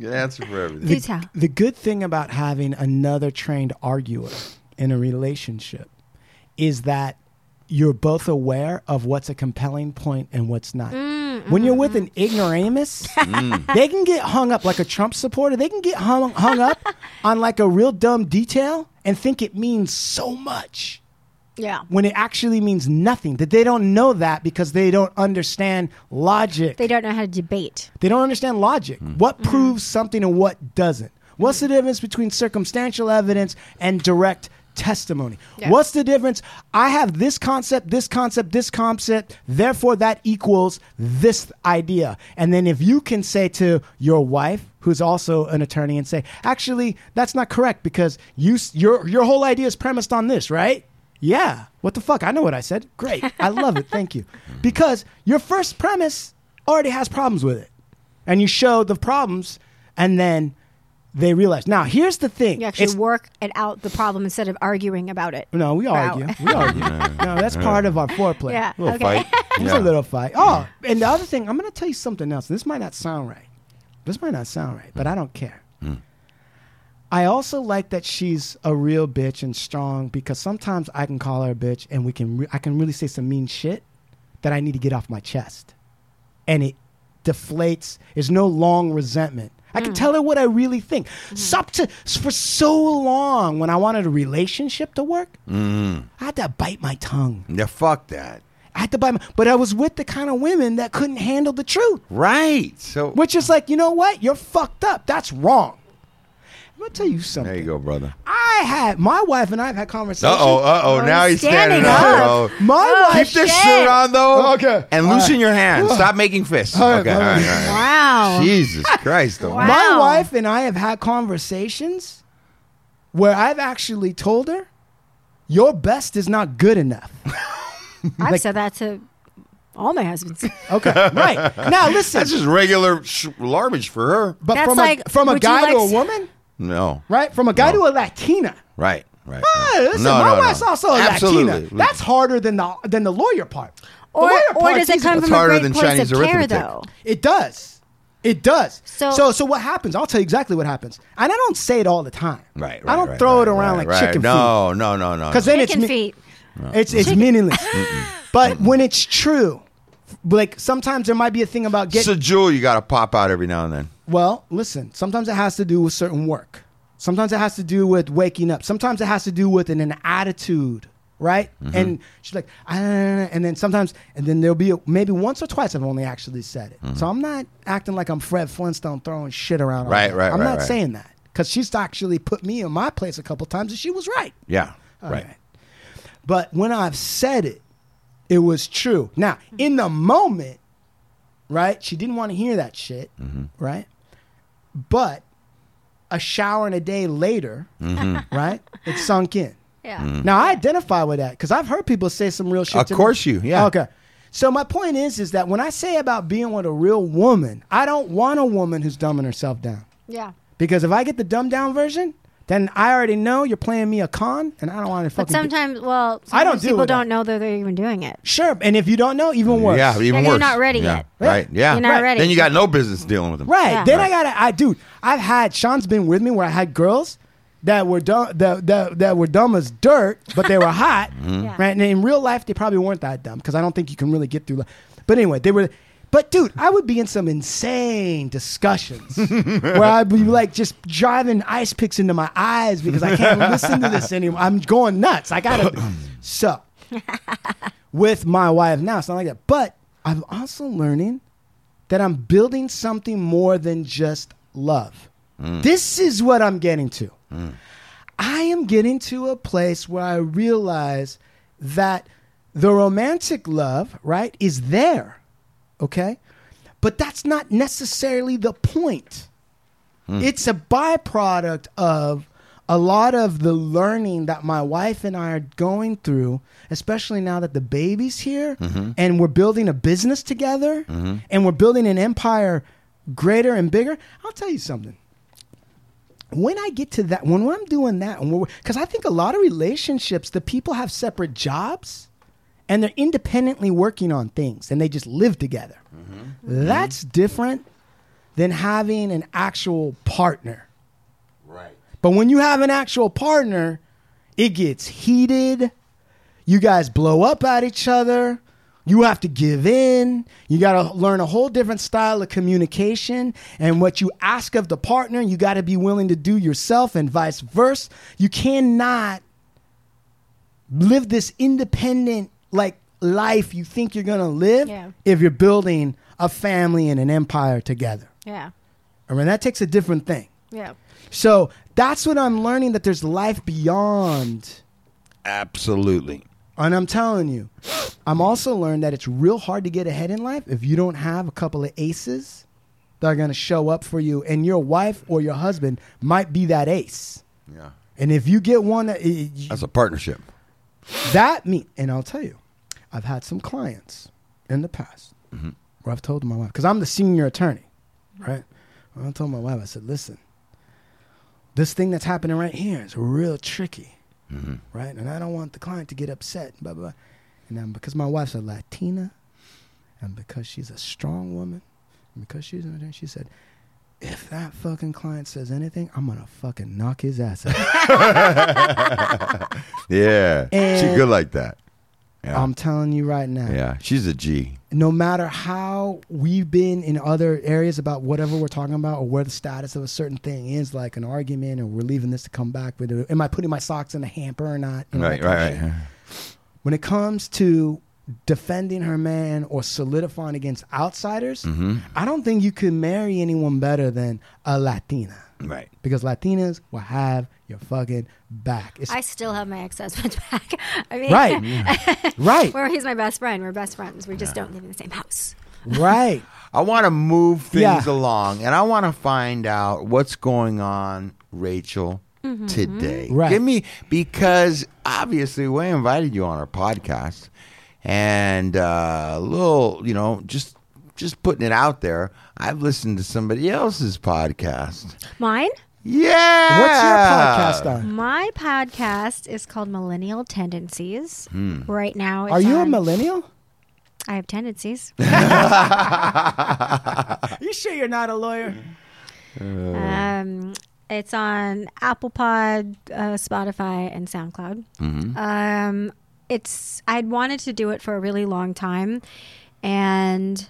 S3: Got to answer for
S4: <laughs>
S3: everything.
S6: Do tell.
S4: The good thing about having another trained arguer in a relationship is that you're both aware of what's a compelling point and what's not. when you're with an ignoramus, they can get hung up like a Trump supporter. They can get hung, hung up on like a real dumb detail and think it means so much
S6: Yeah.
S4: when it actually means nothing. That they don't know that because they don't understand logic.
S6: They don't know how to debate.
S4: They don't understand logic. What proves something and what doesn't? What's the difference between circumstantial evidence and direct testimony? What's the difference? I have this concept, this concept, this concept, therefore that equals this idea. And then if you can say to your wife, who's also an attorney, and say, actually, that's not correct because you, s- your, your whole idea is premised on this, right? Yeah. What the fuck? I know what I said. Great. I love it. Thank you. Because your first premise already has problems with it. And you show the problems and then they realize. Now, here's the thing.
S6: You actually
S4: It's-
S6: work it out the problem instead of arguing about it.
S4: no, we
S6: For
S4: argue.
S6: hours.
S4: We argue. no, that's part of our foreplay.
S6: Yeah.
S3: Little
S6: okay. <laughs>
S3: fight.
S4: It's
S3: Yeah.
S4: a little fight. Oh, and the other thing, I'm going to tell you something else. This might not sound right. This might not sound right, but I don't care. I also like that she's a real bitch and strong because sometimes I can call her a bitch and we can re- I can really say some mean shit that I need to get off my chest. And it deflates. There's no long resentment. I can tell her what I really think. Sup to, for so long when I wanted a relationship to work, I had to bite my tongue.
S3: Yeah, fuck that.
S4: I had to buy my, but I was with the kind of women that couldn't handle the truth.
S3: Right. So
S4: Which is like, you know what? You're fucked up. That's wrong. I'm gonna tell you something.
S3: there you go, brother.
S4: I had my wife and I have had conversations.
S3: Uh oh, uh oh. Now he's standing,
S6: standing
S3: up,
S6: up.
S3: bro.
S4: My
S6: Oh,
S4: wife
S3: Keep this
S6: shit.
S3: shirt on though.
S4: Okay.
S3: And
S4: All
S3: loosen
S4: right.
S3: your hands. Stop making fists.
S4: All right,
S3: okay. All
S4: all right.
S3: right. All right.
S6: <laughs> Wow.
S3: Jesus Christ, though.
S6: Wow.
S4: My wife and I have had conversations where I've actually told her, your best is not good enough.
S6: I've said that to all my husbands.
S3: <laughs>
S4: Okay, right. Now, listen.
S3: That's just regular sh- garbage for her.
S4: but
S6: That's
S4: from, a,
S6: like,
S4: from a
S6: would you
S4: guy to
S6: like
S4: a
S6: s-
S4: woman,
S3: No.
S4: right? From a guy
S3: No.
S4: to a Latina.
S3: Right. Right.
S4: Hey, listen,
S3: no,
S4: my
S3: no,
S4: wife's
S3: no.
S4: also a
S3: Absolutely.
S4: Latina. That's harder than the, than the lawyer part. The
S6: Or,
S4: lawyer
S6: or
S4: part's
S6: does it
S4: easy.
S6: come
S3: It's
S6: from a
S3: harder
S6: great
S3: than
S6: place
S3: Chinese
S6: of care,
S3: arithmetic.
S6: though?
S4: It does. It does. So,
S6: So-
S4: so so what happens? I'll tell you exactly what happens. And I don't say it all the time.
S3: Right, right.
S4: I don't
S3: right,
S4: throw
S3: right,
S4: it around
S3: right,
S4: like
S3: right.
S4: chicken
S3: no, No, no, no, no.
S4: Because then
S6: Chicken
S4: it's me-
S6: feet.
S4: It's it's meaningless. but when it's true, like sometimes there might be a thing about
S3: it's
S4: getting.
S3: a jewel you got to pop out every now and then.
S4: well, listen. Sometimes it has to do with certain work. Sometimes it has to do with waking up. Sometimes it has to do with an, an attitude, right?
S3: Mm-hmm.
S4: And she's like, "Ah, I, and then sometimes, and then there'll be a, maybe once or twice I've only actually said it.
S3: Mm-hmm.
S4: So I'm not acting like I'm Fred Flintstone throwing shit around. all
S3: Right,
S4: day.
S3: right,
S4: I'm
S3: right,
S4: not
S3: right.
S4: saying that because she's actually put me in my place a couple times, and she was right.
S3: Yeah.
S4: All
S3: right.
S4: right. But when I've said it, it was true. Now,
S3: Mm-hmm.
S4: in the moment, right? She didn't want to hear that shit,
S3: Mm-hmm.
S4: right? But a shower and a day later,
S3: Mm-hmm.
S4: <laughs> right? It sunk in.
S6: Yeah.
S4: Now, I identify with that because I've heard people say some real shit.
S3: Of
S4: to me.
S3: course you- yeah.
S4: Okay. So my point is, is that when I say about being with a real woman, I don't want a woman who's dumbing herself down.
S6: Yeah.
S4: Because if I get the dumbed down version, then I already know you're playing me a con, and I don't want to fucking.
S6: But
S4: be-
S6: sometimes, well, sometimes
S4: I don't do
S6: people
S4: that.
S6: don't know that they're even doing it.
S4: Sure, and if you don't know, even worse.
S3: Yeah, even
S6: Then
S3: worse.
S6: you're not ready
S3: yeah.
S6: yet.
S3: Right. Yeah.
S6: You're not
S4: Right.
S6: ready.
S3: Then you got no business dealing with them.
S4: Right.
S6: Yeah.
S4: Then I
S6: Right.
S4: gotta. I dude. I've had Sean's been with me where I had girls that were dumb that that, that were dumb as dirt, but they were hot.
S6: Yeah.
S4: Right. And in real life, they probably weren't that dumb because I don't think you can really get through. Li- but anyway, they were. But dude, I would be in some insane discussions where I'd be like just driving ice picks into my eyes because I can't listen to this anymore. I'm going nuts. I gotta. so with my wife now. It's not like that. But I'm also learning that I'm building something more than just love. This is what I'm getting to. I am getting to a place where I realize that the romantic love, right, is there. Okay? But that's not necessarily the point. It's a byproduct of a lot of the learning that my wife and I are going through, especially now that the baby's here and we're building a business together and we're building an empire greater and bigger. I'll tell you something. When I get to that, when I'm doing that, because I think a lot of relationships, the people have separate jobs and they're independently working on things and they just live together. That's different than having an actual partner.
S3: Right.
S4: But when you have an actual partner, it gets heated. You guys blow up at each other. You have to give in. You got to learn a whole different style of communication. And what you ask of the partner, you got to be willing to do yourself and vice versa. You cannot live this independent, like, life you think you're going to live
S6: Yeah.
S4: if you're building a family and an empire together.
S6: Yeah.
S4: I mean, that takes a different thing.
S6: Yeah.
S4: So that's what I'm learning that there's life beyond.
S3: Absolutely.
S4: And I'm telling you, I'm also learned that it's real hard to get ahead in life if you don't have a couple of aces that are going to show up for you. And your wife or your husband might be that ace.
S3: Yeah.
S4: And if you get one, that- eh, it- it-
S3: That's a partnership.
S4: that me and I'll tell you, I've had some clients in the past where I've told my wife because I'm the senior attorney, right? And I told my wife, I said, "Listen, this thing that's happening right here is real tricky, right? And I don't want the client to get upset, blah blah." blah. And then because my wife's a Latina, and because she's a strong woman, and because she's an attorney, she said. If that fucking client says anything, I'm gonna fucking knock his ass out.
S3: Yeah. she
S4: And-
S3: good like that. Yeah.
S4: I'm telling you right now.
S3: yeah. She's a G.
S4: no matter how we've been in other areas about whatever we're talking about or where the status of a certain thing is, like an argument, or we're leaving this to come back with, am I putting my socks in the hamper or not? and all
S3: Right.
S4: that kind of
S3: Right.
S4: shit.
S3: Right.
S4: When it comes to defending her man or solidifying against outsiders,
S3: Mm-hmm.
S4: I don't think you could marry anyone better than a Latina.
S3: Right.
S4: Because Latinas will have your fucking back. It's,
S6: I still have my ex-husband's <laughs> back. I mean, <laughs>
S4: Right. right.
S6: Well, he's my best friend. We're best friends. We just don't live in the same house.
S4: right.
S3: I want to move things
S4: Yeah.
S3: along, and I want to find out what's going on, Rachel,
S6: Mm-hmm.
S3: today.
S4: Right.
S3: Give me because obviously we invited you on our podcast, and uh, a little, you know, just just putting it out there. I've listened to somebody else's podcast.
S6: Mine?
S3: Yeah.
S4: What's your podcast on?
S6: My podcast is called Millennial Tendencies. Right now, it's
S4: Hmm. Are you a
S6: on-
S4: millennial?
S6: I have tendencies.
S4: You sure you're not a lawyer?
S6: um, it's on Apple Pod, uh, Spotify, and SoundCloud.
S3: Mm-hmm.
S6: Um, it's I'd wanted to do it for a really long time, and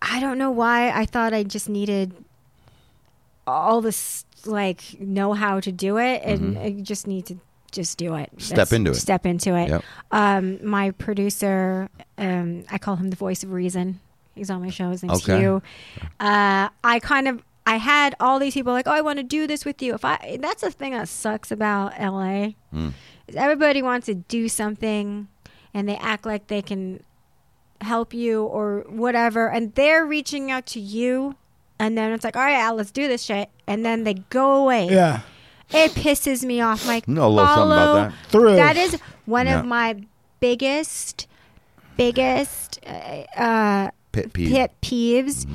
S6: I don't know why I thought I just needed all this like know how to do it, and I just need to just do it.
S3: Mm-hmm. Step into it.
S6: Step into it.
S3: Yep.
S6: Um, my producer, um, I call him the voice of reason. He's on my show. His name's
S3: Okay.
S6: Hugh. Uh, I kind of I had all these people like, oh, I want to do this with you. If I that's the thing that sucks about LA is everybody wants to do something and they act like they can help you or whatever, and they're reaching out to you. And then it's like, all right, Al, let's do this shit. And then they go away.
S4: Yeah.
S6: It pisses me off. Like,
S3: Know a little something about
S6: follow
S3: that.
S4: Through.
S6: That is one
S3: Yeah.
S6: of my biggest, biggest uh, uh,
S3: Pit peeve. Mm-hmm.
S6: pet peeves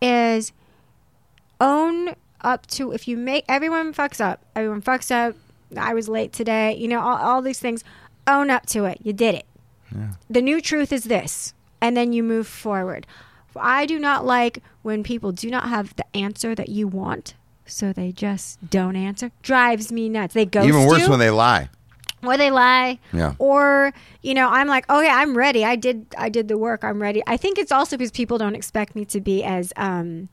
S6: is own up to if you make everyone fucks up. Everyone fucks up. I was late today. You know, all, all these things. Own up to it. You did it. The new truth is this, and then you move forward. I do not like when people do not have the answer that you want, so they just don't answer. Drives me nuts. They ghost
S3: Even worse
S6: you
S3: when they lie.
S6: or they lie
S3: Yeah.
S6: or you know i'm like okay i'm ready i did i did the work i'm ready i think it's also because people don't expect me to be as um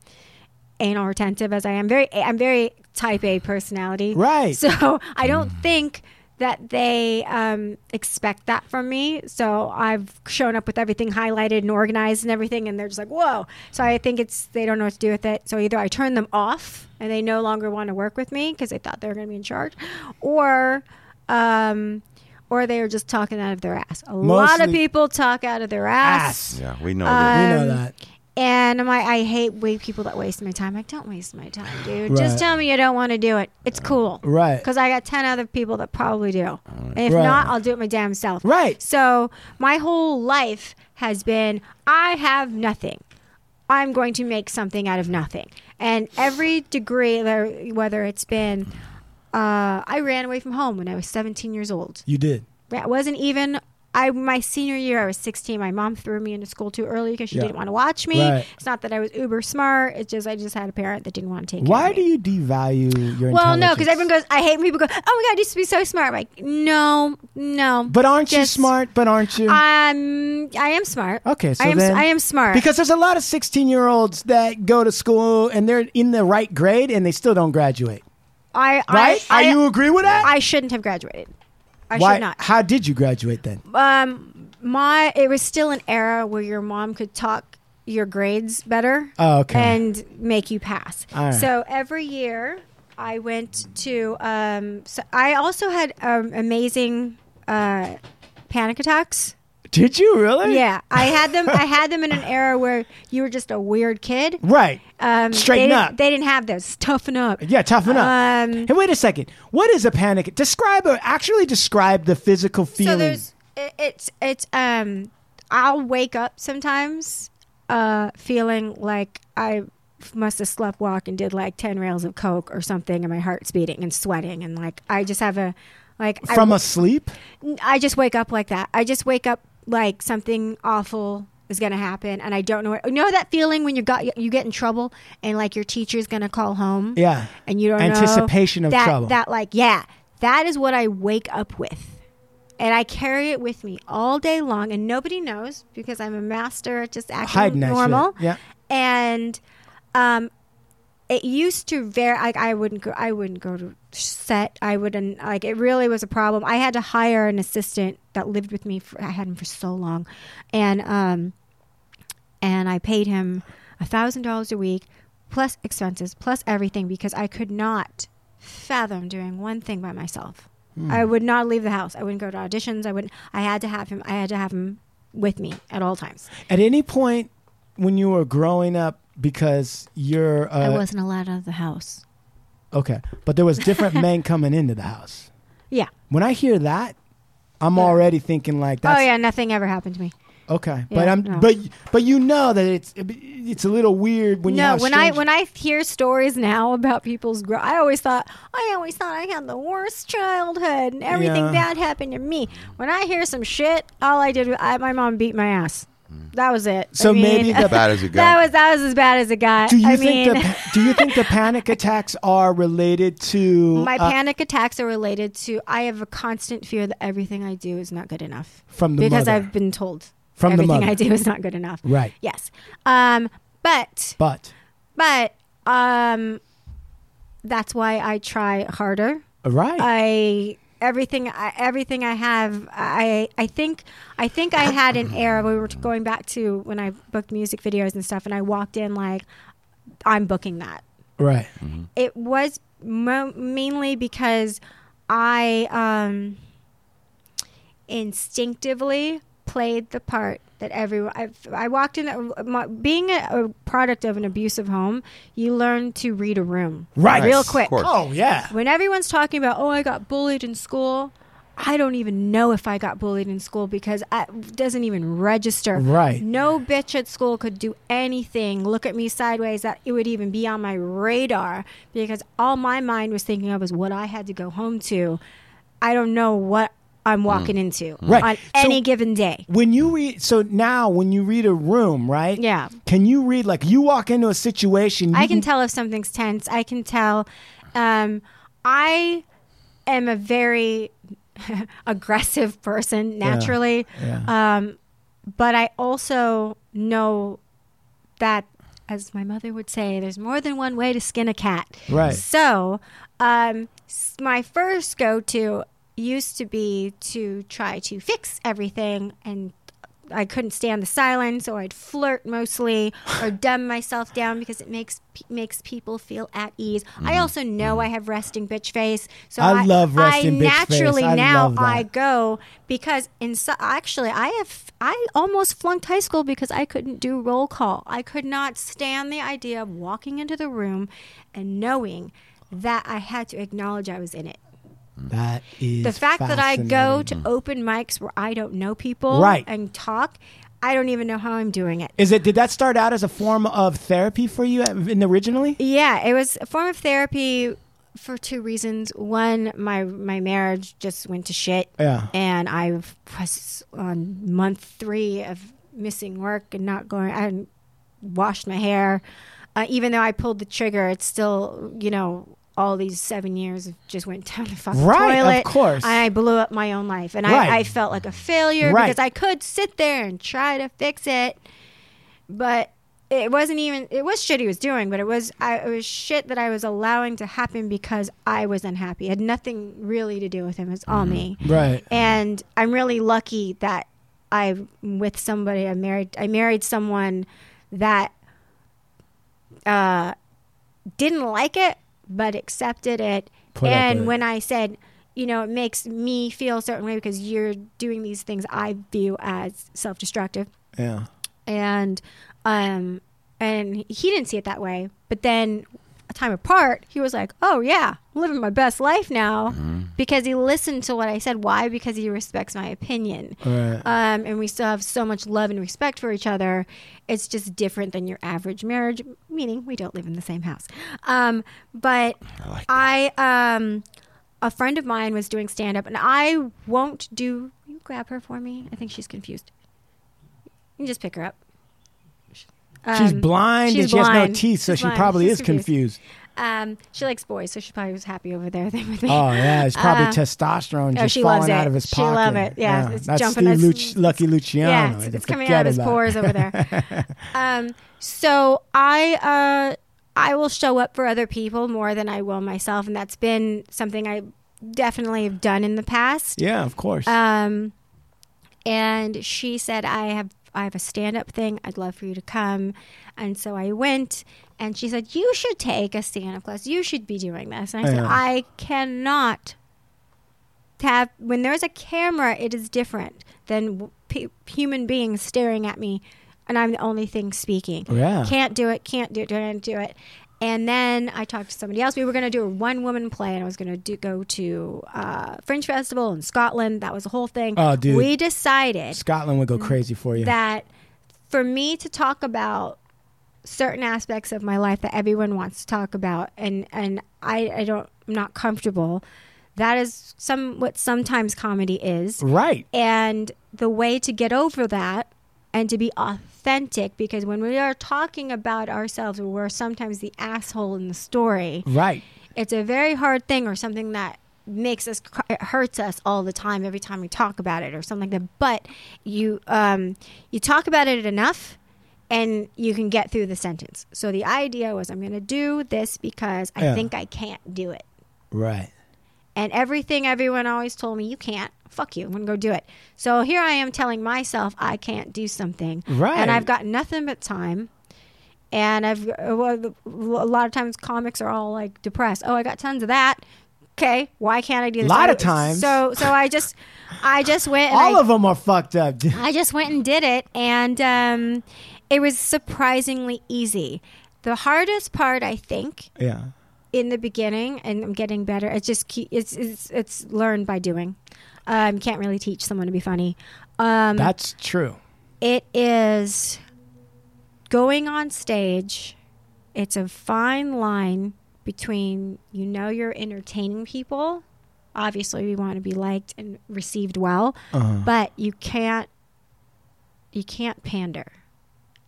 S6: anal retentive as i am very i'm very type a personality
S4: Right.
S6: so <laughs> i don't think that they um, expect that from me so i've shown up with everything highlighted and organized and everything and they're just like whoa so i think it's they don't know what to do with it so either i turn them off and they no longer want to work with me because they thought they were going to be in charge or um, or they are just talking out of their ass. A lot of
S4: Mostly-
S6: people talk out of their
S4: Ass.
S6: ass,
S3: Yeah, we know
S4: You
S6: Uh,
S3: this.
S4: know
S6: Um,
S4: that.
S6: and I'm like, I hate way people that waste my time. Like, don't waste my time, dude. Just
S4: Right.
S6: tell me you don't want to do it. It's cool,
S4: Right.
S6: Because I got ten other people that probably do. And if
S4: Right.
S6: not, I'll do it my damn self.
S4: Right.
S6: So my whole life has been, I have nothing. I'm going to make something out of nothing. And every degree, there- whether it's been, uh, I ran away from home when I was 17 years old.
S4: You did.
S6: It wasn't even. I my senior year, I was 16. My mom threw me into school too early because she
S4: Yeah.
S6: didn't want to watch me.
S4: Right.
S6: It's not that I was uber smart. It's just I just had a parent that didn't want to take. care
S4: Why
S6: of
S4: do
S6: me.
S4: you devalue your
S6: Well, no,
S4: intelligence?
S6: because everyone goes. I hate when people go. Oh my god, you used to be so smart. I'm like, no, no.
S4: But aren't you
S6: Just-
S4: smart? But aren't you?
S6: I'm. I am smart.
S4: Okay, so
S6: I am.
S4: then-
S6: I am smart
S4: Because there's a lot of 16 year olds that go to school and they're in the right grade and they still don't graduate.
S6: I.
S4: Right?
S6: I,
S4: Are
S6: I,
S4: you agree with that?
S6: I shouldn't have graduated. I
S4: Why?
S6: should not.
S4: How did you graduate then?
S6: um my it was still an era where your mom could talk your grades better
S4: Oh, okay.
S6: and make you pass
S4: All right.
S6: so every year i went to um so i also had um, amazing uh panic attacks
S4: Did you really?
S6: yeah i had them i had them
S4: <laughs>
S6: in an era where you were just a weird kid
S4: Right.
S6: um
S4: Straighten
S6: they, didn't-
S4: up.
S6: they didn't have those <laughs> toughen up
S4: yeah, toughen up.
S6: Um,
S4: hey, wait a second. What is a panic? Describe or actually describe the physical feeling.
S6: So there's it, it's it's um I'll wake up sometimes uh feeling like I must have slept walk and did like 10 rails of coke or something and my heart's beating and sweating and like I just have a like
S4: from
S6: I,
S4: a sleep?
S6: I just wake up like that. I just wake up like something awful is going to happen and I don't know what you know that feeling when you got you get in trouble and like your teacher's going to call home
S4: Yeah.
S6: and you don't know-
S4: Anticipation of
S6: that,
S4: trouble.
S6: That like yeah, that is what I wake up with, and I carry it with me all day long, and nobody knows because I'm a master at just acting
S4: Hiding that shit.
S6: normal.
S4: Yeah.
S6: and um, it used to very like I wouldn't go I wouldn't go to set I wouldn't like it really was a problem. I had to hire an assistant that lived with me. For, I had him for so long, and um, and I paid him a thousand dollars a week plus expenses plus everything because I could not fathom doing one thing by myself.
S4: Hmm.
S6: I would not leave the house. I wouldn't go to auditions. I wouldn't. I had to have him. I had to have him with me at all times.
S4: At any point when you were growing up, because you're
S6: I
S4: uh,
S6: wasn't allowed out of the house.
S4: okay, but there was
S6: <laughs>
S4: different men coming into the house.
S6: Yeah.
S4: When I hear that, I'm already thinking like that's
S6: oh yeah. Nothing ever happened to me.
S4: okay.
S6: Yeah,
S4: but I'm
S6: no.
S4: but but you know that it's it's a little weird when you
S6: no,
S4: have
S6: when I
S4: strangers-
S6: when I hear stories now about people's growth, I always thought I always thought I had the worst childhood and everything
S4: Yeah.
S6: bad happened to me. When I hear some shit, all I did was I, my mom beat my ass. That was it. I
S4: Hmm. So
S6: mean,
S4: maybe the-
S3: Bad as it
S6: <laughs> that
S3: goes.
S6: was that was as bad as it got.
S4: do you
S6: I
S4: think
S6: mean,
S4: the pa- do you think the
S6: <laughs>
S4: panic attacks are related to
S6: my
S4: uh,
S6: panic attacks are related to I have a constant fear that everything I do is not good enough
S4: from the
S6: because
S4: mother?
S6: I've been told
S4: From the
S6: everything
S4: mother.
S6: I do is not good enough.
S4: right,
S6: Yes. Um, but
S4: but
S6: but um that's why i try harder
S4: right.
S6: i everything I, everything i have i i think i think i had an era we were going back to when i booked music videos and stuff and i walked in like i'm booking that
S4: Right.
S6: it was mo- mainly because I um, instinctively played the part that everyone. I, I walked in. a- my- Being a, a product of an abusive home, you learn to read a room
S4: Right.
S6: real
S4: Of
S6: quick.
S3: course.
S4: Oh yeah.
S6: When everyone's talking about, oh, I got bullied in school. I don't even know if I got bullied in school because I, it doesn't even register.
S4: Right.
S6: No bitch at school could do anything, look at me sideways, that it would even be on my radar because all my mind was thinking of was what I had to go home to. I don't know what I'm walking into
S4: Right.
S6: on
S4: So-
S6: any given day.
S4: When you read, so now when you read a room, right?
S6: Yeah.
S4: Can you read like you walk into a situation? You
S6: I can tell if something's tense. I can tell. Um, I am a very <laughs> aggressive person naturally, Um, but I also know that, as my mother would say, there's more than one way to skin a cat.
S4: Right.
S6: So, um, s- my first go to used to be to try to fix everything and I couldn't stand the silence, or I'd flirt mostly, or dumb myself down because it makes pe- makes people feel at ease. I also know I have resting bitch face, so
S4: I love resting bitch
S6: I
S4: face.
S6: naturally
S4: I
S6: now
S4: love that.
S6: I go because in so, actually I have I almost flunked high school because I couldn't do roll call. I could not stand the idea of walking into the room and knowing that I had to acknowledge I was in it
S4: That is
S6: the fact that I go
S4: fascinating.
S6: to open mics where I don't know people
S4: Right.
S6: and talk, I don't even know how I'm doing it.
S4: Is it? Did that start out as a form of therapy for you at- in originally?
S6: Yeah, it was a form of therapy for two reasons. One, my my marriage just went to shit.
S4: Yeah.
S6: And I was on month three of missing work and not going. I hadn't washed my hair. Uh, even though I pulled the trigger, it's still, you know, all these seven years of just went down the fucking
S4: Right, of
S6: toilet.
S4: course.
S6: I blew up my own life. And
S4: Right.
S6: I, I felt like a failure
S4: Right.
S6: because I could sit there and try to fix it but it wasn't even it was shit he was doing but it was I, it was shit that i was allowing to happen because i was unhappy it had nothing really to do with him it's all me
S4: Right.
S6: and i'm really lucky that i'm with somebody i married i married someone that uh didn't like it but accepted it
S4: Put up with
S6: and
S4: it.
S6: when i said you know it makes me feel a certain way because you're doing these things i view as self-destructive
S4: Yeah.
S6: and um and he didn't see it that way but then a time apart he was like oh yeah I'm living my best life now because he listened to what i said why because he respects my opinion
S4: Right.
S6: um, and we still have so much love and respect for each other it's just different than your average marriage meaning we don't live in the same house um, but i um a friend of mine was doing stand up and i won't do you grab her for me i think she's confused you can just pick her up.
S4: she's
S6: Um,
S4: blind
S6: she's
S4: and she has no
S6: blind.
S4: teeth, so
S6: She's
S4: she
S6: blind.
S4: probably
S6: She's
S4: is confused.
S6: Um, she likes boys, so she probably was happy over there <laughs> then with me.
S4: Oh yeah, it's probably
S6: Uh,
S4: testosterone
S6: oh,
S4: just
S6: she
S4: falling
S6: loves it.
S4: out of his
S6: She
S4: pocket.
S6: love it. Yeah, it's
S4: that's
S6: jumping.
S4: Steve
S6: That's-
S4: Luch- Lucky Luciano.
S6: yeah, it's, it's coming out of his
S4: Forget about it.
S6: pores over there.
S4: <laughs>
S6: um, so I uh, I will show up for other people more than I will myself, and that's been something I definitely have done in the past.
S4: Yeah, of course.
S6: Um, and she said i have i have a stand-up thing i'd love for you to come and so i went and she said you should take a stand-up class you should be doing this and i said
S7: Yeah.
S6: i cannot have when there's a camera it is different than w- pe- human beings staring at me and i'm the only thing speaking
S4: Oh,
S7: Yeah.
S6: can't do it can't do it can't do it and then i talked to somebody else we were going to do a one woman play and i was going to do go to uh, fringe festival in scotland that was the whole thing
S4: Oh, dude.
S6: we decided
S4: Scotland would go crazy for you.
S6: that for me to talk about certain aspects of my life that everyone wants to talk about and and I, I don't I'm not comfortable that is some what sometimes comedy is
S4: right.
S6: and the way to get over that and to be authentic because when we are talking about ourselves we're sometimes the asshole in the story
S4: Right.
S6: it's a very hard thing or something that makes us cr- it hurts us all the time every time we talk about it or something like that but you um you talk about it enough and you can get through the sentence so the idea was i'm going to do this because i
S4: Yeah.
S6: think i can't do it
S4: Right.
S6: and everything everyone always told me you can't fuck you i'm going to go do it so here i am telling myself i can't do something
S4: Right.
S6: and i've got nothing but time and I've well, a lot of times comics are all like depressed. Oh, I got tons of that. Okay, why can't I do this?
S4: Lot
S6: I-
S4: of times.
S6: So so I just I just went. And
S4: All
S6: I,
S4: of them are fucked up. dude.
S6: I just went and did it, and um, it was surprisingly easy. The hardest part, I think,
S4: yeah.
S6: in the beginning, and I'm getting better. It's just keep, it's it's it's learned by doing. Um, can't really teach someone to be funny. Um,
S4: That's true.
S6: it is going on stage. It's a fine line between you know you're entertaining people. Obviously, we want to be liked and received well, but you can't you can't pander.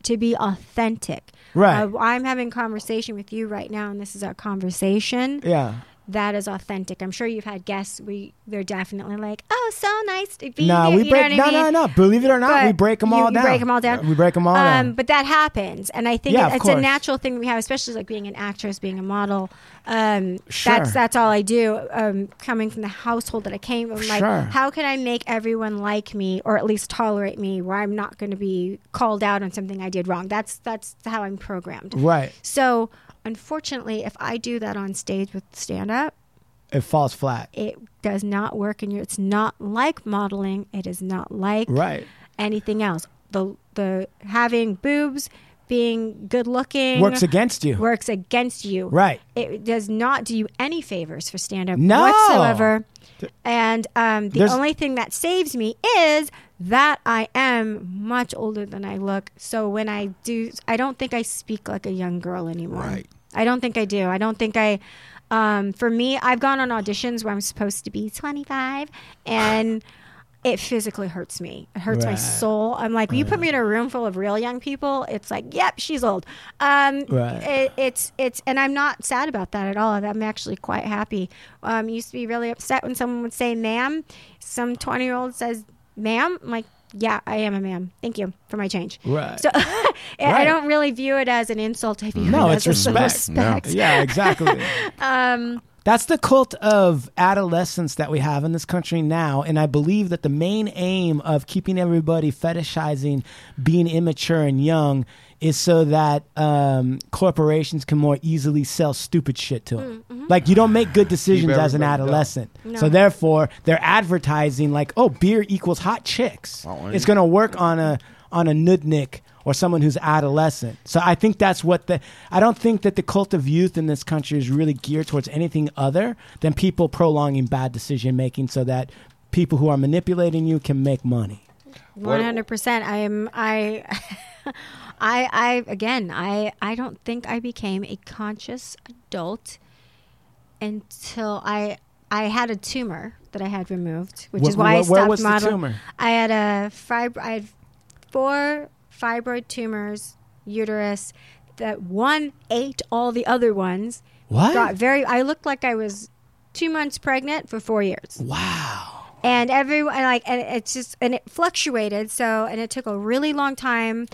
S6: To be authentic,
S4: Right.
S6: Uh, I'm having conversation with you right now, and this is our conversation
S4: Yeah.
S6: that is authentic. I'm sure you've had guests. We they're definitely like, oh, so nice to be
S4: No,
S6: here.
S4: we
S6: you know
S4: break.
S6: what I
S4: No,
S6: mean?
S4: no, no. Believe it or not,
S6: But
S4: we break them
S6: you-
S4: all
S6: you
S4: down.
S6: break 'em all down.
S4: We break them all
S6: um,
S4: down.
S6: but that happens, and I think
S4: Yeah,
S6: it-
S4: of
S6: it's
S4: course.
S6: a natural thing we have, especially like being an actress, being a model. Um,
S4: Sure.
S6: That's that's all I do. Um, coming from the household that I came, from, like,
S4: Sure.
S6: how can I make everyone like me, or at least tolerate me, where I'm not going to be called out on something I did wrong? That's that's how I'm programmed.
S4: Right.
S6: So, unfortunately, if I do that on stage with stand up
S4: It falls flat.
S6: it does not work and you it's not like modeling it is not like
S4: Right.
S6: anything else the the having boobs being good looking
S4: Works against you.
S6: works against you
S4: Right.
S6: it does not do you any favors for stand up
S4: No.
S6: whatsoever and um, the
S4: There's-
S6: only thing that saves me is that I am much older than I look. So when I do, I don't think I speak like a young girl anymore.
S3: Right.
S6: I don't think I do. I don't think I. Um, for me, I've gone on auditions where I'm supposed to be 25, and <laughs> it physically hurts me. It hurts my
S4: Right.
S6: soul. I'm like, you put me in a room full of real young people. It's like, yep, she's old. Um,
S4: Right.
S6: it, it's it's, and I'm not sad about that at all. I'm actually quite happy. Um, used to be really upset when someone would say, "Ma'am," some 20 year old says, "Ma'am," I'm like. Yeah, I am a ma'am. Thank you for my change.
S4: Right.
S6: So <laughs> I- I
S4: Right.
S6: don't really view it as an insult. I view
S4: No,
S6: it
S4: it's
S6: as a
S4: respect.
S6: respect.
S4: Yeah, exactly.
S6: <laughs>
S4: um, That's the cult of adolescence that we have in this country now. And I believe that the main aim of keeping everybody fetishizing being immature and young is so that um, corporations can more easily sell stupid shit to them. Like, you don't make good decisions as
S3: everybody
S4: an
S3: dumb.
S4: adolescent. So, therefore, they're advertising, like, oh, beer equals hot chicks.
S3: Oh,
S4: It's going to work on a on a nudnik or someone who's adolescent. So I think that's what the I don't think that the cult of youth in this country is really geared towards anything other than people prolonging bad decision making so that people who are manipulating you can make money.
S6: One hundred percent. I am. I. <laughs> I. I. Again. I. I don't think I became a conscious adult until I. I had a tumor that I had removed, which
S4: Wh-
S6: is why I
S4: wh-
S6: stopped
S4: where was the
S6: modeling.
S4: tumor?
S6: I had a fib- I had four fibroid tumors, uterus. That one ate all the other ones.
S4: What?
S6: Got very. I looked like I was two months pregnant for four years.
S4: Wow.
S6: and everyone like and it's just and it fluctuated so and it took a really long time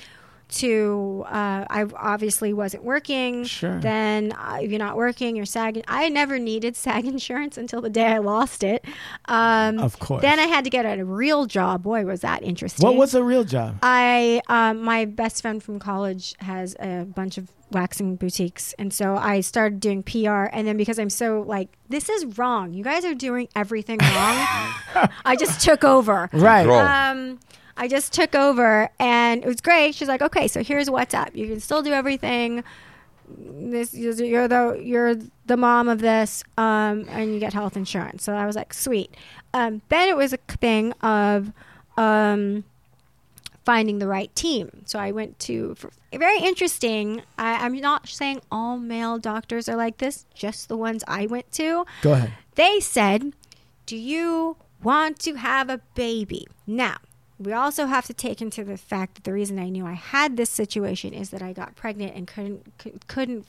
S6: to uh, I obviously wasn't working.
S4: Sure.
S6: Then uh, you're not working. You're SAG. I never needed SAG <laughs> insurance until the day I lost it. Um,
S4: Of course.
S6: Then I had to get a real job. Boy, was that interesting.
S4: What was a real job?
S6: I um, my best friend from college has a bunch of waxing boutiques, and so I started doing PR. And then because I'm so like, this is wrong. You guys are doing everything wrong. I just took over.
S4: Right.
S3: Control.
S6: Um, I just took over, and it was great. She's like, okay, so here's what's up. You can still do everything. This you're the you're the mom of this, um, and you get health insurance. So I was like, sweet. Um, then it was a thing of. Um, finding the right team. So I went to for, very interesting. I, I'm not saying all male doctors are like this, just the ones I went to.
S4: Go ahead.
S6: They said, Do you want to have a baby? Now, we also have to take into the fact that the reason I knew I had this situation is that I got pregnant and couldn't cou- couldn't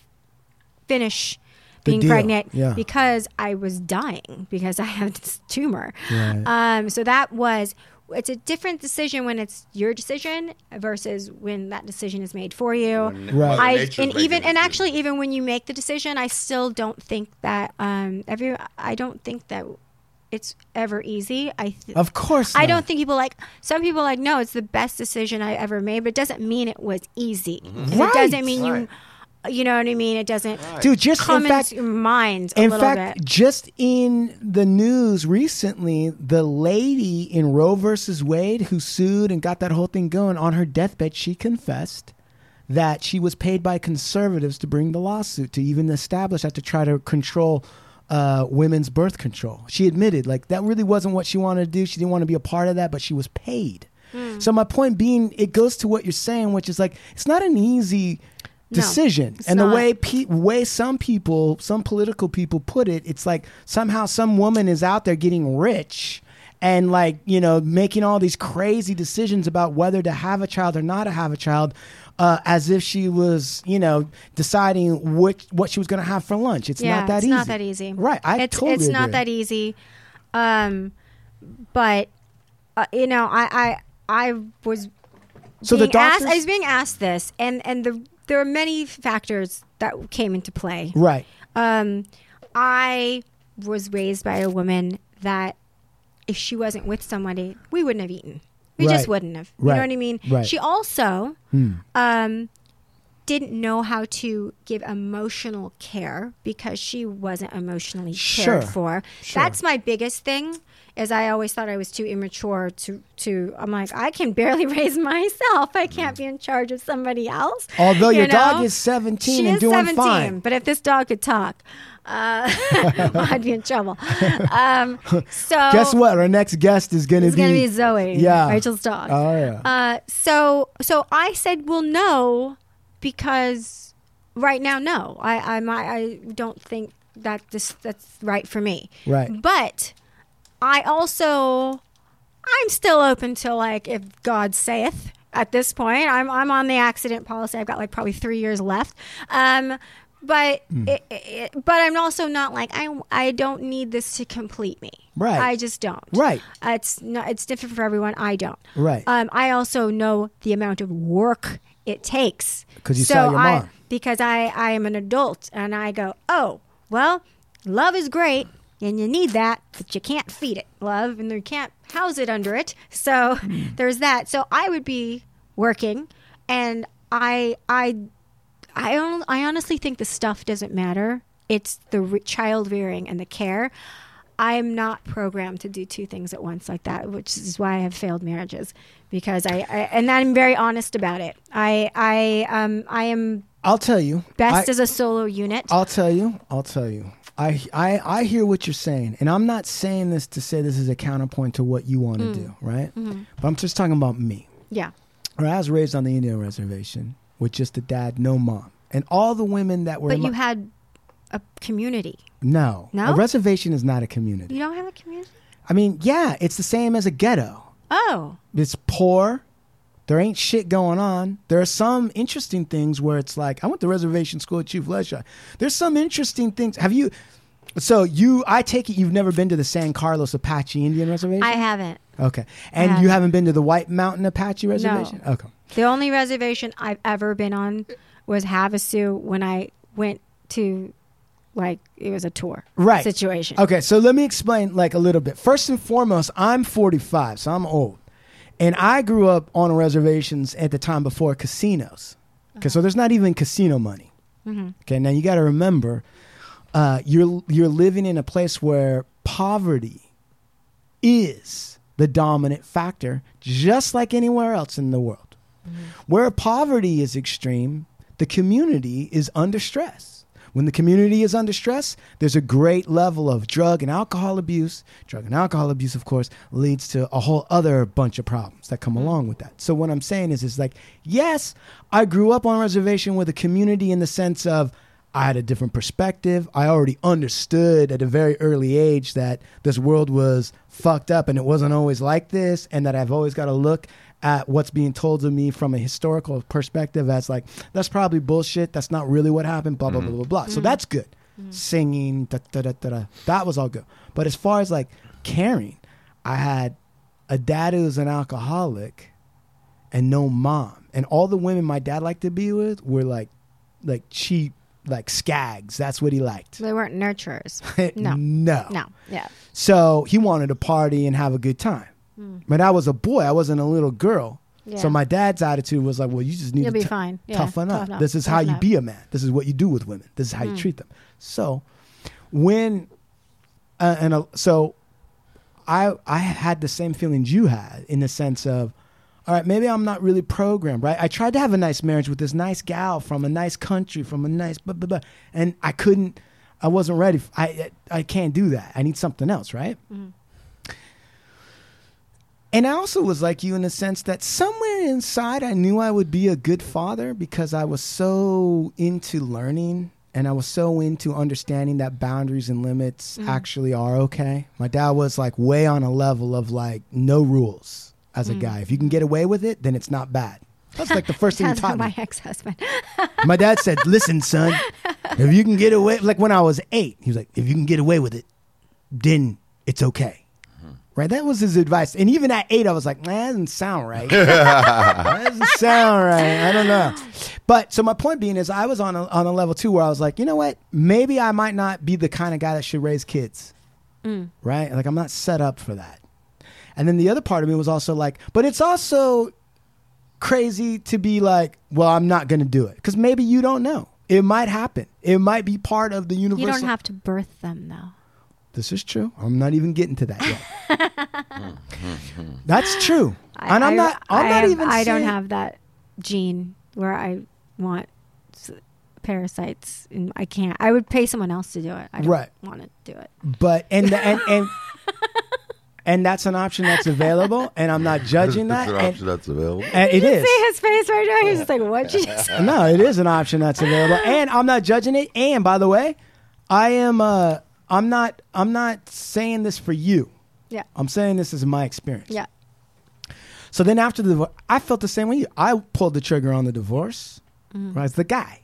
S6: finish
S4: The
S6: being
S4: deal,
S6: pregnant
S4: yeah.
S6: because I was dying because <laughs> I had this tumor.
S4: Right.
S6: Um, so that was it's a different decision when it's your decision versus when that decision is made for you.
S4: Right.
S3: Mother
S6: I
S3: Nature's
S6: and
S3: making
S6: even
S3: it
S6: and
S3: for you.
S6: actually even when you make the decision, I still don't think that um every I don't think that it's ever easy. I th-
S4: Of course.
S6: I
S4: not.
S6: don't think people like some people are like no, it's the best decision I ever made, but it doesn't mean it was easy. 'Cause
S4: Right.
S6: It doesn't mean
S3: Mm-hmm. Right.
S6: you you know what I mean. It doesn't
S4: Dude, just
S6: come
S4: in fact,
S6: into your mind a
S4: in
S6: little
S4: fact,
S6: bit.
S4: just in the news recently, the lady in Roe versus Wade who sued and got that whole thing going on her deathbed, she confessed that she was paid by conservatives to bring the lawsuit to even establish that to try to control uh, women's birth control. She admitted like that really wasn't what she wanted to do. She didn't want to be a part of that, but she was paid.
S6: Hmm.
S4: So my point being, it goes to what you're saying, which is like it's not an easy
S6: No,
S4: decision,
S6: it's
S4: and the
S6: not.
S4: way pe- way some people, some political people put it, it's like somehow some woman is out there getting rich and like, you know, making all these crazy decisions about whether to have a child or not to have a child. Uh, as if she was, you know, deciding which what she was going to have for lunch. It's
S6: yeah,
S4: not that
S6: it's
S4: easy.
S6: not that easy.
S4: Right. I
S6: it's,
S4: totally
S6: It's not
S4: agree.
S6: that e-, easy. Um, but uh, you know, I I I was
S4: So the
S6: being asked,
S4: doctors,
S6: I was being asked this, and and the there are many factors that came into play.
S4: right?
S6: Um, I was raised by a woman that if she wasn't with somebody, we wouldn't have eaten. We
S4: Right.
S6: just wouldn't have. You
S4: Right.
S6: know what I mean?
S4: Right. Hmm.
S6: She also um, didn't know how to give emotional care because she wasn't emotionally
S4: Sure.
S6: cared for. That's my biggest thing. Is I always thought I was too immature to to. I'm like I can barely <laughs> raise myself. I
S4: Mm.
S6: can't be in charge of somebody else.
S4: Although
S6: you
S4: your dog
S6: know?
S4: is 17
S6: she
S4: and
S6: is
S4: doing
S6: 17,
S4: fine.
S6: But if this dog could talk, uh, <laughs> I'd be in trouble. Um, so
S4: <laughs> Guess what? Our next guest is going to
S6: It's
S4: be
S6: gonna be Zoe,
S4: Yeah.
S6: Rachel's dog.
S4: Oh, yeah.
S6: Uh, so so I said, well, no, because right now, no, I I I, I don't think that this that's right for me.
S4: Right.
S6: But I also I'm still open to like if God saith. At this point, I'm I'm on the accident policy. I've got like probably three years left. Um, but
S4: Hmm.
S6: it, it, but I'm also not like I I don't need this to complete me.
S4: Right.
S6: I just don't.
S4: Right.
S6: Uh, it's not, it's different for everyone. I don't.
S4: Right.
S6: Um, I also know the amount of work it takes.
S4: 'Cause you saw your
S6: I,
S4: mom.
S6: Because I, I am an adult and I go, oh, well, love is great and you need that, but you can't feed it, love, and you can't house it under it. So
S4: Hmm.
S6: there's that. So I would be working and I, I, I, hon- I honestly think the stuff doesn't matter. It's the re- child rearing and the care. I'm not programmed to do two things at once like that, which is why I have failed marriages because I, I and I'm very honest about it. I I um I am
S4: I'll tell you.
S6: best
S4: I-
S6: as a solo unit.
S4: I'll tell you. I'll tell you. I, I I hear what you're saying, and I'm not saying this to say this is a counterpoint to what you want
S6: Mm.
S4: to do, right?
S6: Mm-hmm.
S4: But I'm just talking about me.
S6: yeah.
S4: Or I was raised on the Indian reservation with just a dad, no mom, and all the women that were.
S6: But
S4: in
S6: you
S4: my-
S6: had a community.
S4: no,
S6: No?
S4: A reservation is not a community.
S6: You don't have a community?
S4: I mean, yeah, it's the same as a ghetto.
S6: Oh.
S4: it's poor. There ain't shit going on. There are some interesting things where it's like I went to reservation school at Chief Lesha. There's some interesting things. Have you? So you, I take it you've never been to the San Carlos Apache Indian Reservation.
S6: I haven't.
S4: Okay, and you
S6: haven't.
S4: haven't been to the White Mountain Apache Reservation. Okay,
S6: The only reservation I've ever been on was Havasu when I went to, like, it was a tour
S4: right
S6: situation.
S4: Okay, so let me explain like a little bit. First and foremost, I'm 45, so I'm old, and I grew up on reservations at the time before casinos. Okay, so there's not even casino money. Okay, now you got to remember, uh, you're you're living in a place where poverty is the dominant factor, just like anywhere else in the world. Where poverty is extreme, the community is under stress. When the community is under stress, there's a great level of drug and alcohol abuse. Drug and alcohol abuse, of course, leads to a whole other bunch of problems that come along with that. So what I'm saying is, is like, yes, I grew up on a reservation with a community in the sense of I had a different perspective. I already understood at a very early age that this world was fucked up and it wasn't always like this, and that I've always got to look at what's being told to me from a historical perspective as like, that's probably bullshit. That's not really what happened, blah, blah, blah, blah, blah. So that's good. Singing, da, da, da, da, da. that was all good. But as far as like caring, I had a dad who was an alcoholic and no mom. And all the women my dad liked to be with were like, like cheap, like skags. That's what he <laughs> liked.
S6: They weren't nurturers. No.
S4: no,
S6: No. Yeah.
S4: So he wanted to party and have a good time. But I was a boy. I wasn't a little girl.
S6: Hmm. Yeah.
S4: So my dad's attitude was like, "Well, you just need
S6: You'll
S4: to
S6: be fine. Yeah,
S4: toughen up.
S6: toughen up,
S4: This is how
S6: toughen
S4: you
S6: up. Hmm.
S4: be a man. This is what you do with women. This is how you treat them." So when uh, and uh, so I I had the same feelings you had in the sense of, all right, maybe I'm not really programmed, right? I tried to have a nice marriage with this nice gal from a nice country, from a nice blah blah blah, and I couldn't. I wasn't ready. f- I I I can't do that. I need something else, right? And I also was like you in the sense that somewhere inside I knew I would be a good father because I was so into learning and I was so into understanding that boundaries and limits actually are okay. My dad was like way on a level of like no rules as a guy. If you can get away with it, then it's not bad. That's like the first thing
S6: <laughs>
S4: he
S6: Sounds like
S4: taught
S6: my
S4: me.
S6: ex-husband.
S4: My dad said, "Listen, son, if you can get away like when I was 8, he was like, "If you can get away with it, then it's okay." Right? That was his advice. And even at eight, I was like, nah, that doesn't sound right. that doesn't sound right. I don't know. But so my point being is I was on a, on a level too where I was like, you know what? Maybe I might not be the kind of guy that should raise kids.
S6: Mm.
S4: Right? Like I'm not set up for that. And then the other part of me was also like, but it's also crazy to be like, well, I'm not going to do it. Because maybe you don't know. It might happen. It might be part of the universe.
S6: you don't have to birth them, though.
S4: This is true. I'm not even getting to that
S6: <laughs>
S4: yet. <laughs> That's true. and I'm not. I'm
S6: I
S4: not
S6: have-
S4: even.
S6: I don't
S4: saying-
S6: have that gene where I want s- parasites, and I can't. I would pay someone else to do it. I don't
S4: Right.
S6: want to do it.
S4: But and and
S6: <laughs>
S4: and. And that's an option that's available, and I'm not judging that.
S3: That's an
S4: and-
S3: option that's available.
S4: and it is.
S6: See his face right now. He's just like, "What
S4: <laughs>
S6: you just?" say?"
S4: No, it is an option that's available, and I'm not judging it. And by the way, I am. Uh, I'm not. I'm not saying this for you.
S6: Yeah.
S4: I'm saying this is my experience.
S6: Yeah.
S4: So then after the divorce, I felt the same way. you- I pulled the trigger on the divorce.
S6: Mm-hmm.
S4: Right, it's the guy.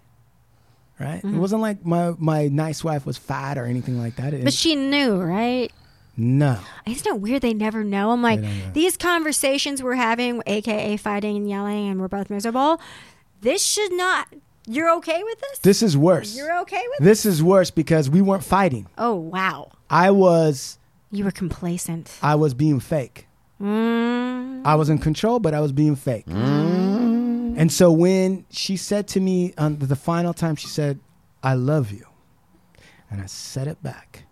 S4: Right, it wasn't like my my nice wife was fat or anything like that. It-
S6: But she knew, right?
S4: no,
S6: Isn't it weird they never know? I'm like,
S4: don't know.
S6: these conversations we're having, aka fighting and yelling, and we're both miserable. This should not. You're okay with this?
S4: this is worse.
S6: You're okay with
S4: This is worse because we weren't fighting.
S6: Oh wow,
S4: I was
S6: you were complacent.
S4: I was being fake. I was in control, but I was being fake. And so when she said to me on the final time, she said, "I love you," and I said it back,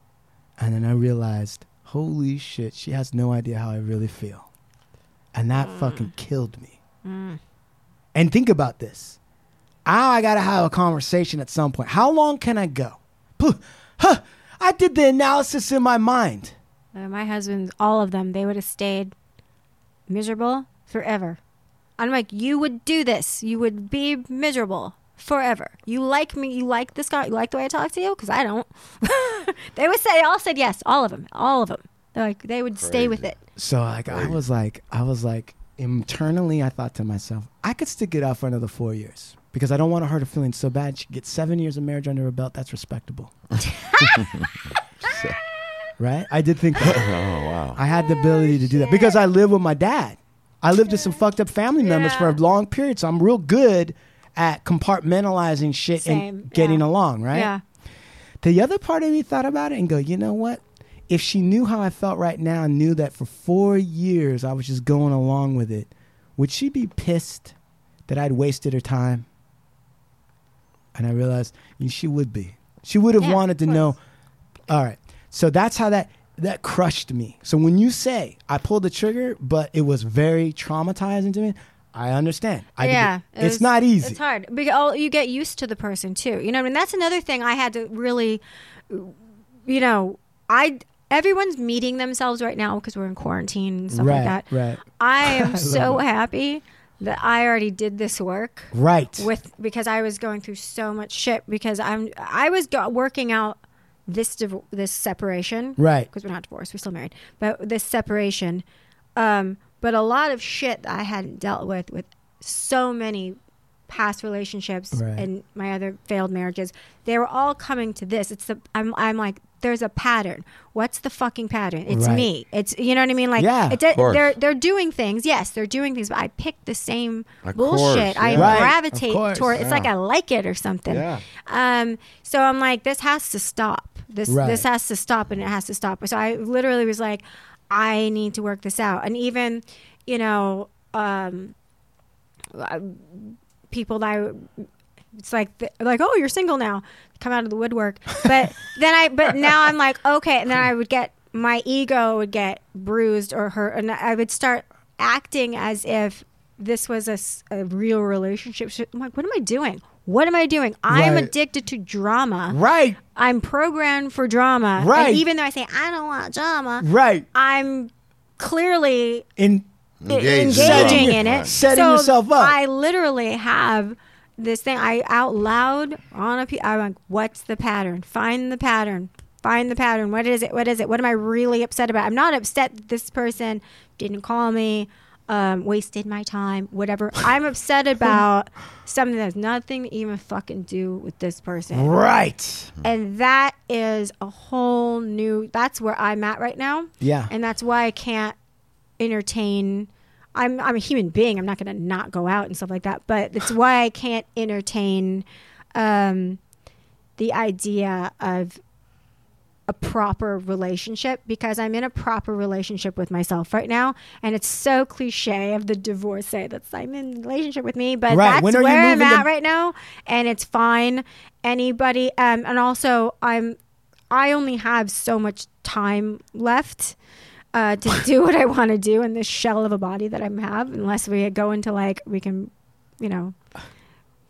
S4: and then I realized, holy shit, she has no idea how I really feel, and that fucking killed me. And think about this: Now I gotta have a conversation at some point. How long can I go? Puh, huh, I did the analysis in my mind.
S6: Uh, my husband's, all of them, they would have stayed miserable forever. I'm like, you would do this. You would be miserable forever. You like me. You like this guy. You like the way I talk to you? Because I don't. <laughs> they would say, they all said yes. All of them. All of them. They're like, they would stay with it.
S4: So like I was like I was like internally I thought to myself I could stick it out for another four years because I don't want to hurt her feelings so bad. She gets seven years of marriage under her belt.
S3: <laughs>
S4: That's respectable. <laughs> right? I did think
S3: <laughs>
S4: that.
S3: Oh wow.
S4: I had the ability to do that because I live with my dad. I lived with some fucked up family members for a long period, so I'm real good at compartmentalizing shit
S6: Same,
S4: and getting
S6: yeah.
S4: along, right?
S6: Yeah.
S4: The other part of me thought about it and go, you know what? If she knew how I felt right now and knew that for four years I was just going along with it, would she be pissed that I'd wasted her time? And I realized you know, she would be. She would have
S6: Yeah,
S4: wanted to
S6: of
S4: know.
S6: course.
S4: All right. So that's how that that crushed me. So when you say I pulled the trigger, but it was very traumatizing to me, I understand. I get
S6: yeah,
S4: it.
S6: it
S4: it's
S6: was-
S4: not easy.
S6: It's hard. But all- you get used to the person too. You know, what I mean, that's another thing I had to really, you know, I everyone's meeting themselves right now because we're in quarantine and stuff
S4: Right,
S6: like that.
S4: right. <laughs>
S6: I am so happy that I already did this work
S4: Right.
S6: with because I was going through so much shit because I'm I was go- working out this div- this separation
S4: Right.
S6: because we're not divorced we're still married but this separation um but a lot of shit that I hadn't dealt with with so many past relationships
S4: Right.
S6: and my other failed marriages they were all coming to this it's the I'm I'm like there's a pattern what's the fucking pattern it's
S4: Right.
S6: me it's you know what I mean like
S4: Yeah.
S6: it, does-
S3: course.
S6: they're they're doing things yes they're doing things but I picked the same
S3: Of
S6: bullshit
S3: course,
S6: I
S3: yeah.
S4: Right, of
S6: gravitate
S4: course,
S6: toward it's
S3: yeah.
S6: like I like it or something
S3: Yeah.
S6: um, so I'm like, this has to stop. This
S4: Right.
S6: this has to stop, and it has to stop. So I literally was like, I need to work this out. And even, you know, um, uh, people that I, it's like th- like, oh, you're single now, come out of the woodwork. But then I, but now I'm like, okay. And then I would get my ego would get bruised or hurt, and I would start acting as if this was a, s- a real relationship. So I'm like, what am I doing? What am I doing? I'm
S4: Right.
S6: addicted to drama.
S4: right.
S6: I'm programmed for drama. And
S4: Right.
S6: even though I say I don't want drama,
S4: Right.
S6: I'm clearly
S4: In
S3: Engaged.
S6: engaging
S4: Setting-
S6: in it,
S4: setting
S6: So
S4: yourself up.
S6: I literally have this thing. I out loud on a. P- I'm like, what's the pattern? Find the pattern. Find the pattern. What is it? What is it? What am I really upset about? I'm not upset that this person didn't call me, um, wasted my time, whatever.
S4: <laughs>
S6: I'm upset about something that has nothing to even fucking do with this person.
S4: right.
S6: And that is a whole new. That's where I'm at right now.
S4: Yeah.
S6: And that's why I can't entertain. I'm I'm a human being. I'm not going to not go out and stuff like that. But it's why I can't entertain um, the idea of a proper relationship because I'm in a proper relationship with myself right now, and it's so cliche of the divorcee that's I'm in a relationship with me, but
S4: Right.
S6: that's
S4: When are you
S6: where I'm
S4: moving
S6: at
S4: to-
S6: right now, and it's fine. Anybody, um, and also I'm I only have so much time left uh, to do what I want to do in this shell of a body that I am have, unless we go into like we can, you know,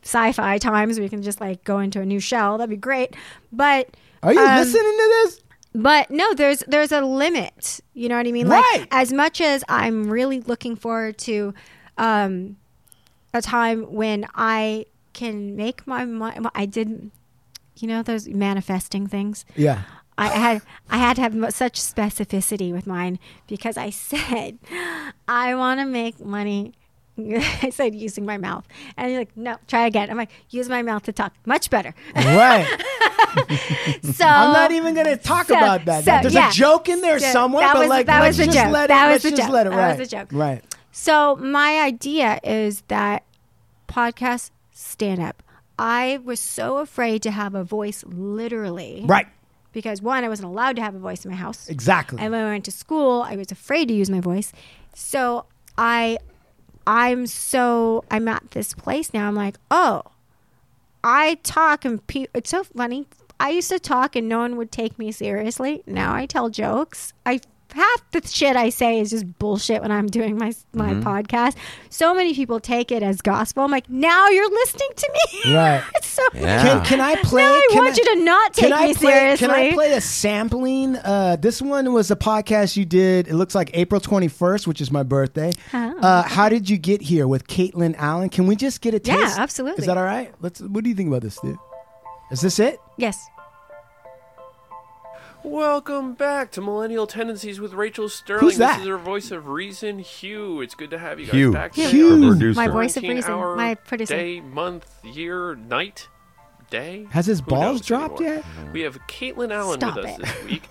S6: sci-fi times we can just like go into a new shell. That'd be great, but.
S4: Are you
S6: um,
S4: listening to this?
S6: but no there's there's a limit you know what i mean
S4: Right.
S6: like as much as i'm really looking forward to um a time when i can make my mind i did you know those manifesting things
S4: Yeah.
S6: I had I had to have mo- such specificity with mine because I said I want to make money. <laughs> I said using my mouth, and you're like, "No, try again." I'm like, "Use my mouth to talk, much better."
S4: <laughs>
S6: <laughs>
S4: Right.
S6: So
S4: I'm not even going to talk
S6: so-
S4: about that.
S6: so,
S4: There's
S6: Oh. yeah.
S4: a joke in there
S6: So
S4: somewhere,
S6: that
S4: but
S6: was-
S4: like,
S6: that
S4: let's
S6: was a
S4: just
S6: joke.
S4: let it.
S6: That
S4: let's
S6: was a
S4: just
S6: joke.
S4: let it.
S6: That
S4: Right.
S6: was a joke.
S4: Right.
S6: So my idea is that podcast stand up. I was so afraid to have a voice literally.
S4: Right.
S6: Because one, I wasn't allowed to have a voice in my house.
S4: Exactly.
S6: And when I went to school, I was afraid to use my voice. So I I'm so I'm at this place now. I'm like, "Oh, I talk and pe- it's so funny. I used to talk and no one would take me seriously. Now I tell jokes. I half the shit I say is just bullshit when I'm doing my my
S4: Mm-hmm.
S6: podcast. So many people take it as gospel. I'm like, now you're listening to me.
S4: Right.
S6: <laughs> it's so
S3: Yeah.
S4: Can, can I play?
S6: Now I
S4: can
S6: want you to not take
S4: can I
S6: me
S4: play,
S6: seriously.
S4: Can I play a sampling? Uh, this one was a podcast you did. It looks like April 21st, which is my birthday.
S6: Oh.
S4: Uh, How did you get here with Caitlin Allen? Can we just get a
S6: Yeah,
S4: taste?
S6: absolutely.
S4: Is that all right? Let's. What do you think about this, dude? Is this it?
S6: yes.
S9: Welcome back to Millennial Tendencies with Rachel Sterling.
S4: Who's
S9: This
S4: that?
S9: is her voice of reason, Hugh. It's good to have you guys
S3: Hugh.
S9: back.
S3: Hugh.
S9: today on
S3: Our
S9: this
S3: producer.
S6: My voice of
S9: 14
S6: reason.
S9: hour
S6: My producer.
S9: Day, month, year, night, day.
S4: Has his
S9: Who
S4: balls
S9: knows
S4: dropped
S9: anymore?
S4: yet?
S9: We have Caitlin Allen
S6: Stop
S9: with us
S6: it.
S9: this week.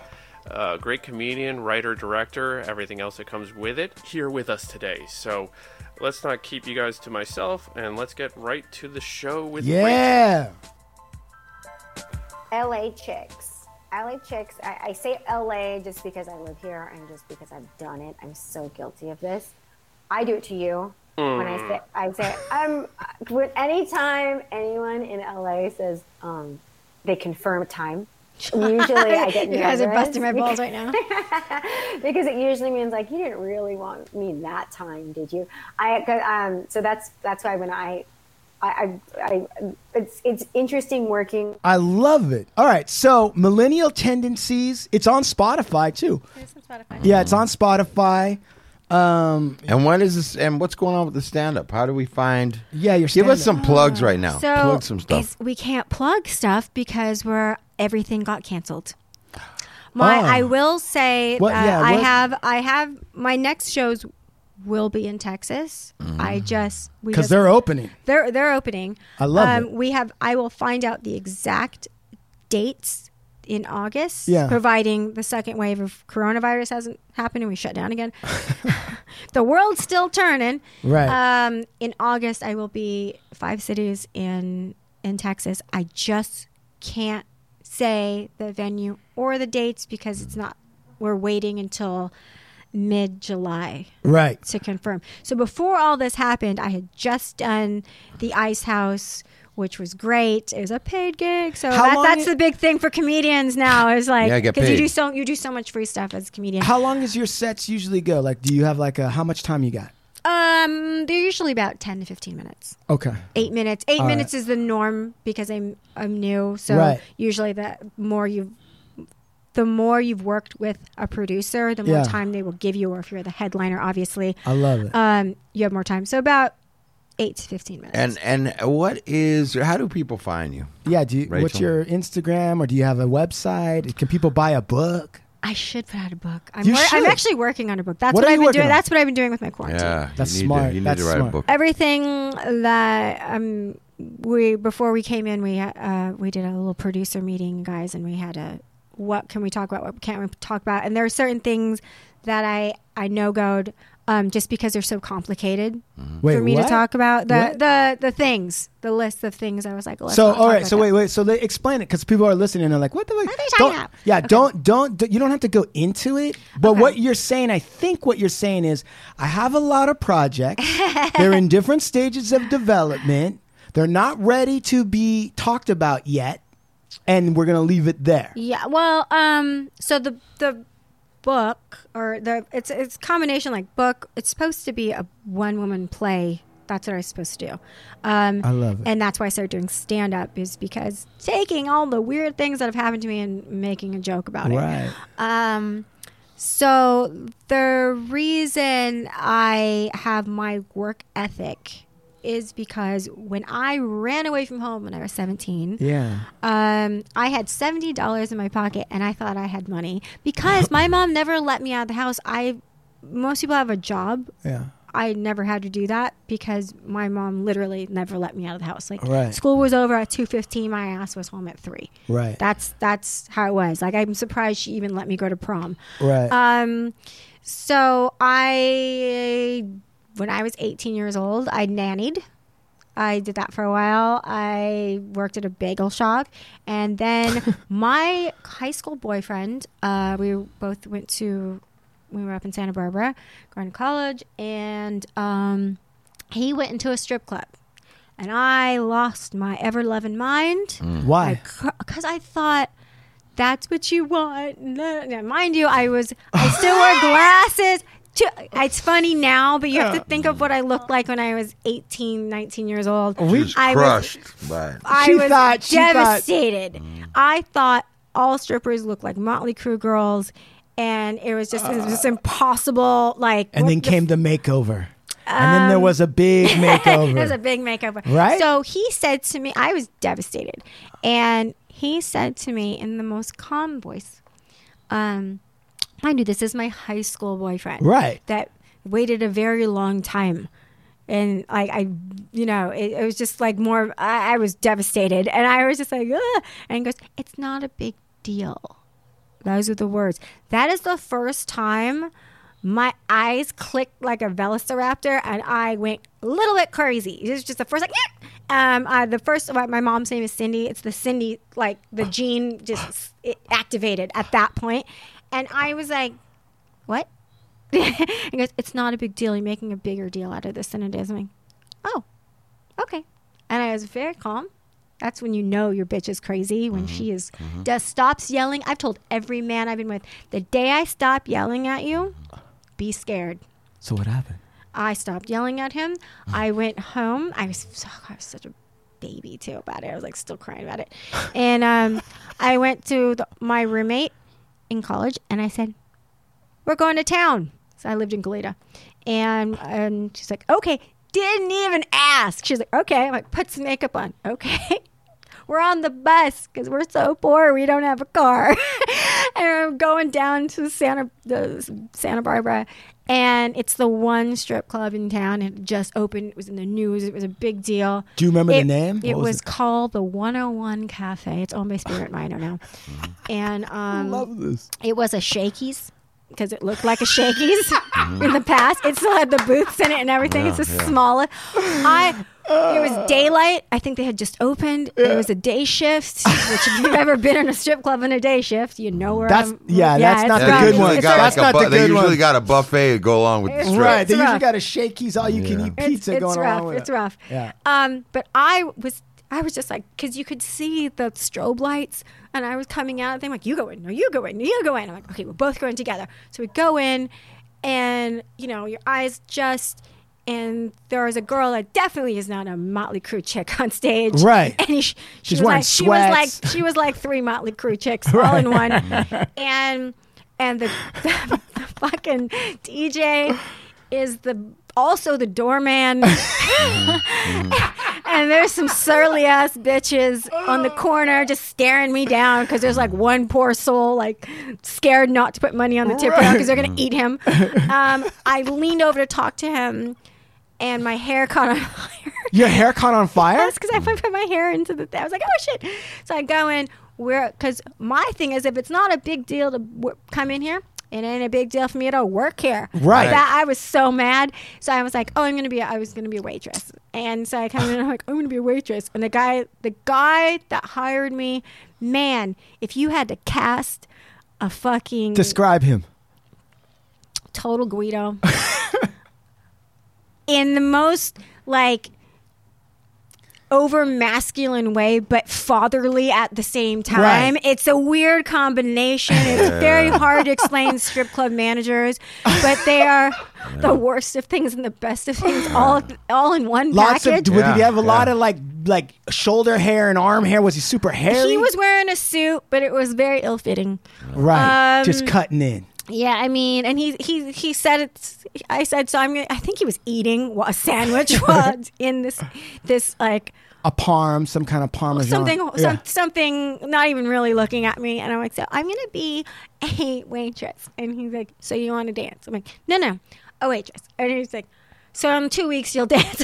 S9: Uh, great comedian, writer, director, everything else that comes with it, here with us today. So let's not keep you guys to myself and let's get right to the show with Rachel.
S4: Yeah.
S10: LA chicks. LA chicks. I, I say LA just because I live here and just because I've done it. I'm so guilty of this. I do it to you when I say I say
S6: <laughs>
S10: um when anytime anyone in LA says um they confirm a time. Usually I get
S6: you guys are
S10: nervous
S6: busting my balls
S10: <laughs>
S6: right now.
S10: because it usually means like you didn't really want mean that time, did you? I 'cause, um so that's that's why when I I, I, I it's it's interesting working
S4: I love it. All right, so Millennial Tendencies, it's on Spotify too. Yeah, it's on Spotify. Um,
S3: And when is this? And what's going on with the stand up? How do we find?
S4: yeah, you're
S3: Give us some plugs right now.
S6: So
S3: Plug some stuff.
S6: it's- we can't plug stuff because we're everything got canceled. My,
S4: Oh.
S6: I will say
S4: What-
S6: that
S4: yeah,
S6: I
S4: what-
S6: have, I have my next shows will be in Texas. I just we
S4: Mm. because
S6: just,
S4: they're opening.
S6: they're they're opening. Um,
S4: I love it.
S6: We have. I will find out the exact dates in August.
S4: Yeah.
S6: Providing the second wave of coronavirus hasn't happened and we shut down again. <laughs> the world's still turning.
S4: Right.
S6: Um, in August, I will be five cities in in Texas. I just can't say the venue or the dates because it's not. We're waiting until mid July
S4: Right.
S6: to confirm. So before all this happened, I had just done the Ice House, which was great. It was a paid gig, so
S4: How
S6: that,
S4: long
S6: that's
S4: i-
S6: the big thing for comedians
S4: <laughs>
S6: now. Is
S3: Yeah,
S6: like
S3: get
S6: you
S3: paid.
S6: do so you do so much free stuff as a comedian.
S4: How long does your sets usually go? Like, do you have like a how much time you got?
S6: um, they're usually about ten to fifteen minutes.
S4: Okay.
S6: Eight minutes. Eight
S4: All
S6: minutes is the norm because I'm I'm new, so
S4: Right.
S6: usually the more you. The more you've worked with a producer, the more
S4: Yeah.
S6: time they will give you, or if you're the headliner, obviously,
S4: I love it.
S6: um, you have more time. So about eight to fifteen minutes.
S3: And and what is? How do people find you?
S4: yeah. Do you, what's
S3: Rachel.
S4: your Instagram or do you have a website? Can people buy a book?
S6: I should put out a book. I'm,
S4: You
S6: wor-
S4: should.
S6: I'm actually working on a book. That's
S4: What
S6: what,
S4: are you
S6: I've been
S4: working
S6: doing.
S4: on?
S6: That's what I've been doing with my quarantine.
S3: Yeah,
S4: That's
S3: you need
S4: smart.
S3: To, you need
S4: That's
S3: to write a
S4: smart.
S3: book.
S6: Everything that um we before we came in, we uh, we did a little producer meeting, guys, and we had a what can we talk about, what can't we talk about, and there are certain things that I I no goed um, just because they're so complicated
S4: Mm-hmm. Wait,
S6: for me
S4: what?
S6: to talk about the,
S4: What?
S6: the the things, the list of things. I was like, Let's
S4: so
S6: not
S4: all
S6: talk
S4: right.
S6: about
S4: So
S6: that.
S4: wait, wait. So they explain it because people are listening. and They're like, what the? What
S6: are they talking about?
S4: Yeah.
S6: Okay.
S4: Don't, don't d- You don't have to go into it. But
S6: Okay.
S4: what you're saying, I think what you're saying is, I have a lot of
S6: <laughs>
S4: projects. They're in different stages of development. They're not ready to be talked about yet, and we're gonna leave it there.
S6: Yeah. Well, um so the the book or the it's it's combination like book, it's supposed to be a one woman play. That's what I was supposed to do. Um
S4: I love it.
S6: and that's why I started doing stand up is because taking all the weird things that have happened to me and making a joke about
S4: Right.
S6: it. Um so the reason I have my work ethic is because when I ran away from home when I was 17,
S4: Yeah.
S6: um, I had seventy dollars in my pocket, and I thought I had money
S4: <laughs>
S6: because my mom never let me out of the house. I most people have a job.
S4: Yeah.
S6: I never had to do that because my mom literally never let me out of the house. Like
S4: Right.
S6: school was over at two fifteen, my ass was home at three.
S4: Right.
S6: That's that's how it was. Like I'm surprised she even let me go to prom.
S4: Right.
S6: Um, so I, when I was 18 years old, I nannied. I did that for a while. I worked at a bagel shop, and then my high school boyfriend. Uh, we both went to, we were up in Santa Barbara, going to college, and um, he went into a strip club, and I lost my ever loving mind
S4: Why?
S6: because I thought that's what you want. No, no, mind you, I was I
S4: <laughs>
S6: still wore glasses. To, it's funny now, but you have to think of what I looked like when I was 18, 19 years old.
S3: She was
S6: I
S3: crushed by it.
S6: I
S4: Oh, She
S6: was
S4: thought- she thought- Mm.
S6: devastated. I thought all strippers looked like Motley Crue girls, and it was just this
S4: Ah.
S6: impossible. Like,
S4: and
S6: what
S4: then
S6: the Um,
S4: came the makeover. And then there was a big makeover.
S6: <laughs> There's a big makeover.
S4: Right?
S6: So he said to me, I was devastated. And he said to me in the most calm voice, Um, mind you, this is my high school boyfriend.
S4: Right.
S6: That waited a very long time. And like I, you know, it, it was just like more. I, I was devastated, and I was just like, Ugh! and he goes, "It's not a big deal." Those are the words. That is the first time my eyes clicked like a velociraptor and I went a little bit crazy. It was just the first, like, "Eh." um, uh, the first, my my mom's name is Cindy. It's the Cindy, like, the gene just it activated at that point. And I was like, what? <laughs> he goes, it's not a big deal. You're making a bigger deal out of this than it is. I'm like, oh, okay. And I was very calm. That's when you know your bitch is crazy when she is just stops yelling. I've told every man I've been with the day I stop yelling at you, be scared.
S11: So what happened?
S6: I stopped yelling at him. I went home. I was, so- I was such a baby too about it. I was like still crying about it. And um, I went to the, my roommate in college and I said, "We're going to town." So I lived in Goleta, and and she's like, "Okay." Didn't even ask. She's like, "Okay." I'm like, "Put some makeup on." <laughs> Okay. We're on the bus because we're so poor. We don't have a car. <laughs> and I'm going down to Santa the Santa Barbara, and it's the one strip club in town. It just opened. It was in the news. It was a big deal.
S4: Do you remember the
S6: It-
S4: name?
S6: It
S4: What
S6: was,
S4: was it?
S6: called the 101 Cafe. It's owned by Spirit
S4: <laughs>
S6: Minor now, and um,
S11: love this.
S6: It was a Shakey's because it looked like a Shakey's <laughs> in the past. It still had the booths in it and everything. it's
S11: Yeah,
S6: a
S11: yeah.
S6: small. I
S4: <sighs>
S6: it was daylight. I think they had just opened. It was a day shift. Which if you've ever been in a strip club on a day shift, you know where
S4: That's-
S6: I'm.
S4: yeah, that's
S6: it's
S4: not the
S6: rough.
S4: good
S3: usually
S4: one.
S6: It's
S3: got like
S6: rough.
S3: a
S4: not the
S3: They
S4: good
S3: usually
S4: one.
S3: got a buffet to go along with the
S6: It's
S3: strip.
S4: Right. They
S6: It's
S4: usually
S6: rough.
S4: got a Shakey's all you can eat pizza
S6: it's,
S4: going
S6: it's rough.
S4: on with
S6: it's
S4: it.
S6: rough.
S4: Yeah.
S6: Um, but I was I was just like because you could see the strobe lights, and I was coming out. And I'm like, you go in, no, you go in, no, you go in. I'm like, okay, we're both going together. So we go in, and you know, your eyes just. And there was a girl that definitely is not a Motley Crue chick on stage,
S4: Right.
S6: <laughs> And she, she
S4: She's
S6: was
S4: wearing
S6: like, she was
S4: sweats.
S6: like, she was like three Motley Crue
S4: <laughs>
S6: chicks all in one, and and the, <laughs> the, fucking DJ is the also the doorman,
S4: Mm-hmm.
S6: <laughs> and there's some surly ass bitches on the corner just staring me down because there's like one poor soul like scared not to put money on the tip
S11: Right.
S6: because they're gonna eat him.
S4: Mm-hmm.
S6: Um, I leaned over to talk to him, and my hair caught on
S4: Your hair caught on fire?
S6: because I put my hair into the. I was like, oh shit. So I go in where because my thing is if it's not a big deal to w- come in here. It ain't a big deal for me to work here.
S11: Right.
S6: That I was so mad. So I was like, "Oh, I'm gonna be. A, I was gonna be a waitress." And so I come in. and I'm like, "I'm gonna be a waitress." And the guy, the guy that hired me, man, if you had to cast a fucking
S4: Describe him.
S6: total Guido. In the most like over masculine way, but fatherly at the same time.
S11: Right.
S6: It's a weird combination. It's
S11: Yeah.
S6: very hard to explain strip club managers, but they are the worst of things and the best of things all all in one
S4: Lots of.
S6: package.
S4: Did he have a lot of like like shoulder hair and arm hair? Was he super hairy?
S6: He was wearing a suit, but it was very ill fitting.
S4: right,
S6: Um,
S4: just cutting in.
S6: Yeah, I mean, and he he he said it's. I said so. I'm gonna. I think he was eating wa- a sandwich
S4: <laughs>
S6: while in this this like
S4: A parm, some kind of parmesan.
S6: something some,
S4: Yeah.
S6: something not even really looking at me, and I'm like, so I'm gonna be a waitress, and he's like, so you want to dance? I'm like, no, no, a waitress, and he's like, so in two weeks you'll <laughs> dance.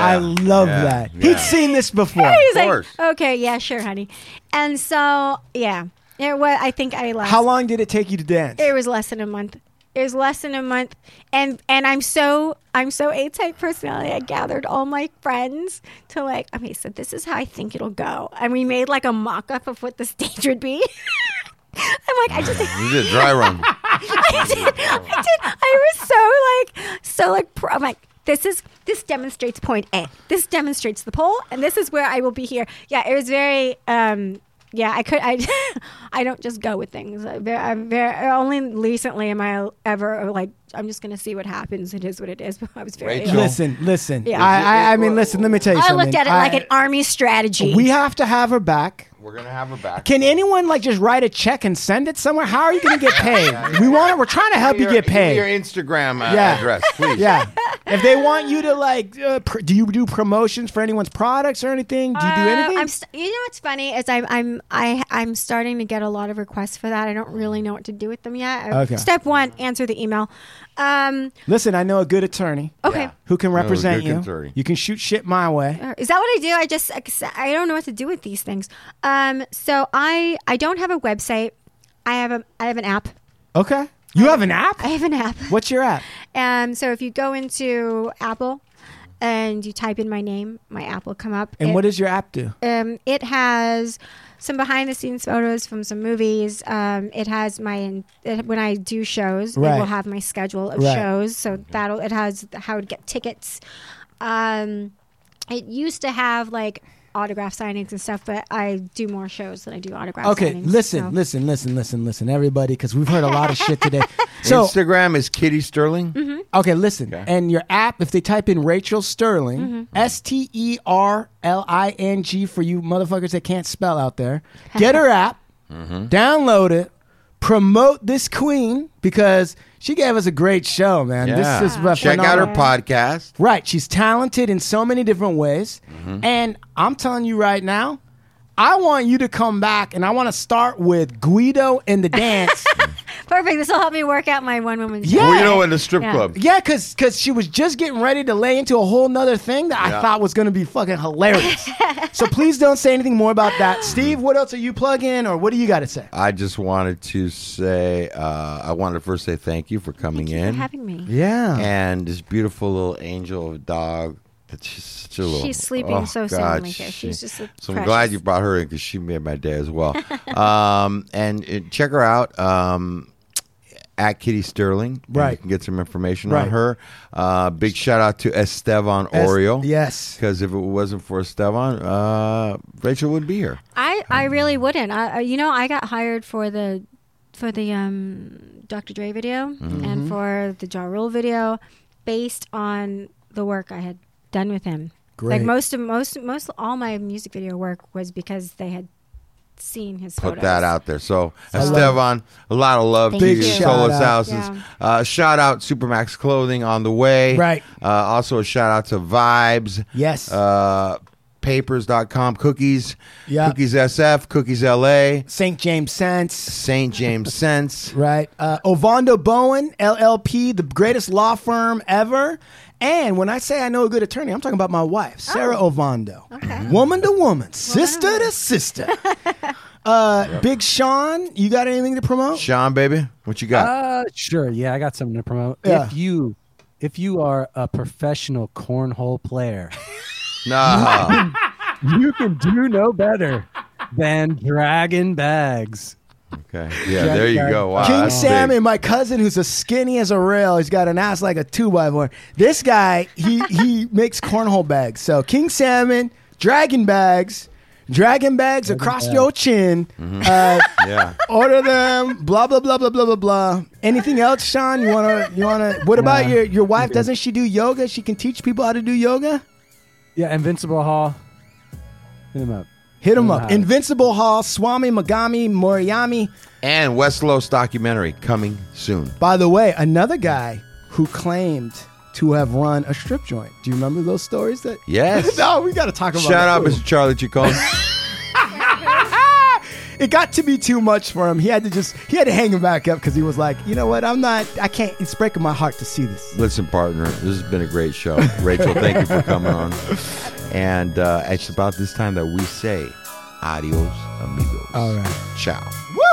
S4: I love that. He'd seen this before.
S6: And he's like, okay, yeah, sure, honey, and so yeah, it was. I think I laughed.
S4: How long did it take you to dance?
S6: It was less than a month. It was less than a month, and and I'm so I'm so A type personality. I gathered all my friends to like. Okay, so this is how I think it'll go, and we made like a mock up of what the <laughs> stage would be. I'm like, I just
S3: You did a dry run.
S4: <laughs>
S6: I did. I did. I was so like, so like, pro- I'm like, this is this demonstrates point A. This demonstrates the pole, and this is where I will be here. Yeah, it was very. um yeah, I could. I, <laughs> I don't just go with things. I ve- I'm very, only recently am I ever like I'm just gonna see what happens. It is what it is. <laughs> I was very.
S3: Rachel.
S4: Listen, listen.
S6: Yeah.
S4: I, I, I mean, listen. Let me tell you
S6: I
S4: something.
S6: looked at it
S4: I-
S6: like an army strategy.
S4: We have to have her back.
S3: We're gonna have her back.
S4: Can anyone like just write a check and send it somewhere?
S3: <laughs>
S4: How are you going to get paid? we want it. We're trying to help you
S3: Your-
S4: get
S3: Your
S4: paid.
S3: Instagram uh,
S4: Yeah.
S3: address, please.
S4: Yeah. if they want you to like, uh, pr- do you do promotions for anyone's products or anything? Do you do
S6: Uh,
S4: anything?
S6: I'm st- you know what's funny is I'm I'm I, I'm starting to get a lot of requests for that. I don't really know what to do with them yet. I-
S4: Okay.
S6: Step one: answer the email. Um,
S4: Listen, I know a good attorney.
S6: Okay. Yeah.
S4: Who can
S6: Know a
S4: represent
S3: good
S4: you?
S3: attorney.
S4: You can shoot shit my way.
S6: Uh, Is that what I do? I just I don't know what to do with these things. Um, so I I don't have a website. I have a I have an app. <laughs>
S4: Okay. You have an app?
S6: I have an app.
S4: What's your app?
S6: Um, so if you go into Apple and you type in my name, my app will come up.
S4: And
S6: It-
S4: what does your app do?
S6: Um, it has some behind the scenes photos from some movies. Um, it has my it, when I do shows, it
S12: Right.
S6: will have my schedule of
S12: Right.
S6: shows. So that'll it has how to get tickets. Um, it used to have like autograph signings and stuff, but I do more shows than I do autograph.
S4: Okay,
S6: signings,
S4: listen,
S6: so-
S4: listen, listen, listen, listen, everybody, because we've heard a lot of
S3: <laughs>
S4: shit today. <laughs> So,
S3: Instagram is Kitty Sterling.
S6: Mm-hmm.
S4: okay, listen. And your app, if they type in Rachel
S6: Mhm.
S4: Sterling, S T E R L I N G for you motherfuckers that can't spell out there, get her app,
S3: Mm-hmm.
S4: download it, promote this queen because she gave us a great show, man.
S3: Yeah.
S4: This is a
S3: Check out her
S4: phenomenal-
S3: podcast.
S4: Right. She's talented in so many different ways.
S3: Mm-hmm.
S4: And I'm telling you right now, I want you to come back and I want to start with Guido and the dance.
S6: Perfect. This will help me work out my one woman.
S4: yeah.
S6: Yeah.
S4: Yeah, because she was just getting ready to lay into a whole nother thing that
S6: Yeah.
S4: I thought was going to be fucking hilarious. <laughs> so please don't say anything more about that. Steve, what else are you plugging or what do you got to say?
S3: I just wanted to say, uh, I wanted to first say thank you for coming
S6: you for
S3: in.
S6: having me.
S4: Yeah.
S3: And this beautiful little angel of a dog. That's just such a little,
S6: She's sleeping
S3: oh,
S6: so
S3: God,
S6: soundly here.
S3: she-
S6: She's just a
S3: So I'm glad
S6: precious.
S3: you brought her in because she made my day as
S6: <laughs>
S3: well. um, and uh, check her out um, at Kitty Sterling. and You
S4: Right.
S3: can get some information on
S4: Right.
S3: her. Uh, big shout out to Estevan
S4: Es-
S3: Oriol.
S4: Yes.
S3: Because if it wasn't for Estevan, uh, Rachel would be here.
S6: I, I really wouldn't. I I- you know I got hired for the for the um, Dr. Dre video and
S3: Mm-hmm.
S12: Mhm.
S6: for the Ja Rule video based on the work I had done with him.
S12: Great.
S6: Like most of most most all my music video work was because they had seen his
S3: put
S6: photos.
S3: that out there. So,
S6: I love
S3: Estevan, a lot of love
S6: Thank
S3: to you,
S6: you. Big
S3: Solus
S6: shout out.
S3: Houses. Uh, shout out Supermax Clothing on the way.
S4: Right.
S3: Uh, also, a shout out to Vibes.
S4: Yes.
S3: Uh, Papers.com, Cookies.
S4: Yeah.
S3: Cookies SF, Cookies LA.
S4: St. James Sense.
S3: St. James <laughs> Sense.
S4: Right. Uh, Ovando Bowen, LLP, the greatest law firm ever. And when I say I know a good attorney, I'm talking about my wife, Sarah Ovando. Oh. Okay. Woman to woman, sister to <laughs> sister. Uh, Big Sean, you got anything to promote?
S3: Sean, baby, what you got?
S7: Uh, sure. Yeah, I got something to promote.
S4: Yeah.
S7: If you, if you are a professional
S4: <laughs>
S7: cornhole player,
S3: no,
S7: you can do no better than Dragon Bags.
S3: Okay. Yeah, there you go. Wow,
S4: King
S3: that's
S4: Sam
S3: big.
S4: and my cousin, who's as skinny as a rail, he's got an ass like a two by four. This guy, he <laughs> he makes cornhole bags. So King Salmon, dragon bags, dragon bags across
S7: bags. Mm-hmm.
S4: your chin. Uh,
S3: yeah.
S4: Order them. Blah blah blah blah blah blah blah. Anything else, Sean? You wanna you wanna? What about
S7: Nah.
S4: your your wife? Doesn't she do yoga? She can teach people how to do yoga.
S7: Yeah, Invincible Hall. Hit him up.
S4: Hit them
S7: Hit 'em
S4: up.
S7: high.
S4: Invincible Hall, Swami Magami Moriyami.
S3: And Westlow's documentary coming soon.
S4: By the way, another guy who claimed to have run a strip joint. Do you remember those stories? That
S3: <laughs> Yes.
S4: <laughs> no, we got to talk about.
S3: Shout out,
S4: it.
S3: Mr. Charlie Chacon.
S4: It got to be too much for him. He had to just he had to hang him back up because he was like, you know what? I'm not. I can't. It's breaking my heart to see this.
S3: Listen, partner, this has been a great show. Rachel, thank you for coming on. And uh, it's about this time that we say adios, amigos. All right. Ciao.
S4: Woo!